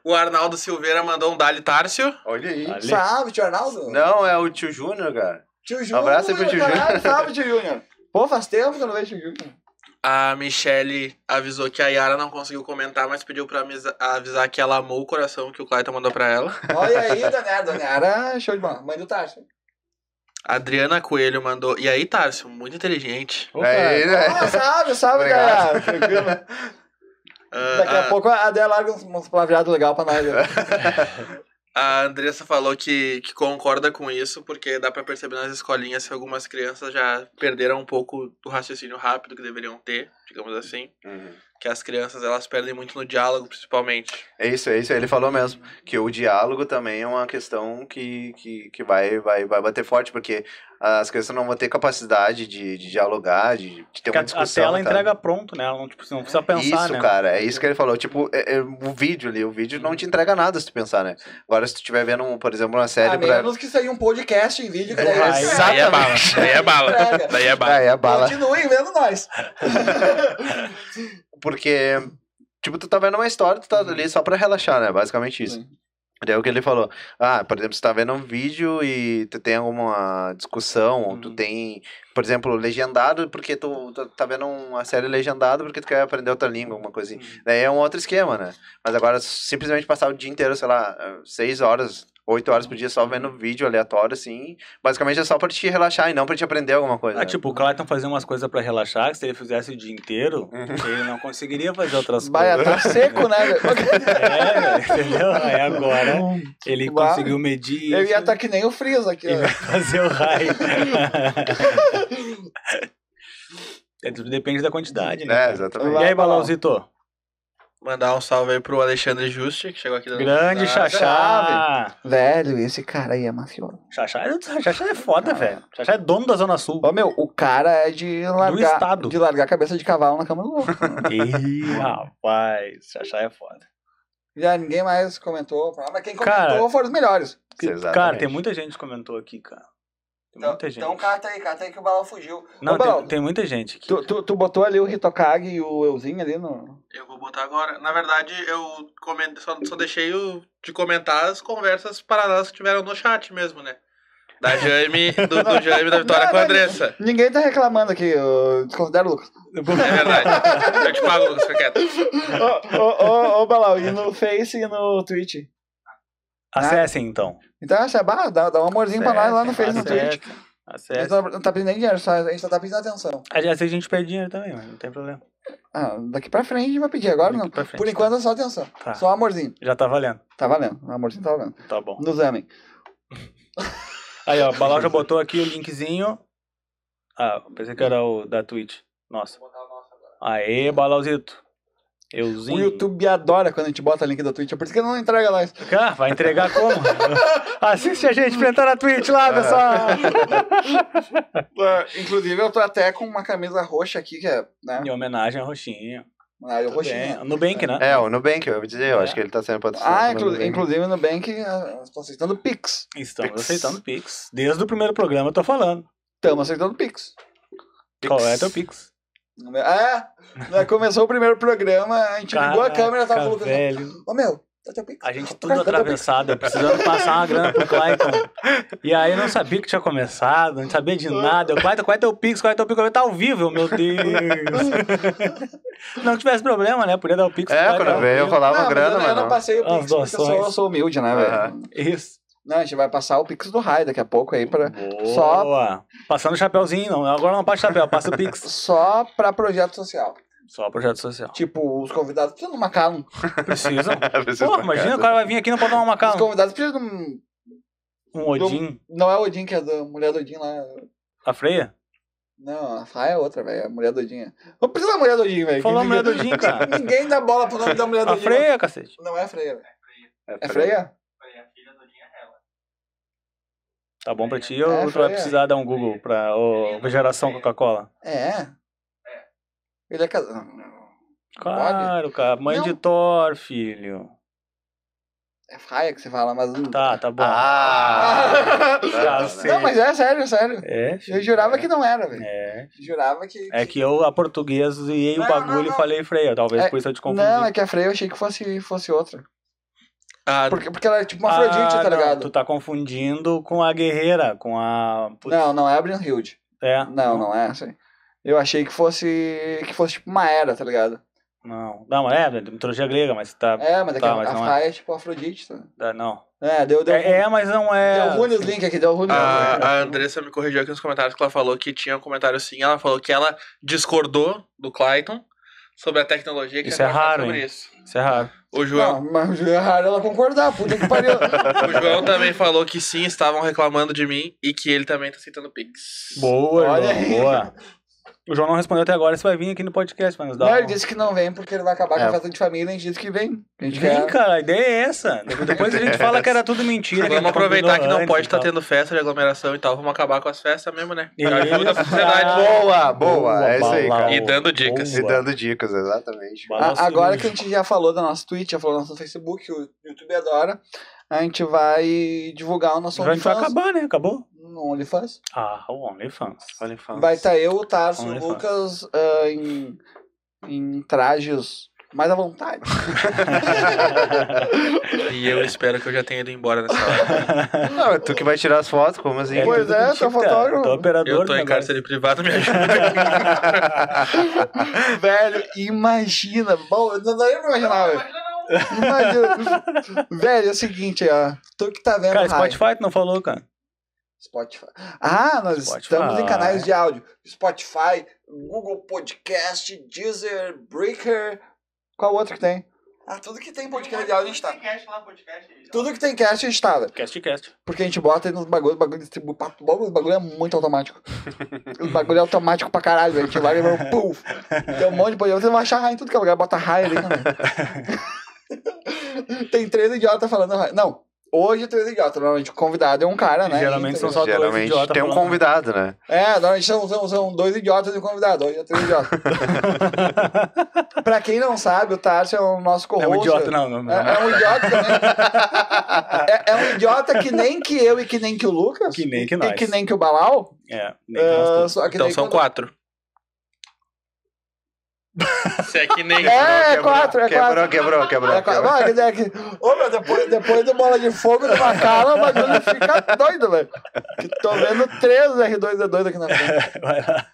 D: o Arnaldo Silveira mandou um Dali Tárcio.
C: Olha aí.
B: Ali.
A: Salve, tio Arnaldo.
C: Não, é o tio Júnior, cara.
A: Tio
C: Um
A: Júnior.
C: abraço aí pro tio
A: caralho,
C: Júnior.
A: Salve, tio Júnior. Pô, faz tempo que eu não vejo o tio Júnior.
D: A Michelle avisou que a Yara não conseguiu comentar, mas pediu pra amisa- avisar que ela amou o coração que o Clayton mandou pra ela.
A: Olha aí, Daniela. Daniela, show de bola. Mãe do Tarso.
D: A Adriana Coelho mandou. E aí, Tárcio, muito inteligente.
B: Ô,
C: É
B: cara,
C: ele, né?
A: Ah, salve, salve,
C: Obrigado.
A: galera. Tranquilo.
D: Ah,
A: Daqui a
D: ah,
A: pouco a Dé larga uns, uns palavreados legal pra nós. né?
D: A Andressa falou que, que concorda com isso, porque dá pra perceber nas escolinhas que algumas crianças já perderam um pouco do raciocínio rápido que deveriam ter, digamos assim.
C: Uhum.
D: Que as crianças, elas perdem muito no diálogo, principalmente.
C: É isso, é isso. Ele falou mesmo que o diálogo também é uma questão que, que, que vai, vai, vai bater forte, porque as crianças não vão ter capacidade de, de dialogar, de, de
B: Porque
C: ter uma
B: a, a
C: discussão.
B: tela
C: tá?
B: entrega pronto, né? Ela não, tipo, você não precisa pensar,
C: isso,
B: né?
C: cara, é isso que ele falou. Tipo, é- é o vídeo ali, o vídeo não te entrega nada se tu pensar, né? Agora, se tu estiver vendo, um, por exemplo, uma série...
A: A menos que saia um podcast em vídeo. Que daí
B: Vai,
A: eles-
B: exato.
D: Daí é bala, daí é bala,
A: Entrega.
D: daí é bala.
C: Ah, é a bala.
A: Continuem vendo nós.
C: Porque, tipo, tu tá vendo uma história, tu tá
B: Uhum.
C: ali só pra relaxar, né? Basicamente isso.
A: Sim.
C: Daí é o que ele falou, ah, por exemplo, você tá vendo um vídeo e tu tem alguma discussão, ou tu
B: Uhum.
C: tem, por exemplo, legendado, porque tu, tu tá vendo uma série legendada porque tu quer aprender outra língua, alguma coisa assim.
B: Uhum.
C: Daí é um outro esquema, né? Mas agora, simplesmente passar o dia inteiro, sei lá, eh, seis horas, oito horas por dia só
B: Uhum.
C: vendo vídeo aleatório, assim, basicamente é só pra te relaxar e não pra te aprender alguma coisa.
A: É,
B: Ah,
C: né?
B: tipo, o Clayton fazia umas coisas pra relaxar, que se ele fizesse o dia inteiro, ele não conseguiria fazer outras
A: Baia, tá
B: coisas.
A: seco, né? velho?
B: É, entendeu? Aí agora ele
A: Bah.
B: conseguiu medir
A: Eu
B: isso
A: ia estar que nem o Freeza aqui.
B: e
A: ó.
B: vai fazer o raio. é, tudo depende da quantidade, né?
C: É,
B: cara?
C: exatamente.
B: E aí, Balauzito?
D: Mandar um salve aí pro Alexandre Juste, que chegou aqui. dando
B: Grande
D: risada.
B: Xaxá!
A: Velho, esse cara aí é mafioso.
B: Xaxá é, Xaxá é foda, velho. Xaxá é dono da Zona Sul.
A: Ô, meu, o cara é de largar,
B: estado.
A: de largar a cabeça de cavalo na cama do outro.
B: Ih, rapaz, Xaxá é foda.
A: Já ninguém mais comentou. Ah, Mas quem comentou
B: Cara,
A: foram os melhores.
B: Que-
C: é Exatamente.
B: Cara, tem muita gente que comentou aqui, cara. Tem
A: Então,
B: muita gente.
A: então cata aí, cata aí que o balão fugiu.
B: Não,
A: Ô, Balão,
B: tem, tem muita gente aqui.
A: tu, tu, tu botou ali o Hitokage e o Euzinho ali no.
D: Eu vou botar agora. Na verdade, eu comen- só, só deixei o- de comentar as conversas paralelas que tiveram no chat mesmo, né? Da Jaime, do, do Jaime da Vitória com a Andressa.
A: Ninguém tá reclamando aqui, eu desconsidero o Lucas.
D: É verdade. Eu te pago, Lucas, fica quieto.
A: Ô, ô, ô, ô, Balão, e no Face e no Twitch?
B: Acessem, então.
A: Então, essa barra, dá, dá um amorzinho Ah, pra nós lá no Face e no Twitch.
B: Acessem,
A: A gente
B: acessem.
A: não não tá pedindo nem dinheiro, só, a gente só tá pedindo atenção.
B: Às vezes a gente perde dinheiro também, mas não tem problema.
A: Ah, daqui pra frente a gente vai pedir, agora não.
B: Daqui pra frente.
A: Por enquanto é só atenção.
B: Tá.
A: Só amorzinho.
B: Já tá valendo.
A: Tá valendo. Amorzinho tá valendo.
B: Tá bom.
A: Nos amem.
B: Aí, ó, o Balau já botou aqui o linkzinho. Ah, pensei que era o da Twitch. Nossa. Aê, Balauzito. Euzinho.
A: O YouTube adora quando a gente bota link da Twitch, é por isso que ele não entrega nós.
B: Ah, vai entregar como? Assiste a gente pra entrar na Twitch
A: É.
B: lá, pessoal.
A: Ah, Inclusive, eu tô até com uma camisa roxa aqui, que é, né?
B: Em homenagem ao Roxinho.
A: Ah, eu
B: Tudo Tá bem.
A: roxinha.
B: No Nubank, né?
C: É, o Nubank, eu ia dizer, eu
B: É.
C: acho que ele tá sendo patrocinado.
A: Ah,
C: pelo
A: inclu
C: Nubank.
A: inclusive no Bank, ah, tô aceitando Pix.
B: Estamos
C: Pix.
B: aceitando Pix. Desde o primeiro programa eu tô falando.
A: Estamos aceitando Pix.
B: Qual é teu Pix?
A: Ah, né, começou o primeiro programa, a gente ligou a câmera, tava
B: Caraca,
A: colocando.
B: velho.
A: Ô meu, tá teu Pix?
B: A gente tudo
A: Cara, cadê o
B: atravessado, precisando passar uma grana pro Clayton. E aí eu não sabia que tinha começado, não sabia de nada. Eu, Clayton, qual é teu Pix? Qual é teu Pix? Eu, Tá ao vivo, meu Deus. Não tivesse problema, né? Podia dar o Pix. pro
C: É,
B: Clayton
C: quando
B: ao
C: veio eu
B: vivo.
C: falava
A: Não, mas
C: grana,
A: eu, eu
C: mas
A: não
C: não.
A: passei o
B: As
A: Pix, porque eu sou,
B: doações.
A: eu sou humilde, né, velho?
C: Aham.
B: Isso.
A: Não, a gente vai passar o Pix do Rai daqui a pouco aí pra, Só-
B: Boa. Passando o chapéuzinho, não. Agora não passa o chapéu, passa o Pix.
A: só pra projeto social.
B: Só projeto social.
A: Tipo, os convidados precisam de uma calma.
B: Precisam.
C: Preciso
B: Pô,
C: marcar.
B: imagina, o cara vai vir aqui e não pode tomar uma
A: Os
B: calma.
A: convidados precisam de um...
B: Um Odin,
A: Não é o Odin, que é da mulher do Odin lá.
B: a freia.
A: Não, a Raia é outra, velho. É a mulher do Odin. Não precisa da mulher do Odin, velho.
B: Falou a
A: Quem-
B: mulher do Odin, cara.
A: Ninguém dá bola pro nome da mulher do
B: A
A: Odin.
B: freia, cacete.
A: Não é a Freia, velho. É
C: É
A: Freia?
B: Tá bom pra ti ou
A: É,
B: tu
A: Freia.
B: vai precisar dar um Google pra ô, geração Coca-Cola?
A: É. Ele é casado.
B: Claro, cara. Mãe
A: Não.
B: de Thor, filho.
A: É Raia que você fala, mas...
B: Tá, tá bom.
C: Ah!
B: Cacete.
A: Não, mas é sério, sério.
B: É,
A: Eu jurava que não era, velho.
B: É.
A: Jurava que...
B: É que eu a português e o
A: Não,
B: bagulho
A: não, não.
B: e falei freia. Talvez
A: É-
B: por isso eu te confundi.
A: Não, é que a Freia eu achei que fosse, fosse outra.
D: Ah,
A: Porque, porque ela é tipo uma Afrodite,
B: Ah,
A: tá
B: não,
A: ligado?
B: Tu tá confundindo com a guerreira, com a. Putz,
A: Não, não é a Brian Hild.
B: É.
A: Não, não é essa aí. Eu achei que fosse. que fosse tipo uma era, tá ligado?
B: Não, não, mas é, da mitologia grega, mas tá.
A: É, mas, é que
B: Tá,
A: a-
B: mas
A: a
B: não é.
A: Freya é. tipo Afrodite, tá?
B: tá, Não.
A: É, deu. deu
B: É, é, mas não é.
A: Deu ruim os links aqui, deu ruim.
D: A,
A: Ah,
D: a Andressa me corrigiu assim. aqui nos comentários que ela falou que tinha um comentário sim. Ela falou que ela discordou do Clayton, sobre a tecnologia que
B: Isso
D: você
B: é
D: vai falar
B: raro,
D: sobre
B: hein?
D: isso.
B: Isso é raro.
D: O João,
A: Não, mas é raro ela concordar, puta que pariu.
D: o João também falou que sim, estavam reclamando de mim e que ele também tá aceitando Pix.
B: Boa,
A: Olha
B: João,
A: aí.
B: boa. O João não respondeu até agora, você vai vir aqui no podcast pra nos dar
A: Não,
B: um-
A: ele disse que não vem porque ele vai acabar com
C: É.
A: a festa de família e disse que vem. A gente
B: Vem,
A: quer...
B: cara, a ideia é essa. Depois a gente fala que era tudo mentira. que a gente
D: Vamos aproveitar que
B: combinou
D: não
B: antes
D: pode tá
B: e
D: estar
B: tal.
D: tendo festa de aglomeração e tal. Vamos acabar com as festas mesmo, né?
B: Isso. Ah,
D: Ajuda a sociedade.
C: Boa, boa, é isso aí,
B: Balau.
C: cara.
D: E dando dicas.
C: E dando dicas, exatamente.
B: Boa.
A: A-
B: Nosso
A: agora
B: vídeo.
A: que a gente já falou da nossa Twitch, já falou do nosso Facebook, o YouTube adora, a gente vai divulgar o nosso
B: Já a gente vai
A: OnlyFans.
B: acabar, né? Acabou?
A: No OnlyFans.
B: Ah, o OnlyFans.
C: Olha, fala.
A: Vai tá- estar eu, o Tarso, o
B: OnlyFans.
A: Lucas ah, em, em trajes mais à vontade.
D: E eu espero que eu já tenha ido embora nessa hora.
C: Não, é tu que vai tirar as fotos, como assim?
A: Pois
B: tudo
A: é,
B: mentira.
A: tá fotógrafo.
B: Eu Tô operador
D: Eu tô
B: do
D: em
B: negócio.
D: cárcere privado, me ajuda.
A: Velho, imagina. Bom, eu não dá nem pra imaginar, velho. Imagina. Velho, é o seguinte, ó. Tu que tá vendo
B: Cara,
A: raio.
B: Spotify tu não falou, cara.
A: Spotify. Ah, nós
B: Spotify.
A: estamos em canais de áudio. Spotify, Google Podcast, Deezer, Breaker. Qual outro que tem? Ah, tudo que tem podcast de áudio a gente tá. Tudo que tem cast a gente tá, velho.
B: Cast, cast.
A: Porque a gente bota aí nos bagulhos, bagulho distribui. papo, bom, O bagulho é muito automático. o bagulho é automático pra caralho, velho. A gente vai levando pum. Tem um monte de podcast. Você vai achar raio em tudo que é lugar, bota raio ali também. tem três idiotas falando raio. Não. Hoje é três idiotas, normalmente o convidado é um cara, né?
B: Geralmente
A: Então,
B: são só dois
C: Geralmente
B: idiotas.
C: tem um
B: falando.
C: convidado, né?
A: é, nós são, são, são dois idiotas e um convidado. Hoje é três idiotas. pra quem não sabe, o Tarso é o nosso
B: É
A: co-host.
B: um idiota, não. não, não.
A: É, é um idiota também. é, é um idiota que nem que eu e que nem que o Lucas.
B: Que nem que
A: E
B: nós.
A: que nem que o Balau.
B: É, nem que nós
A: Ah,
B: todos.
A: só que
D: Então
A: daí
D: são
A: quando-
D: quatro. Se é que nem.
A: É, é quatro, é
C: Quebrou,
A: quatro.
C: quebrou,
A: É
C: quebrou.
A: quatro. Ah, quer dizer que- Ô, meu, depois, depois do bola de fogo do Macala, o bagulho fica doido, velho. Que Tô vendo três R2D2 aqui na frente.
B: Vai lá.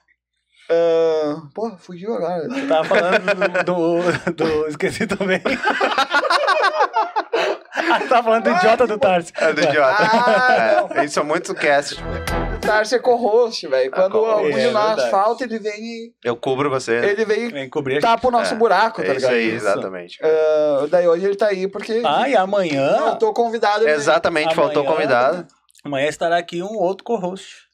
A: Ah, Porra, fugiu agora.
B: Eu tava falando do, do, do- Esqueci também. ah, tava falando do idiota do Tarso.
C: É do idiota.
A: Ah,
C: é, eles são muito cast.
A: Tarso é co-host, velho. Quando
C: co-host.
A: algum de
B: É,
A: nós
B: verdade.
A: falta, ele vem e-
C: Eu cubro você.
A: ele vem
B: Vem cobrir
A: e
B: a gente.
A: tapa o nosso
C: É,
A: buraco, tá
C: é isso
A: ligado?
C: aí,
B: Isso.
C: exatamente.
A: Ah, daí hoje ele tá aí porque
B: Ah, e
A: não, eu
B: amanhã.
A: tô convidado.
C: É
A: ele-
C: Exatamente, faltou
B: Amanhã-
C: convidado.
B: Amanhã estará aqui um outro co-host.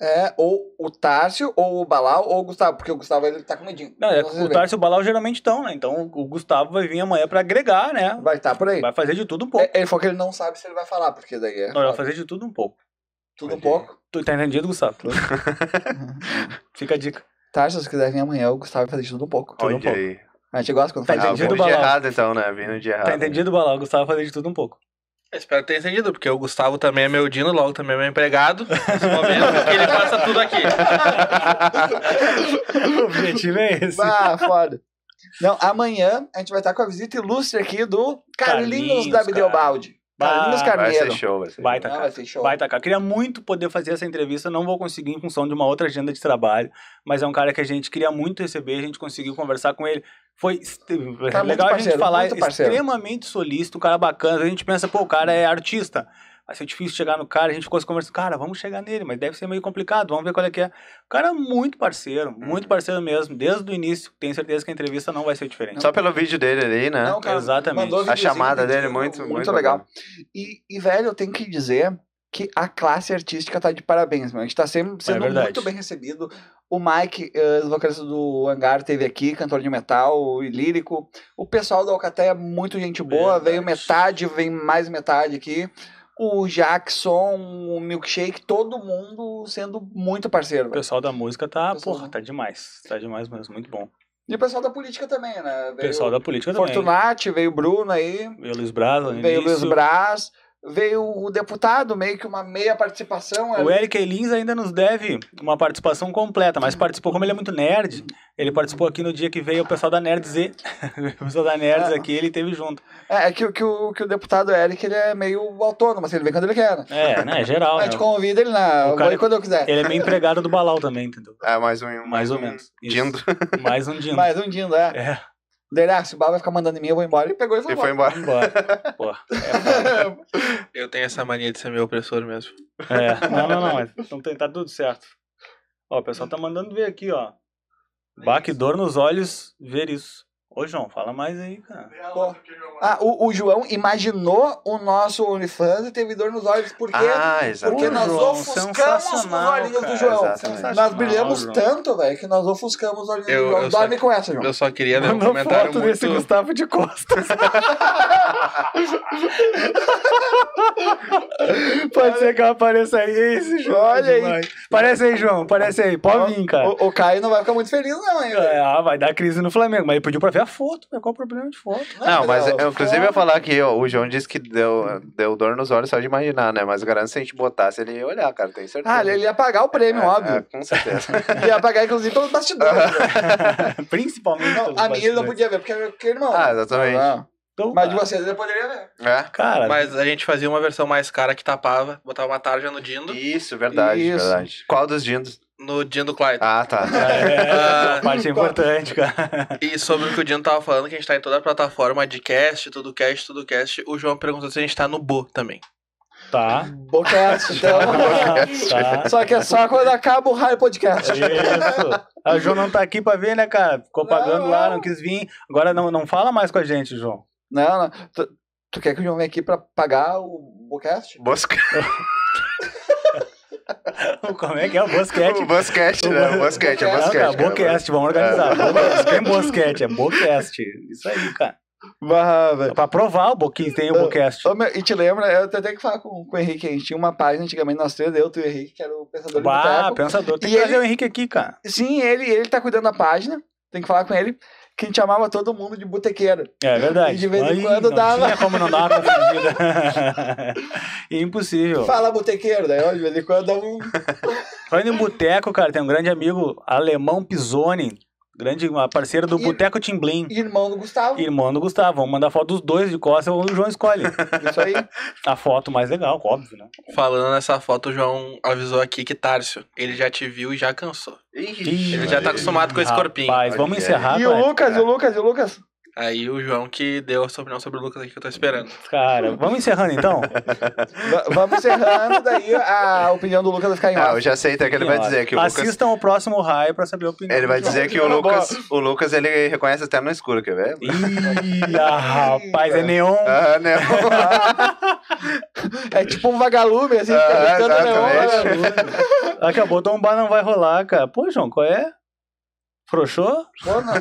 A: É, ou o Tárcio, ou o Balau, ou o Gustavo, porque o Gustavo ele tá com medinho.
B: Não, é,
A: Então, vocês
B: o Tarso e o Balau geralmente estão, né? Então o Gustavo vai vir amanhã pra agregar, né?
A: veem. Vai estar por aí.
B: Vai fazer de tudo um pouco.
A: É, Ele falou que ele não sabe se ele vai falar, porque daí é
B: Não, ele vai fazer de tudo um pouco.
A: tudo um pouco.
B: Tu tá entendido, Gustavo? Fica a dica.
A: Tárcio, se quiser vir amanhã, o Gustavo vai fazer de tudo um pouco.
B: Tudo um
C: Olha
B: pouco.
C: aí.
A: A gente gosta quando
B: Tá
A: faz
C: Ah,
B: entendido,
C: vim de
B: Balão?
C: errado então, né? Vindo de
A: Ah,
C: errado.
B: Tá entendido, Balão? O Gustavo vai fazer de tudo um pouco.
D: Eu Espero ter entendido, porque o Gustavo também é meu Dino, logo também é meu empregado. Nesse momento, porque ele passa tudo aqui.
B: o objetivo é esse.
A: Ah, foda. Não, amanhã a gente vai estar com a visita ilustre aqui do Carlinhos,
B: Carlinhos,
A: da Bideobaldi.
B: cara.
A: Carlinhos
B: Bah,
C: Vai ser
A: Carneiro.
C: show, vai ser.
B: Vai tá.
A: Ah,
B: tacar.
A: vai ser show.
B: Vai tacar. Queria muito poder fazer essa entrevista, não vou conseguir em função de uma outra agenda de trabalho, mas é um cara que a gente queria muito receber, a gente conseguiu conversar com ele. Foi est-
A: Tá muito
B: legal a gente
A: parceiro,
B: falar,
A: muito parceiro.
B: extremamente solícito, um cara bacana. A gente pensa, pô, o cara é artista. Vai ser difícil chegar no cara, a gente ficou se conversando, cara, vamos chegar nele, mas deve ser meio complicado, vamos ver qual é que é. O cara é muito
A: Uhum.
B: parceiro, muito parceiro mesmo, desde o início. Tenho certeza que a entrevista não vai ser diferente.
C: Só pelo vídeo dele ali, né?
A: Não, cara,
B: Exatamente.
A: mandou
C: A
A: videozinho,
C: chamada
A: videozinho,
C: dele é muito, muito,
A: legal. E, e, velho, eu tenho que dizer que a classe artística tá de parabéns, mano. A gente tá sempre sendo
B: É verdade.
A: muito bem recebido. O Mike, eh, vocalista do Hangar, teve aqui, cantor de metal e lírico. O pessoal da Alcateia, muito gente boa.
B: Verdade.
A: Veio metade, vem mais metade aqui. O Jackson, o Milkshake, todo mundo sendo muito parceiro.
B: O
A: velho.
B: pessoal da música tá,
A: Pessoal
B: porra,
A: da-
B: tá demais. Tá demais mesmo, muito bom.
A: E o pessoal da política também, né? Veio
B: O pessoal da política também.
A: Fortunati, veio o Bruno aí.
B: Veio o Luiz Braz, no
A: Veio o Luiz
B: início.
A: Braz, veio o deputado, meio que uma meia participação.
B: O Eric Elins ainda nos deve uma participação completa, mas participou, como ele é muito nerd, ele participou aqui no dia que veio o pessoal da Nerd Z. o pessoal da Nerds
A: É.
B: aqui, ele teve junto.
A: É, é que, o- que, o, que o deputado Eric ele é meio autônomo, assim, ele vem quando ele quer. Né?
B: É, né?
A: A
B: Geral, né?
A: gente convida ele na.
B: O
A: eu
B: cara-
A: vou ir quando eu quiser.
B: Ele é meio empregado do Balau também, entendeu?
C: É, mais um.
B: Mais ou menos. Isso.
C: Dindo.
B: Mais um dindo.
A: Mais um Dindo, é.
B: É,
A: Daí ele, ah, se o Bal vai ficar mandando em mim, eu vou embora. Ele pegou e foi
C: E foi
A: embora.
C: embora.
B: embora. Porra.
D: Eu tenho essa mania de ser meu opressor mesmo.
B: É. Não, não, não. Mas então tem- tá tudo certo. Ó, o pessoal tá mandando ver aqui, ó.
E: Baquedor nos olhos ver isso. Ô, João, fala mais aí, cara.
A: Pô. Ah, o, o João imaginou o nosso OnlyFans e teve dor nos olhos. Por quê?
C: Ah, exato.
A: Porque
E: Ô,
A: nós
E: João,
A: ofuscamos os
E: sensacional,
A: olhinhos do
E: cara,
A: João.
C: exatamente.
A: Nós brilhamos
E: João.
A: tanto, velho, que nós ofuscamos os olhinhos
D: Eu-
A: do João.
D: eu só-
A: Dorme com essa, João.
D: Eu só queria ler um comentário muito...
B: Gustavo de Costas. Pode ser que eu apareça aí. É Esse João.
A: Olha aí.
B: demais. Parece aí, João. Parece aí. Pode vir, cara.
A: O, o Caio não vai ficar muito feliz, não, hein,
B: É,
A: velho.
B: ah, vai dar crise no Flamengo. Mas ele pediu pra ver a foto. né? Qual o problema de foto?
C: Não, mas eu, inclusive eu ia
A: falo.
C: falar que ó, o João disse que deu, deu dor nos olhos só de imaginar, né? Mas eu garanto que se a gente botasse, ele ia olhar, cara, tenho certeza.
A: Ah, ele ele ia pagar o prêmio,
C: É,
A: óbvio.
C: é, com certeza.
A: Ele ia pagar, inclusive, pelos bastidores. né?
B: Principalmente.
A: Não,
B: pelos
A: a minha ele não
B: bastidores.
A: podia ver, porque era aquele irmão.
C: ah,
A: né?
C: exatamente.
A: Ah,
B: Então,
A: Mas de
B: cara,
A: vocês ele poderia ver.
C: É.
B: Cara,
D: Mas a gente fazia uma versão mais cara que tapava, botava uma tarja no Dindo,
C: Isso, verdade,
A: Isso.
C: verdade. Qual dos dindos?
D: no Dindo Clyde.
C: Ah, tá.
B: é, essa
D: Ah.
B: parte é importante, cara.
D: E sobre o que o Dindo tava falando, que a gente tá em toda a plataforma de cast, tudo cast, tudo cast, o João perguntou se a gente tá no Bo também.
B: Tá.
A: Bocast, então.
B: tá.
A: só que é só quando acaba o raio podcast.
B: Isso. Ah, O João não tá aqui pra ver, né, cara? Ficou
A: Não,
B: pagando lá,
A: não.
B: não quis vir. Agora não, não fala mais com a gente, João.
A: Não, não. Tu, tu quer que o João venha aqui pra pagar o Bocast?
C: Bosca...
B: Como é que é o Bosquete?
C: O Bosquete, né? O Bosquete, é
B: Não,
C: Bosquete.
B: cara,
C: cara.
B: Bocast, vamos organizar. Bocast, Tem Bosquete, é Bocast. Isso aí, cara.
A: Bah,
B: É pra provar o Boquinho, tem o Bocast.
A: Ô, meu, e te lembra, eu tentei que falar com, com o Henrique, a gente tinha uma página antigamente, nós três, eu, tu e o Henrique, que era o Pensador de
B: Bah,
A: Boteco.
B: pensador. Tem
A: E
B: que trazer
A: ele-
B: o Henrique aqui, cara.
A: Sim, ele, ele tá cuidando da página, tem que falar com ele, que a gente chamava todo mundo de botequeiro.
B: É verdade.
A: E de vez em
B: Aí,
A: quando
B: não
A: dava.
B: Tinha como não dar uma confundida. Impossível.
A: Fala, botequeiro, daí, ó, de vez em quando dá um...
B: Falando em boteco, cara, tem um grande amigo, Alemão Pisoni, grande parceiro do
A: E-
B: Boteco Timblin.
A: Irmão do Gustavo,
B: Irmão do Gustavo, vamos mandar foto dos dois de costas, o João escolhe.
A: isso aí.
B: A foto mais legal, óbvio, né?
D: Falando nessa foto, o João avisou aqui que Tárcio, ele já te viu e já cansou.
C: Ixi,
D: Ele já tá
C: Maria.
D: acostumado com esse corpinho.
B: Mas vamos
C: Olha
B: encerrar,
A: e o
B: cara.
A: Lucas, e o Lucas, e o Lucas?
D: Aí o João que deu a sua opinião sobre o Lucas aqui que eu tô esperando.
B: Cara, vamos encerrando então?
A: Va- Vamos encerrando, daí a opinião do Lucas vai ficar em
C: Ah, eu
A: off.
C: já sei até que ele vai dizer que o Lucas...
B: Assistam o próximo raio pra saber a opinião.
C: Ele vai
B: do João.
C: dizer que o Lucas, o Lucas, ele reconhece até no escuro, quer ver?
B: Ih, ah, rapaz, é neon.
C: Ah, né?
A: É tipo um vagalume, assim,
C: Ah,
A: fica tocando neon,
C: exatamente.
A: né?
B: Acabou, tombar um não vai rolar, cara. Pô, João, qual é? Frouxou?
A: Pô, não.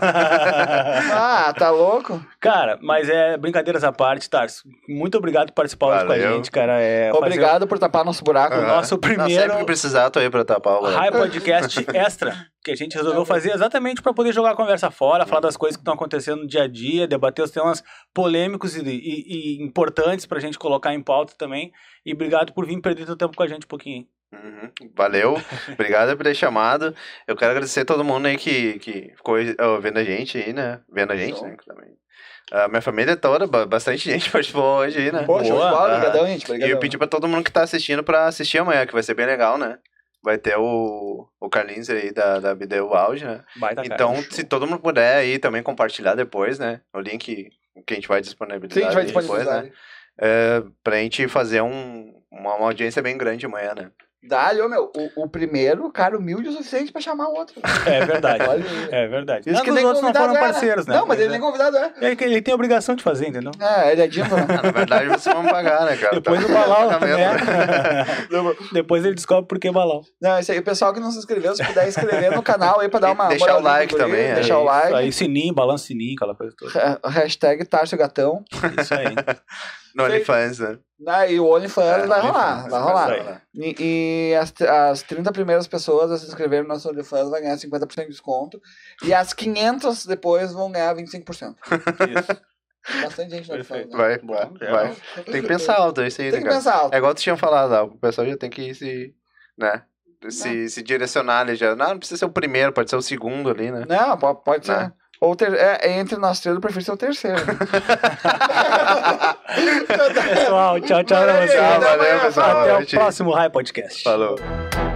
A: Ah, tá louco?
B: Cara, mas é brincadeiras à parte, Tarso. Muito obrigado por participar hoje com a
C: Valeu.
B: gente, cara. É fazer
A: Obrigado por tapar nosso buraco.
B: o nosso
C: Não,
B: primeiro
C: Ah. sempre que precisar, tô aí pra tapar o buraco.
B: High Podcast Extra, que a gente resolveu fazer exatamente para poder jogar a conversa fora, falar das coisas que estão acontecendo no dia a dia, debater os temas polêmicos e, e- e importantes pra gente colocar em pauta também. E obrigado por vir perder teu tempo com a gente um pouquinho.
C: Uhum, Valeu, obrigado por ter chamado. Eu quero agradecer a todo mundo aí que, que ficou ó, vendo a gente aí, né? Vendo a gente, né? Também. Ah, minha família toda, ba- bastante gente participou hoje aí, né?
A: Poxa,
B: Boa.
A: igual,
C: Ah.
A: obrigadão, gente.
C: E eu
A: Obrigadão.
C: pedi pra todo mundo que tá assistindo pra assistir amanhã, que vai ser bem legal, né? Vai ter o, o Carlinhos aí da, da BDU Auge, né?
B: Baita cara.
C: Então, se todo mundo puder aí também compartilhar depois, né? O link que a gente vai disponibilizar,
A: Sim, a gente vai
C: aí depois,
A: disponibilizar.
C: né? É, pra gente fazer um, uma, uma audiência bem grande amanhã, né?
A: Dá-lhe, ô meu. O, o primeiro, cara, humilde o suficiente pra chamar o outro.
B: É verdade.
A: Olha aí.
B: É verdade.
A: Isso
B: Não, os outros não foram
A: era.
B: parceiros, né?
A: Não, mas ele
B: é.
A: nem convidado é.
B: É que ele tem a obrigação de fazer, entendeu?
C: Tá.
A: É, ele é diva, né?
C: Ah, Na verdade, vocês vão pagar, né, cara?
B: Depois
C: Tá-
B: o Balau,
C: pagamento,
B: né? Depois ele descobre por que Balau.
A: Não, isso aí. O pessoal que não se inscreveu, se puder inscrever no canal aí pra dar
C: E
A: uma.
C: deixar
A: moralzinha
C: o like
A: pro guri,
C: também, é.
A: Deixar o
B: Isso
A: like.
B: Aí sininho, balança o sininho, aquela coisa toda. É
A: Ha- Hashtag Tarso Gatão.
B: Isso aí.
C: No OnlyFans, né?
A: Ah, e o OnlyFans
C: É,
A: vai
C: OnlyFans,
A: rolar, vai rolar.
C: isso aí.
A: E, e as, as 30 primeiras pessoas a se inscreverem no nosso OnlyFans vão ganhar 50% de desconto. E as 500 depois vão ganhar 25%.
B: Isso.
A: Bastante gente no OnlyFans. né?
B: Perfeito.
C: Vai, vai, vai. Tem que pensar alto, é isso aí,
A: Tem
C: né,
A: que
C: cara?
A: pensar alto.
C: É igual tu tinha falado, ó, o pessoal já tem que se, né? Se, se direcionar ali já. Não, não precisa ser o primeiro, pode ser o segundo ali, né?
A: Não, po- pode ser.
C: Né?
A: Ou ter, é, é entre nós três, eu prefiro ser o terceiro. Então tá.
B: Pessoal, tchau, tchau. pra vocês.
C: Tchau, valeu, pessoal.
B: Até
C: Boa
B: o
C: noite.
B: próximo High Podcast.
C: Falou.